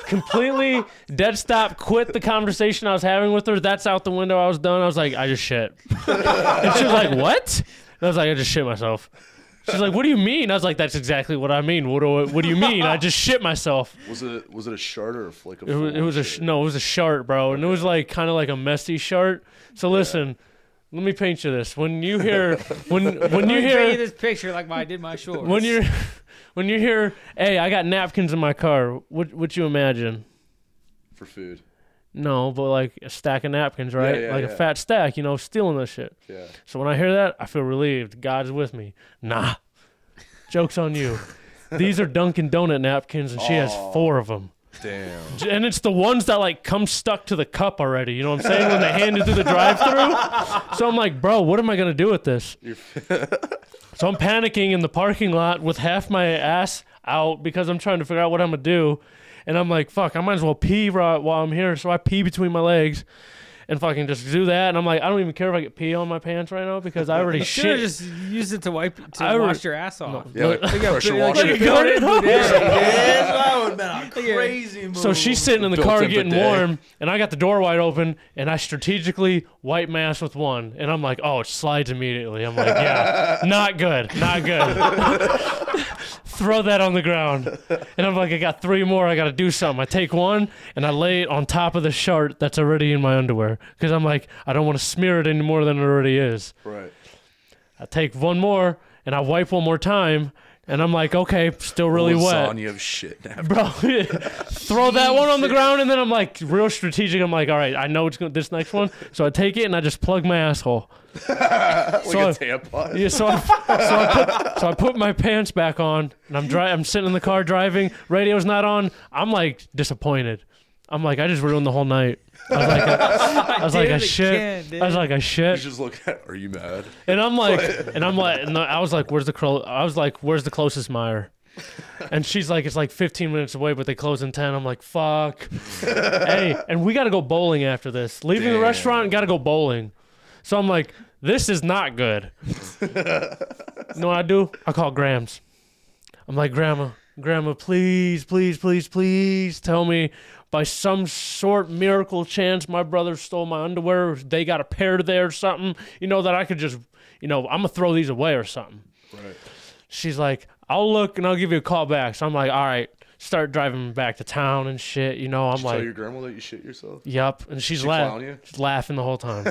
Speaker 1: completely dead stop, quit the conversation I was having with her. That's out the window. I was done. I was like, I just shit. And she was like, what? And I was like, I just shit myself. She's like, what do you mean? I was like, that's exactly what I mean. What do I, what do you mean? I just shit myself.
Speaker 3: Was it was it a shard or a flick of?
Speaker 1: It was, it
Speaker 3: full
Speaker 1: was a sh-
Speaker 3: shit?
Speaker 1: no, it was a shart, bro, and it was like kind of like a messy shart. So listen, let me paint you this. When you hear when when you
Speaker 4: You painted
Speaker 1: hear
Speaker 4: this picture like I did my shorts.
Speaker 1: when you when you hear, hey, I got napkins in my car. What what you imagine?
Speaker 3: for food.
Speaker 1: No, but like a stack of napkins, right?
Speaker 3: yeah,
Speaker 1: like
Speaker 3: yeah.
Speaker 1: a fat stack, you know, stealing this shit.
Speaker 3: Yeah.
Speaker 1: So when I hear that, I feel relieved. God's with me. Nah, jokes on you. These are Dunkin' Donut napkins, and she has four of them.
Speaker 3: Damn.
Speaker 1: and it's the ones that like come stuck to the cup already. You know what I'm saying? When they hand it through the drive-through. So I'm like, bro, what am I gonna do with this? so I'm panicking in the parking lot with half my ass out because I'm trying to figure out what I'm gonna do, and I'm like, fuck, I might as well pee right while I'm here. So I pee between my legs. And fucking just do that, and I'm like, I don't even care if I get pee on my pants right now because I already
Speaker 4: should have
Speaker 1: shit.
Speaker 4: just used it to wipe to
Speaker 1: I re-
Speaker 4: wash your ass off.
Speaker 3: Yeah, like pressure
Speaker 4: like
Speaker 3: washer.
Speaker 4: a-
Speaker 1: Go ahead.
Speaker 2: Yeah, that would have been a crazy move.
Speaker 1: So she's sitting in the car
Speaker 3: Built-in
Speaker 1: getting
Speaker 3: bidet.
Speaker 1: warm, and I got the door wide open, and I strategically wipe my ass with one, and I'm like, oh, it slides immediately. I'm like, yeah, not good, not good. throw that on the ground. And I'm like, I got three more. I got to do something. I take one and I lay it on top of the shard that's already in my underwear because I'm like, I don't want to smear it any more than it already is.
Speaker 3: Right.
Speaker 1: I take one more and I wipe one more time. And I'm like, okay, still really wet.
Speaker 3: Lasagna of shit. Now.
Speaker 1: Bro, throw that one on the ground, and then I'm like, real strategic. I'm like, all right, I know it's going this next one, so I take it and I just plug my asshole.
Speaker 3: Like
Speaker 1: So
Speaker 3: a
Speaker 1: I-
Speaker 3: tampon.
Speaker 1: Yeah, so I, so, I put, so I put my pants back on, and I'm dri- I'm sitting in the car driving. Radio's not on. I'm like disappointed. I'm like, I just ruined the whole night. I was like, I, I was like,
Speaker 4: did
Speaker 1: I
Speaker 4: it
Speaker 1: shit.
Speaker 4: again,
Speaker 1: I was like, I
Speaker 3: You
Speaker 1: shit.
Speaker 3: just look at. Are you mad?
Speaker 1: And I'm like, and I'm like, and I was like, where's the clo- I was like, where's the closest Meyer? And she's like, it's like 15 minutes away, but they close in 10. I'm like, fuck. hey, and we got to go bowling after this. Leaving the
Speaker 3: Damn.
Speaker 1: restaurant and got to go bowling. So I'm like, this is not good. no, I do. I call Grams. I'm like, Grandma, Grandma, please, please, please, please tell me by some sort miracle chance my brother stole my underwear. They got a pair there or something, you know, that I could just, you know, I'm going to throw these away or something
Speaker 3: Right.
Speaker 1: she's like, I'll look and I'll give you a call back. So I'm like, all right, start driving back to town and shit. You know, I'm
Speaker 3: Did you
Speaker 1: like,
Speaker 3: tell your grandma that you shit yourself.
Speaker 1: yep. And she's
Speaker 3: She
Speaker 1: la-
Speaker 3: clown you?
Speaker 1: she's laughing the whole time.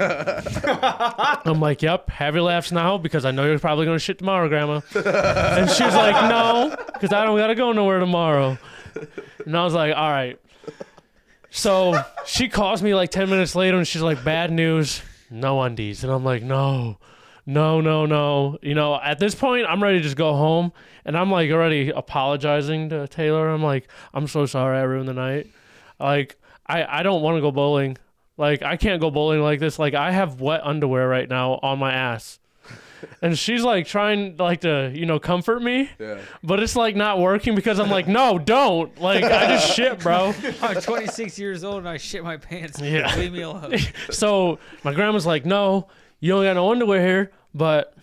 Speaker 1: I'm like, yep, have your laughs now because I know you're probably going to shit tomorrow, grandma. and she's like, no, because I don't got to go nowhere tomorrow. And I was like, all right. So she calls me like 10 minutes later and she's like, bad news, no undies. And I'm like, no, no, no, no. You know, at this point, I'm ready to just go home. And I'm like already apologizing to Taylor. I'm like, I'm so sorry I ruined the night. Like, I, I don't want to go bowling. Like, I can't go bowling like this. Like, I have wet underwear right now on my ass. And she's like trying like to, you know, comfort me
Speaker 3: Yeah.
Speaker 1: but it's like not working because I'm like, no, don't. Like I just shit, bro.
Speaker 4: I'm 26 years old and I shit my pants.
Speaker 1: Yeah.
Speaker 4: Leave me alone.
Speaker 1: So my grandma's like, no, you don't got no underwear here, but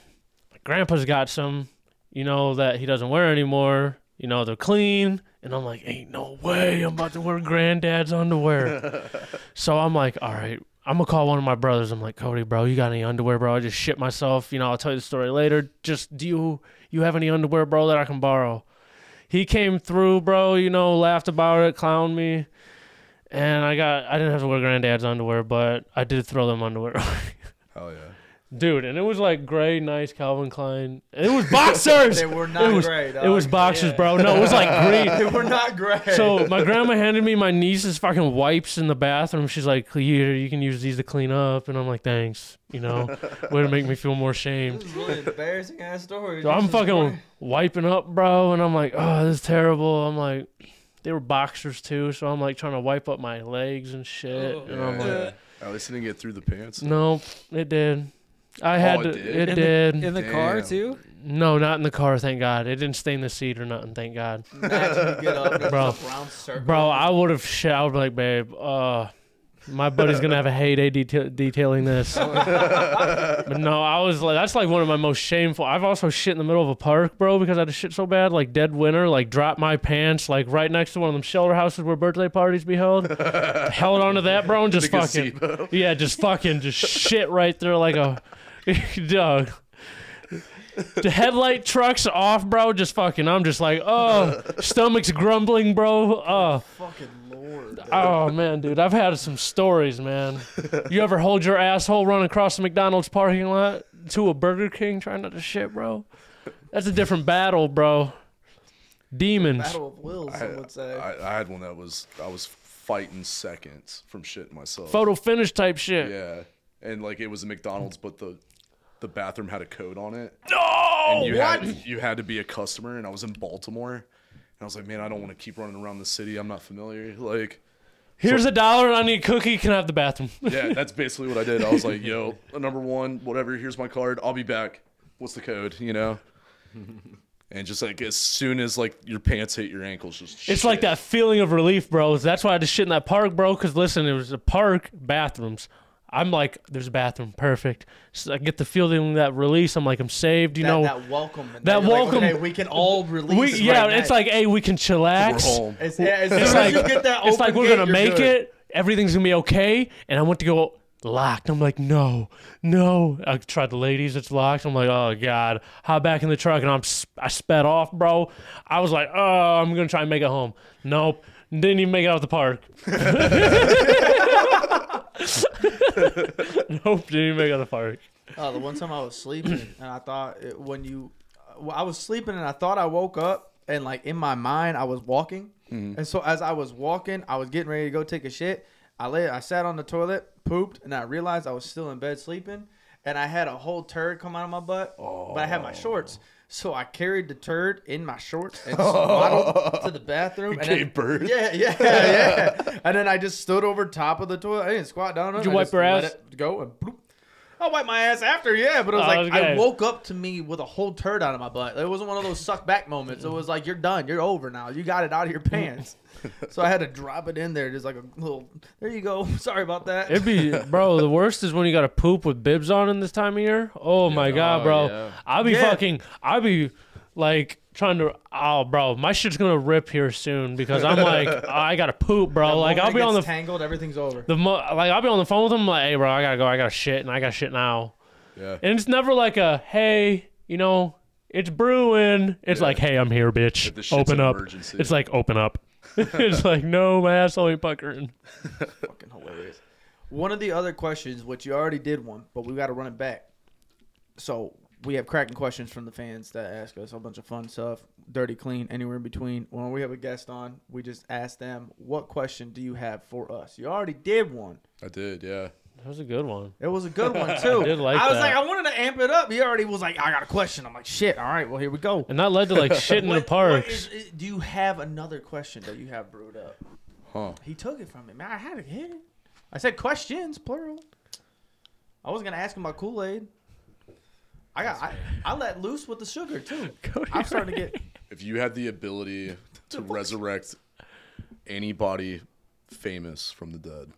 Speaker 1: my grandpa's got some, you know, that he doesn't wear anymore. You know, they're clean. And I'm like, ain't no way I'm about to wear granddad's underwear. so I'm like, all right, I'm gonna call one of my brothers. I'm like, Cody, bro, you got any underwear, bro? I just shit myself. You know, I'll tell you the story later. Just do you you have any underwear, bro, that I can borrow? He came through, bro, you know, laughed about it, clowned me. And I got I didn't have to wear granddad's underwear, but I did throw them underwear.
Speaker 3: Hell yeah.
Speaker 1: Dude, and it was like gray, nice Calvin Klein. It was boxers.
Speaker 2: They were not
Speaker 1: it was,
Speaker 2: gray,
Speaker 1: It was
Speaker 2: dog.
Speaker 1: boxers, bro. No, it was like green.
Speaker 2: They were not great.
Speaker 1: So my grandma handed me my niece's fucking wipes in the bathroom. She's like, "Here, you can use these to clean up." And I'm like, "Thanks." You know, way to make me feel more ashamed.
Speaker 2: this is really embarrassing ass story.
Speaker 1: So I'm
Speaker 2: This is
Speaker 1: fucking
Speaker 2: boring.
Speaker 1: wiping up, bro, and I'm like, oh, this is terrible. I'm like, they were boxers too, so I'm like trying to wipe up my legs and shit.
Speaker 4: Oh.
Speaker 1: and I'm
Speaker 3: Yeah.
Speaker 1: like,
Speaker 3: At least it didn't get through the pants.
Speaker 1: nope, it did. I had
Speaker 3: Oh,
Speaker 1: to,
Speaker 3: it
Speaker 1: it
Speaker 3: did?
Speaker 1: did.
Speaker 4: In the- In the car
Speaker 3: Damn.
Speaker 4: too.
Speaker 1: no, not in the car, thank God. It didn't stain the seat or nothing, thank God.
Speaker 2: Imagine you get up, and it's
Speaker 1: Bro.
Speaker 2: a brown circle.
Speaker 1: Bro, I would have shit. I would be like, babe, uh, my buddy's gonna have a heyday deta- detailing this. but no, I was like, that's like one of my most shameful. I've also shit in the middle of a park, bro, because I had to shit so bad, like dead winter, like dropped my pants, like right next to one of them shelter houses where birthday parties be held. Held onto that, bro, and just
Speaker 3: The
Speaker 1: fucking,
Speaker 3: gazebo.
Speaker 1: yeah, just fucking, just shit right there like a dog. The headlight trucks off, bro. Just fucking. I'm just like, oh, stomach's grumbling, bro. Oh,
Speaker 2: Fucking lord.
Speaker 1: Oh man, dude, I've had some stories, man. You ever hold your asshole run across the McDonald's parking lot to a Burger King trying not to shit, bro? That's a different battle, bro. Demons.
Speaker 2: Battle of wills,
Speaker 3: I,
Speaker 2: I would say.
Speaker 3: I, I had one that was I was fighting seconds from shitting myself.
Speaker 1: Photo finish type shit.
Speaker 3: Yeah, and like it was a McDonald's, but the the bathroom had a code on it.
Speaker 1: No!
Speaker 3: and you had you had to be a customer, and I was in Baltimore, and I was like, man, I don't want to keep running around the city. I'm not familiar. Like,
Speaker 1: Here's a dollar and I need a cookie. Can I have the bathroom?
Speaker 3: yeah, that's basically what I did. I was like, yo, number one, whatever. Here's my card. I'll be back. What's the code? You know. And just like as soon as like your pants hit your ankles, just
Speaker 1: It's like that feeling of relief, bro. That's why I had to shit in that park, bro. Because listen, it was a park, bathrooms. I'm like, there's a bathroom, perfect. So I get the feeling of that release. I'm like, I'm saved, you
Speaker 2: that,
Speaker 1: know.
Speaker 2: that welcome.
Speaker 1: that
Speaker 2: and then you're like,
Speaker 1: welcome-
Speaker 2: okay, we can all release.
Speaker 1: we,
Speaker 2: right
Speaker 1: yeah, it's
Speaker 2: now.
Speaker 1: like, hey, we can
Speaker 3: We're
Speaker 1: chillax.
Speaker 3: home.
Speaker 2: It's, yeah, as
Speaker 1: It's
Speaker 2: soon
Speaker 1: like
Speaker 2: as you get that
Speaker 1: it's
Speaker 2: open
Speaker 1: like we're
Speaker 2: gate,
Speaker 1: gonna
Speaker 2: you're
Speaker 1: make
Speaker 2: good.
Speaker 1: it. Everything's gonna be okay. And I went to go locked. I'm like, no, no. I tried the ladies, it's locked. I'm like, oh god. Hop back in the truck and I'm sp- I sped off, bro. I was like, oh, I'm gonna try and make it home. Nope, didn't even make it out the park. nope, didn't even make it out the park.
Speaker 2: Oh, the one time I was sleeping and I thought it, when you, uh, well, I was sleeping and I thought I woke up and like in my mind I was walking, and so as I was walking, I was getting ready to go take a shit. I lay, I sat on the toilet, pooped, and I realized I was still in bed sleeping, and I had a whole turd come out of my butt, but I had my shorts. So I carried the turd in my shorts and swaddled to the bathroom. And then,
Speaker 3: Gave birth.
Speaker 2: Yeah, yeah, yeah. and then I just stood over top of the toilet. I didn't squat down. on it.
Speaker 1: you
Speaker 2: I
Speaker 1: wipe
Speaker 2: just
Speaker 1: your
Speaker 2: let
Speaker 1: ass?
Speaker 2: it Go and bloop. I wiped my ass after, yeah, but it was
Speaker 1: Oh,
Speaker 2: like I
Speaker 1: okay.
Speaker 2: woke up to me with a whole turd out of my butt. It wasn't one of those suck back moments. It was like you're done, you're over now. You got it out of your pants. so I had to drop it in there, just like a little. There you go. Sorry about that.
Speaker 1: It'd be, bro. The worst is when you got to poop with bibs on in this time of year. Oh my god, bro.
Speaker 6: yeah.
Speaker 1: I'll be
Speaker 2: Yeah.
Speaker 1: fucking. I'll be like trying to. Oh, bro, my shit's gonna rip here soon because I'm like, "Oh, I gotta poop, bro.
Speaker 2: The
Speaker 1: like
Speaker 2: moment
Speaker 1: I'll
Speaker 2: it
Speaker 1: be on the
Speaker 2: gets tangled. Everything's over.
Speaker 1: the mo- like I'll be on the phone with him like, hey, bro, I gotta go. I gotta shit and I gotta shit now.
Speaker 3: Yeah.
Speaker 1: And it's never like a hey, you know, it's brewing. It's like hey, I'm here, bitch.
Speaker 3: the shit's
Speaker 1: Open
Speaker 3: an
Speaker 1: up.
Speaker 3: emergency.
Speaker 1: It's like open up. it's like no, my asshole ain't puckering.
Speaker 2: Fucking hilarious. One of the other questions, which you already did one, but we got to run it back. So we have cracking questions from the fans that ask us a bunch of fun stuff, dirty, clean, anywhere in between. When we have a guest on, we just ask them, "What question do you have for us?" You already did one.
Speaker 3: I did, yeah.
Speaker 1: That was a good one.
Speaker 2: It was a good one too. I,
Speaker 1: did like
Speaker 2: was
Speaker 1: that.
Speaker 2: like, I wanted to amp it up. He already was like, "I got a question." I'm like, "Shit, all right, well here we go."
Speaker 1: And that led to like shit in the
Speaker 2: What- what
Speaker 1: parks.
Speaker 2: is- uh, do you have another question that you have brewed up?
Speaker 3: Huh.
Speaker 2: He took it from me, man. I had to hit it. I said questions, plural. I was gonna ask him about Kool Aid. I got. I, I let loose with the sugar too. I'm starting to get.
Speaker 3: If you had the ability to resurrect anybody famous from the dead,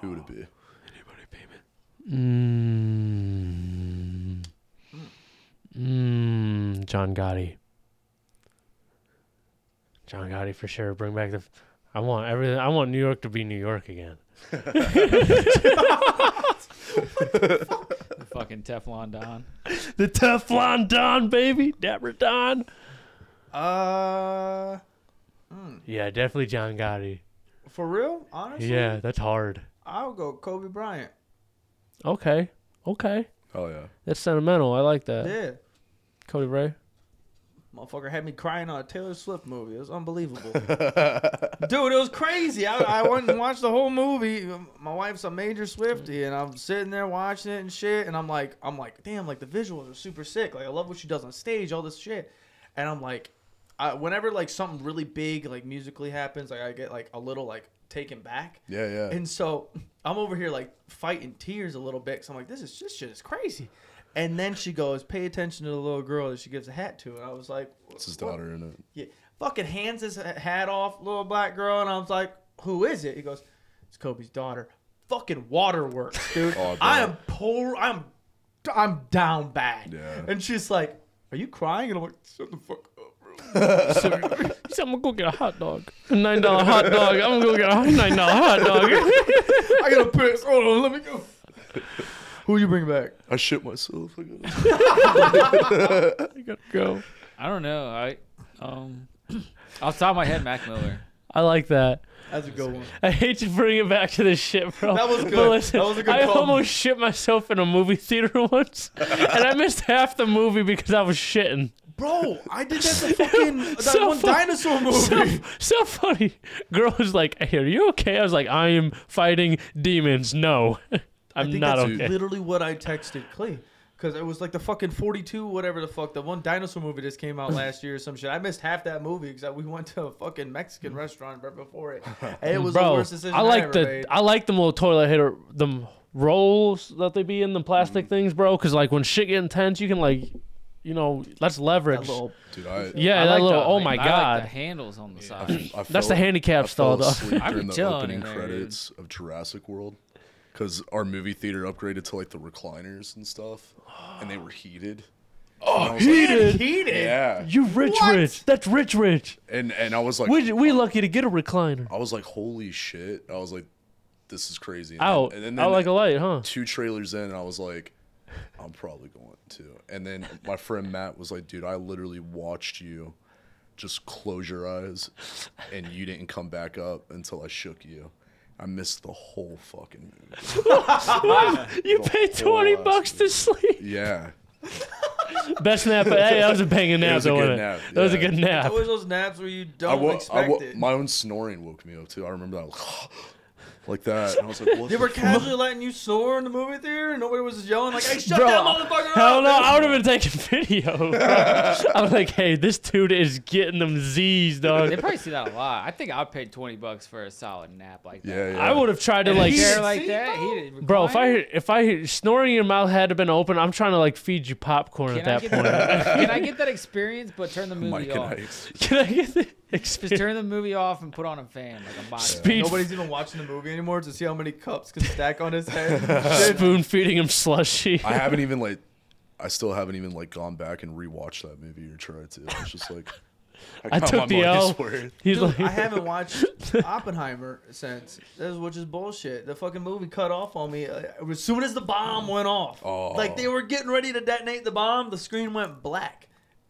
Speaker 3: who would it be?
Speaker 1: Mmm. Mmm. John Gotti. John Gotti for sure. Bring back the. I want everything. I want New York to be New York again.
Speaker 4: The fucking Teflon Don.
Speaker 1: The Teflon Don, baby. Dapper Don.
Speaker 2: Uh,
Speaker 1: Yeah, definitely John Gotti.
Speaker 2: for real, honestly.
Speaker 1: Yeah, that's hard.
Speaker 2: I'll go Kobe Bryant.
Speaker 1: Okay. Okay.
Speaker 3: Oh yeah.
Speaker 1: That's sentimental. I like that.
Speaker 2: Yeah,
Speaker 1: Cody Ray.
Speaker 2: motherfucker had me crying on a Taylor Swift movie. It was unbelievable, dude. It was crazy. I, I went and watched the whole movie. My wife's a major Swifty, and I'm sitting there watching it and shit. And I'm like, I'm like, damn, like the visuals are super sick. Like I love what she does on stage, all this shit. And I'm like, I, whenever like something really big like musically happens, like I get like a little like taken back.
Speaker 3: Yeah, yeah.
Speaker 2: And so I'm over here like fighting tears a little bit. So I'm like, this is this shit is crazy. And then she goes, pay attention to the little girl that she gives a hat to. And I was like,
Speaker 3: it's his
Speaker 2: what?
Speaker 3: daughter in it.
Speaker 2: Yeah. Fucking hands his hat off, little black girl. And I was like, who is it? He goes, it's Kobe's daughter. Fucking waterworks, dude.
Speaker 3: Oh, I bet.
Speaker 2: I am poor. I'm I'm down bad.
Speaker 3: Yeah.
Speaker 2: And she's like, are you crying? And I'm like, shut the fuck up, bro.
Speaker 1: He said, I'm gonna go get a hot dog. Nine dollar hot dog. I'm gonna go get a nine dollar hot dog.
Speaker 2: I gotta piss. Hold on, let me go. Who you bring back?
Speaker 3: I shit myself. I gotta-
Speaker 1: I gotta go.
Speaker 4: I don't know. I um off the top of my head, Mac Miller.
Speaker 1: I like that.
Speaker 2: That's a good one.
Speaker 1: I hate to bring it back to this shit, bro.
Speaker 2: That was
Speaker 1: But
Speaker 2: good. That was a good
Speaker 1: I
Speaker 2: call.
Speaker 1: almost shit myself in a movie theater once, and I missed half the movie because I was shitting.
Speaker 2: Bro, I did that to fucking that
Speaker 1: So
Speaker 2: one
Speaker 1: fu-
Speaker 2: dinosaur movie.
Speaker 1: So, so funny. Girl was like, "Hey, are you okay?" I was like, "I am fighting demons. No,
Speaker 2: I
Speaker 1: I'm
Speaker 2: think
Speaker 1: not
Speaker 2: that's
Speaker 1: okay."
Speaker 2: literally what I texted Clay. Cause it was like the fucking forty-two, whatever the fuck, the one dinosaur movie just came out last year or some shit. I missed half that movie because we went to a fucking Mexican restaurant right before it. And it was
Speaker 1: Bro,
Speaker 2: the worst decision
Speaker 1: I
Speaker 2: I
Speaker 1: like
Speaker 2: ever
Speaker 1: the
Speaker 2: made.
Speaker 1: I like them little toilet hitter them rolls that they be in the plastic
Speaker 2: Mm.
Speaker 1: things, bro. Because like when shit get intense, you can like, you know, that's
Speaker 2: That
Speaker 1: leverage.
Speaker 2: little-
Speaker 3: Dude, I,
Speaker 1: yeah, that
Speaker 4: like
Speaker 1: little.
Speaker 4: the-
Speaker 1: oh my
Speaker 4: I like
Speaker 1: god.
Speaker 4: the handles on the
Speaker 3: I,
Speaker 4: side.
Speaker 3: I
Speaker 1: That's
Speaker 3: fell-
Speaker 1: the handicap
Speaker 3: I
Speaker 1: stall,
Speaker 3: fell
Speaker 1: though.
Speaker 3: asleep
Speaker 4: I be
Speaker 3: during the
Speaker 4: chilling in
Speaker 3: opening
Speaker 4: there, dude.
Speaker 3: credits of Jurassic World because our movie theater upgraded to like the recliners and stuff, and they were heated. Oh,
Speaker 1: heated?
Speaker 2: heated.
Speaker 3: yeah.
Speaker 1: You rich, rich. That's rich, rich.
Speaker 3: And and I was like,
Speaker 1: We we lucky to get a recliner.
Speaker 3: I was like, holy shit! I was like, this is crazy. And then-
Speaker 1: Out,
Speaker 3: and then,
Speaker 1: out like a light, huh?
Speaker 3: two trailers in, and I was like, I'm probably going to. And then my friend Matt was like, dude, I literally watched you just close your eyes, and you didn't come back up until I shook you. I missed the whole fucking movie.
Speaker 1: You paid twenty
Speaker 3: last
Speaker 1: bucks to sleep.
Speaker 3: Yeah.
Speaker 1: Best nap. Hey, that was a banging nap.
Speaker 3: was a
Speaker 1: though,
Speaker 3: good
Speaker 1: wasn't it?
Speaker 3: nap,
Speaker 1: That was a
Speaker 3: yeah.
Speaker 1: good
Speaker 2: It's
Speaker 1: nap.
Speaker 2: always those naps where you don't
Speaker 3: I wo-
Speaker 2: expect
Speaker 3: I wo-
Speaker 2: it.
Speaker 3: my own snoring woke me up too. I remember that I was like that. And I was like, what
Speaker 2: they
Speaker 3: the
Speaker 2: were
Speaker 3: fuck?
Speaker 2: casually letting you snore in the movie theater, and nobody was yelling like, "Hey, shut
Speaker 1: Bro,
Speaker 2: that motherfucker
Speaker 1: Hell
Speaker 2: up!"
Speaker 1: no, I would have been taking video. I was like, hey, this dude is getting them Z's, dog.
Speaker 4: They probably see that a lot. I think I would pay twenty bucks for a solid nap like that.
Speaker 3: Yeah, yeah.
Speaker 1: I would have tried to
Speaker 4: And
Speaker 1: like
Speaker 4: a chair
Speaker 2: didn't
Speaker 4: like
Speaker 2: see
Speaker 4: that.
Speaker 2: it,
Speaker 4: He
Speaker 2: though?
Speaker 4: didn't
Speaker 1: Bro, if I
Speaker 4: recline.
Speaker 1: heard- if I heard- snoring in your mouth had been open, I'm trying to like feed you popcorn
Speaker 4: can I
Speaker 1: at that
Speaker 4: get
Speaker 1: point.
Speaker 4: that, can I get that experience, but turn the movie
Speaker 3: Mike and
Speaker 4: off.
Speaker 3: I.
Speaker 1: Can I get the
Speaker 4: Just
Speaker 1: experience?
Speaker 4: turn the movie off and put on a fan like a box.
Speaker 1: Speed
Speaker 2: Nobody's even watching the movie anymore to see how many cups can stack on his head.
Speaker 1: spoon feeding him slushy.
Speaker 3: I haven't even like, I still haven't even like gone back and rewatched that movie or tried to. It's just like,
Speaker 1: I
Speaker 3: got
Speaker 1: took the
Speaker 3: money's
Speaker 1: L.
Speaker 3: worth.
Speaker 1: He's
Speaker 2: Dude,
Speaker 1: like,
Speaker 2: I haven't watched Oppenheimer since, This is- which is bullshit. The fucking movie cut off on me uh, as soon as the bomb went off.
Speaker 3: Oh.
Speaker 2: Like they were getting ready to detonate the bomb, the screen went black,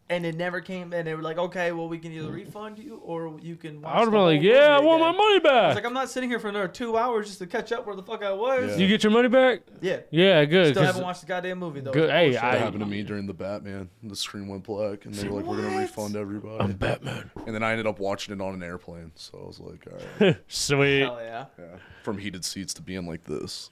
Speaker 2: and it never came. And they were like, "Okay, well, we can either refund you or you can." Watch
Speaker 1: I would have
Speaker 2: the
Speaker 1: been like,
Speaker 2: whole
Speaker 1: yeah, I
Speaker 2: movie
Speaker 1: want my
Speaker 2: again."
Speaker 1: money
Speaker 2: I was
Speaker 1: back.
Speaker 2: like, I'm not sitting here for another two hours just to catch up where the fuck I was.
Speaker 1: you get your money back?
Speaker 2: Yeah.
Speaker 1: Yeah, good.
Speaker 2: Still
Speaker 1: 'cause-
Speaker 2: haven't watched the goddamn movie though.
Speaker 1: Good- hey,
Speaker 2: Bullshit.
Speaker 3: That
Speaker 1: I-
Speaker 3: happened to me during the Batman. The screen went black, and they were like, "We're gonna
Speaker 2: What?
Speaker 3: refund everybody." I'm Batman. And then I ended up watching it on an airplane, so I was like, "All right."
Speaker 1: Sweet.
Speaker 2: Hell yeah.
Speaker 3: yeah. From heated seats to being like this.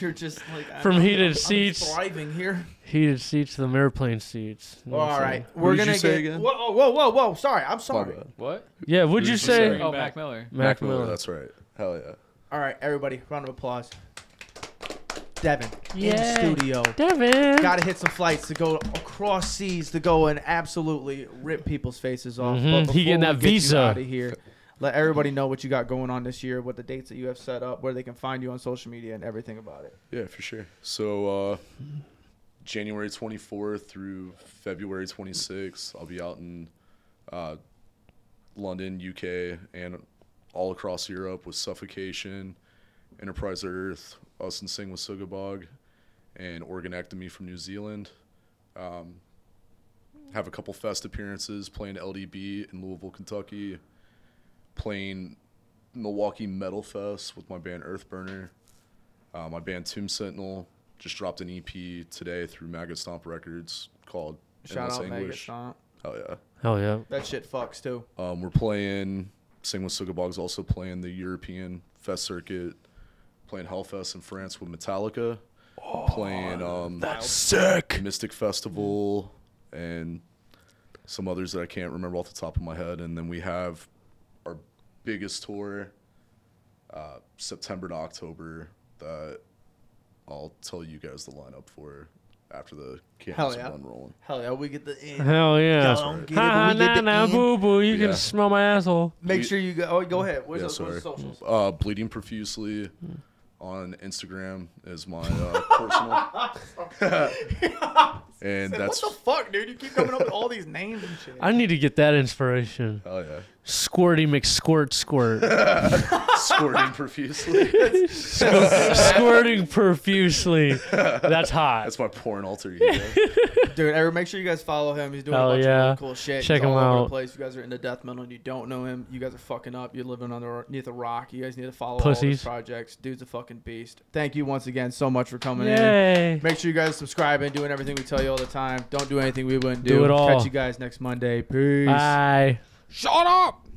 Speaker 2: You're just like I'm-
Speaker 1: From
Speaker 2: I'm-
Speaker 1: heated
Speaker 2: I'm
Speaker 1: seats.
Speaker 2: thriving here.
Speaker 1: Heated seats to them airplane seats. You know what I'm
Speaker 2: All
Speaker 1: saying?
Speaker 2: right, we're
Speaker 3: did you
Speaker 2: gonna
Speaker 3: say
Speaker 2: get.
Speaker 3: again?
Speaker 2: Whoa, whoa, whoa, whoa! Sorry, I'm
Speaker 3: My
Speaker 2: sorry.
Speaker 3: bad.
Speaker 4: What?
Speaker 1: Yeah, would you
Speaker 3: Who's
Speaker 1: say
Speaker 4: Oh, Mac Miller.
Speaker 1: Mac Miller?
Speaker 3: That's right. Hell yeah.
Speaker 2: All right, everybody, round of applause. Devin
Speaker 1: Yeah.
Speaker 2: in studio.
Speaker 1: Devin.
Speaker 2: Got to hit some flights to go across seas to go and absolutely rip people's faces off.
Speaker 1: Mhm, he getting that visa.
Speaker 2: out of here. Let everybody know what you got going on this year, what the dates that you have set up, where they can find you on social media, and everything about it.
Speaker 3: Yeah, for sure. So uh, January 24th through February 26th, I'll be out in uh, London, UK, and all across Europe with Suffocation, Enterprise Earth, Us and Sing with Sugabog, and Organectomy from New Zealand. Um, have a couple fest appearances playing LDB in Louisville, Kentucky, playing Milwaukee Metal Fest with my band Earthburner. Uh, my band Tomb Sentinel just dropped an EP today through Maggot Stomp Records called
Speaker 2: Shout
Speaker 3: Endless
Speaker 2: out
Speaker 3: Anguish.
Speaker 2: Megastomp.
Speaker 3: Oh yeah.
Speaker 1: Hell yeah.
Speaker 2: That shit fucks too.
Speaker 3: Um, we're playing Sing with Sugabog's also playing the European Fest circuit, playing Hellfest in France with Metallica,
Speaker 2: Oh,
Speaker 3: playing um,
Speaker 1: Sick.
Speaker 3: Mystic Festival and some others that I can't remember off the top of my head. And then we have our biggest tour, uh, September to October, that I'll tell you guys the lineup for after the cameras
Speaker 2: yeah.
Speaker 3: are done rolling.
Speaker 2: Hell yeah, we get the.
Speaker 1: Hell yeah.
Speaker 2: Y'all
Speaker 1: Ha
Speaker 2: don't get it, but
Speaker 1: ha
Speaker 2: we
Speaker 1: na
Speaker 2: get the E.
Speaker 1: na
Speaker 2: in.
Speaker 1: boo boo. You
Speaker 3: Yeah.
Speaker 1: can smell my asshole.
Speaker 2: Make
Speaker 3: We-
Speaker 2: sure you go. Oh, go ahead. Where's
Speaker 3: Yeah,
Speaker 2: the,
Speaker 3: sorry.
Speaker 2: where's the socials?
Speaker 3: Uh, bleeding profusely on Instagram is my uh, personal, and that's
Speaker 2: what the fuck, dude? You keep coming up with all these names and shit.
Speaker 1: I need to get that inspiration.
Speaker 3: oh yeah,
Speaker 1: Squirty McSquirt Squirt.
Speaker 3: squirting profusely.
Speaker 1: Squirting profusely. That's hot.
Speaker 3: That's my porn alter ego.
Speaker 2: Dude, ever make sure you guys follow him. He's doing
Speaker 1: Hell
Speaker 2: a bunch
Speaker 1: yeah.
Speaker 2: of really cool shit.
Speaker 1: Check
Speaker 2: He's
Speaker 1: him
Speaker 2: all over
Speaker 1: out.
Speaker 2: the place. If you guys are into death metal and you don't know him, you guys are fucking up. You're living underneath a rock. You guys need to follow all
Speaker 1: Pussies.
Speaker 2: his projects. Dude's a fucking beast. Thank you once again so much for coming in.
Speaker 1: Yay.
Speaker 2: Make sure you guys subscribe and doing everything we tell you all the time. Don't do anything we wouldn't do.
Speaker 1: Do it all.
Speaker 2: Catch you guys next Monday. Peace.
Speaker 1: Bye.
Speaker 7: Shut up!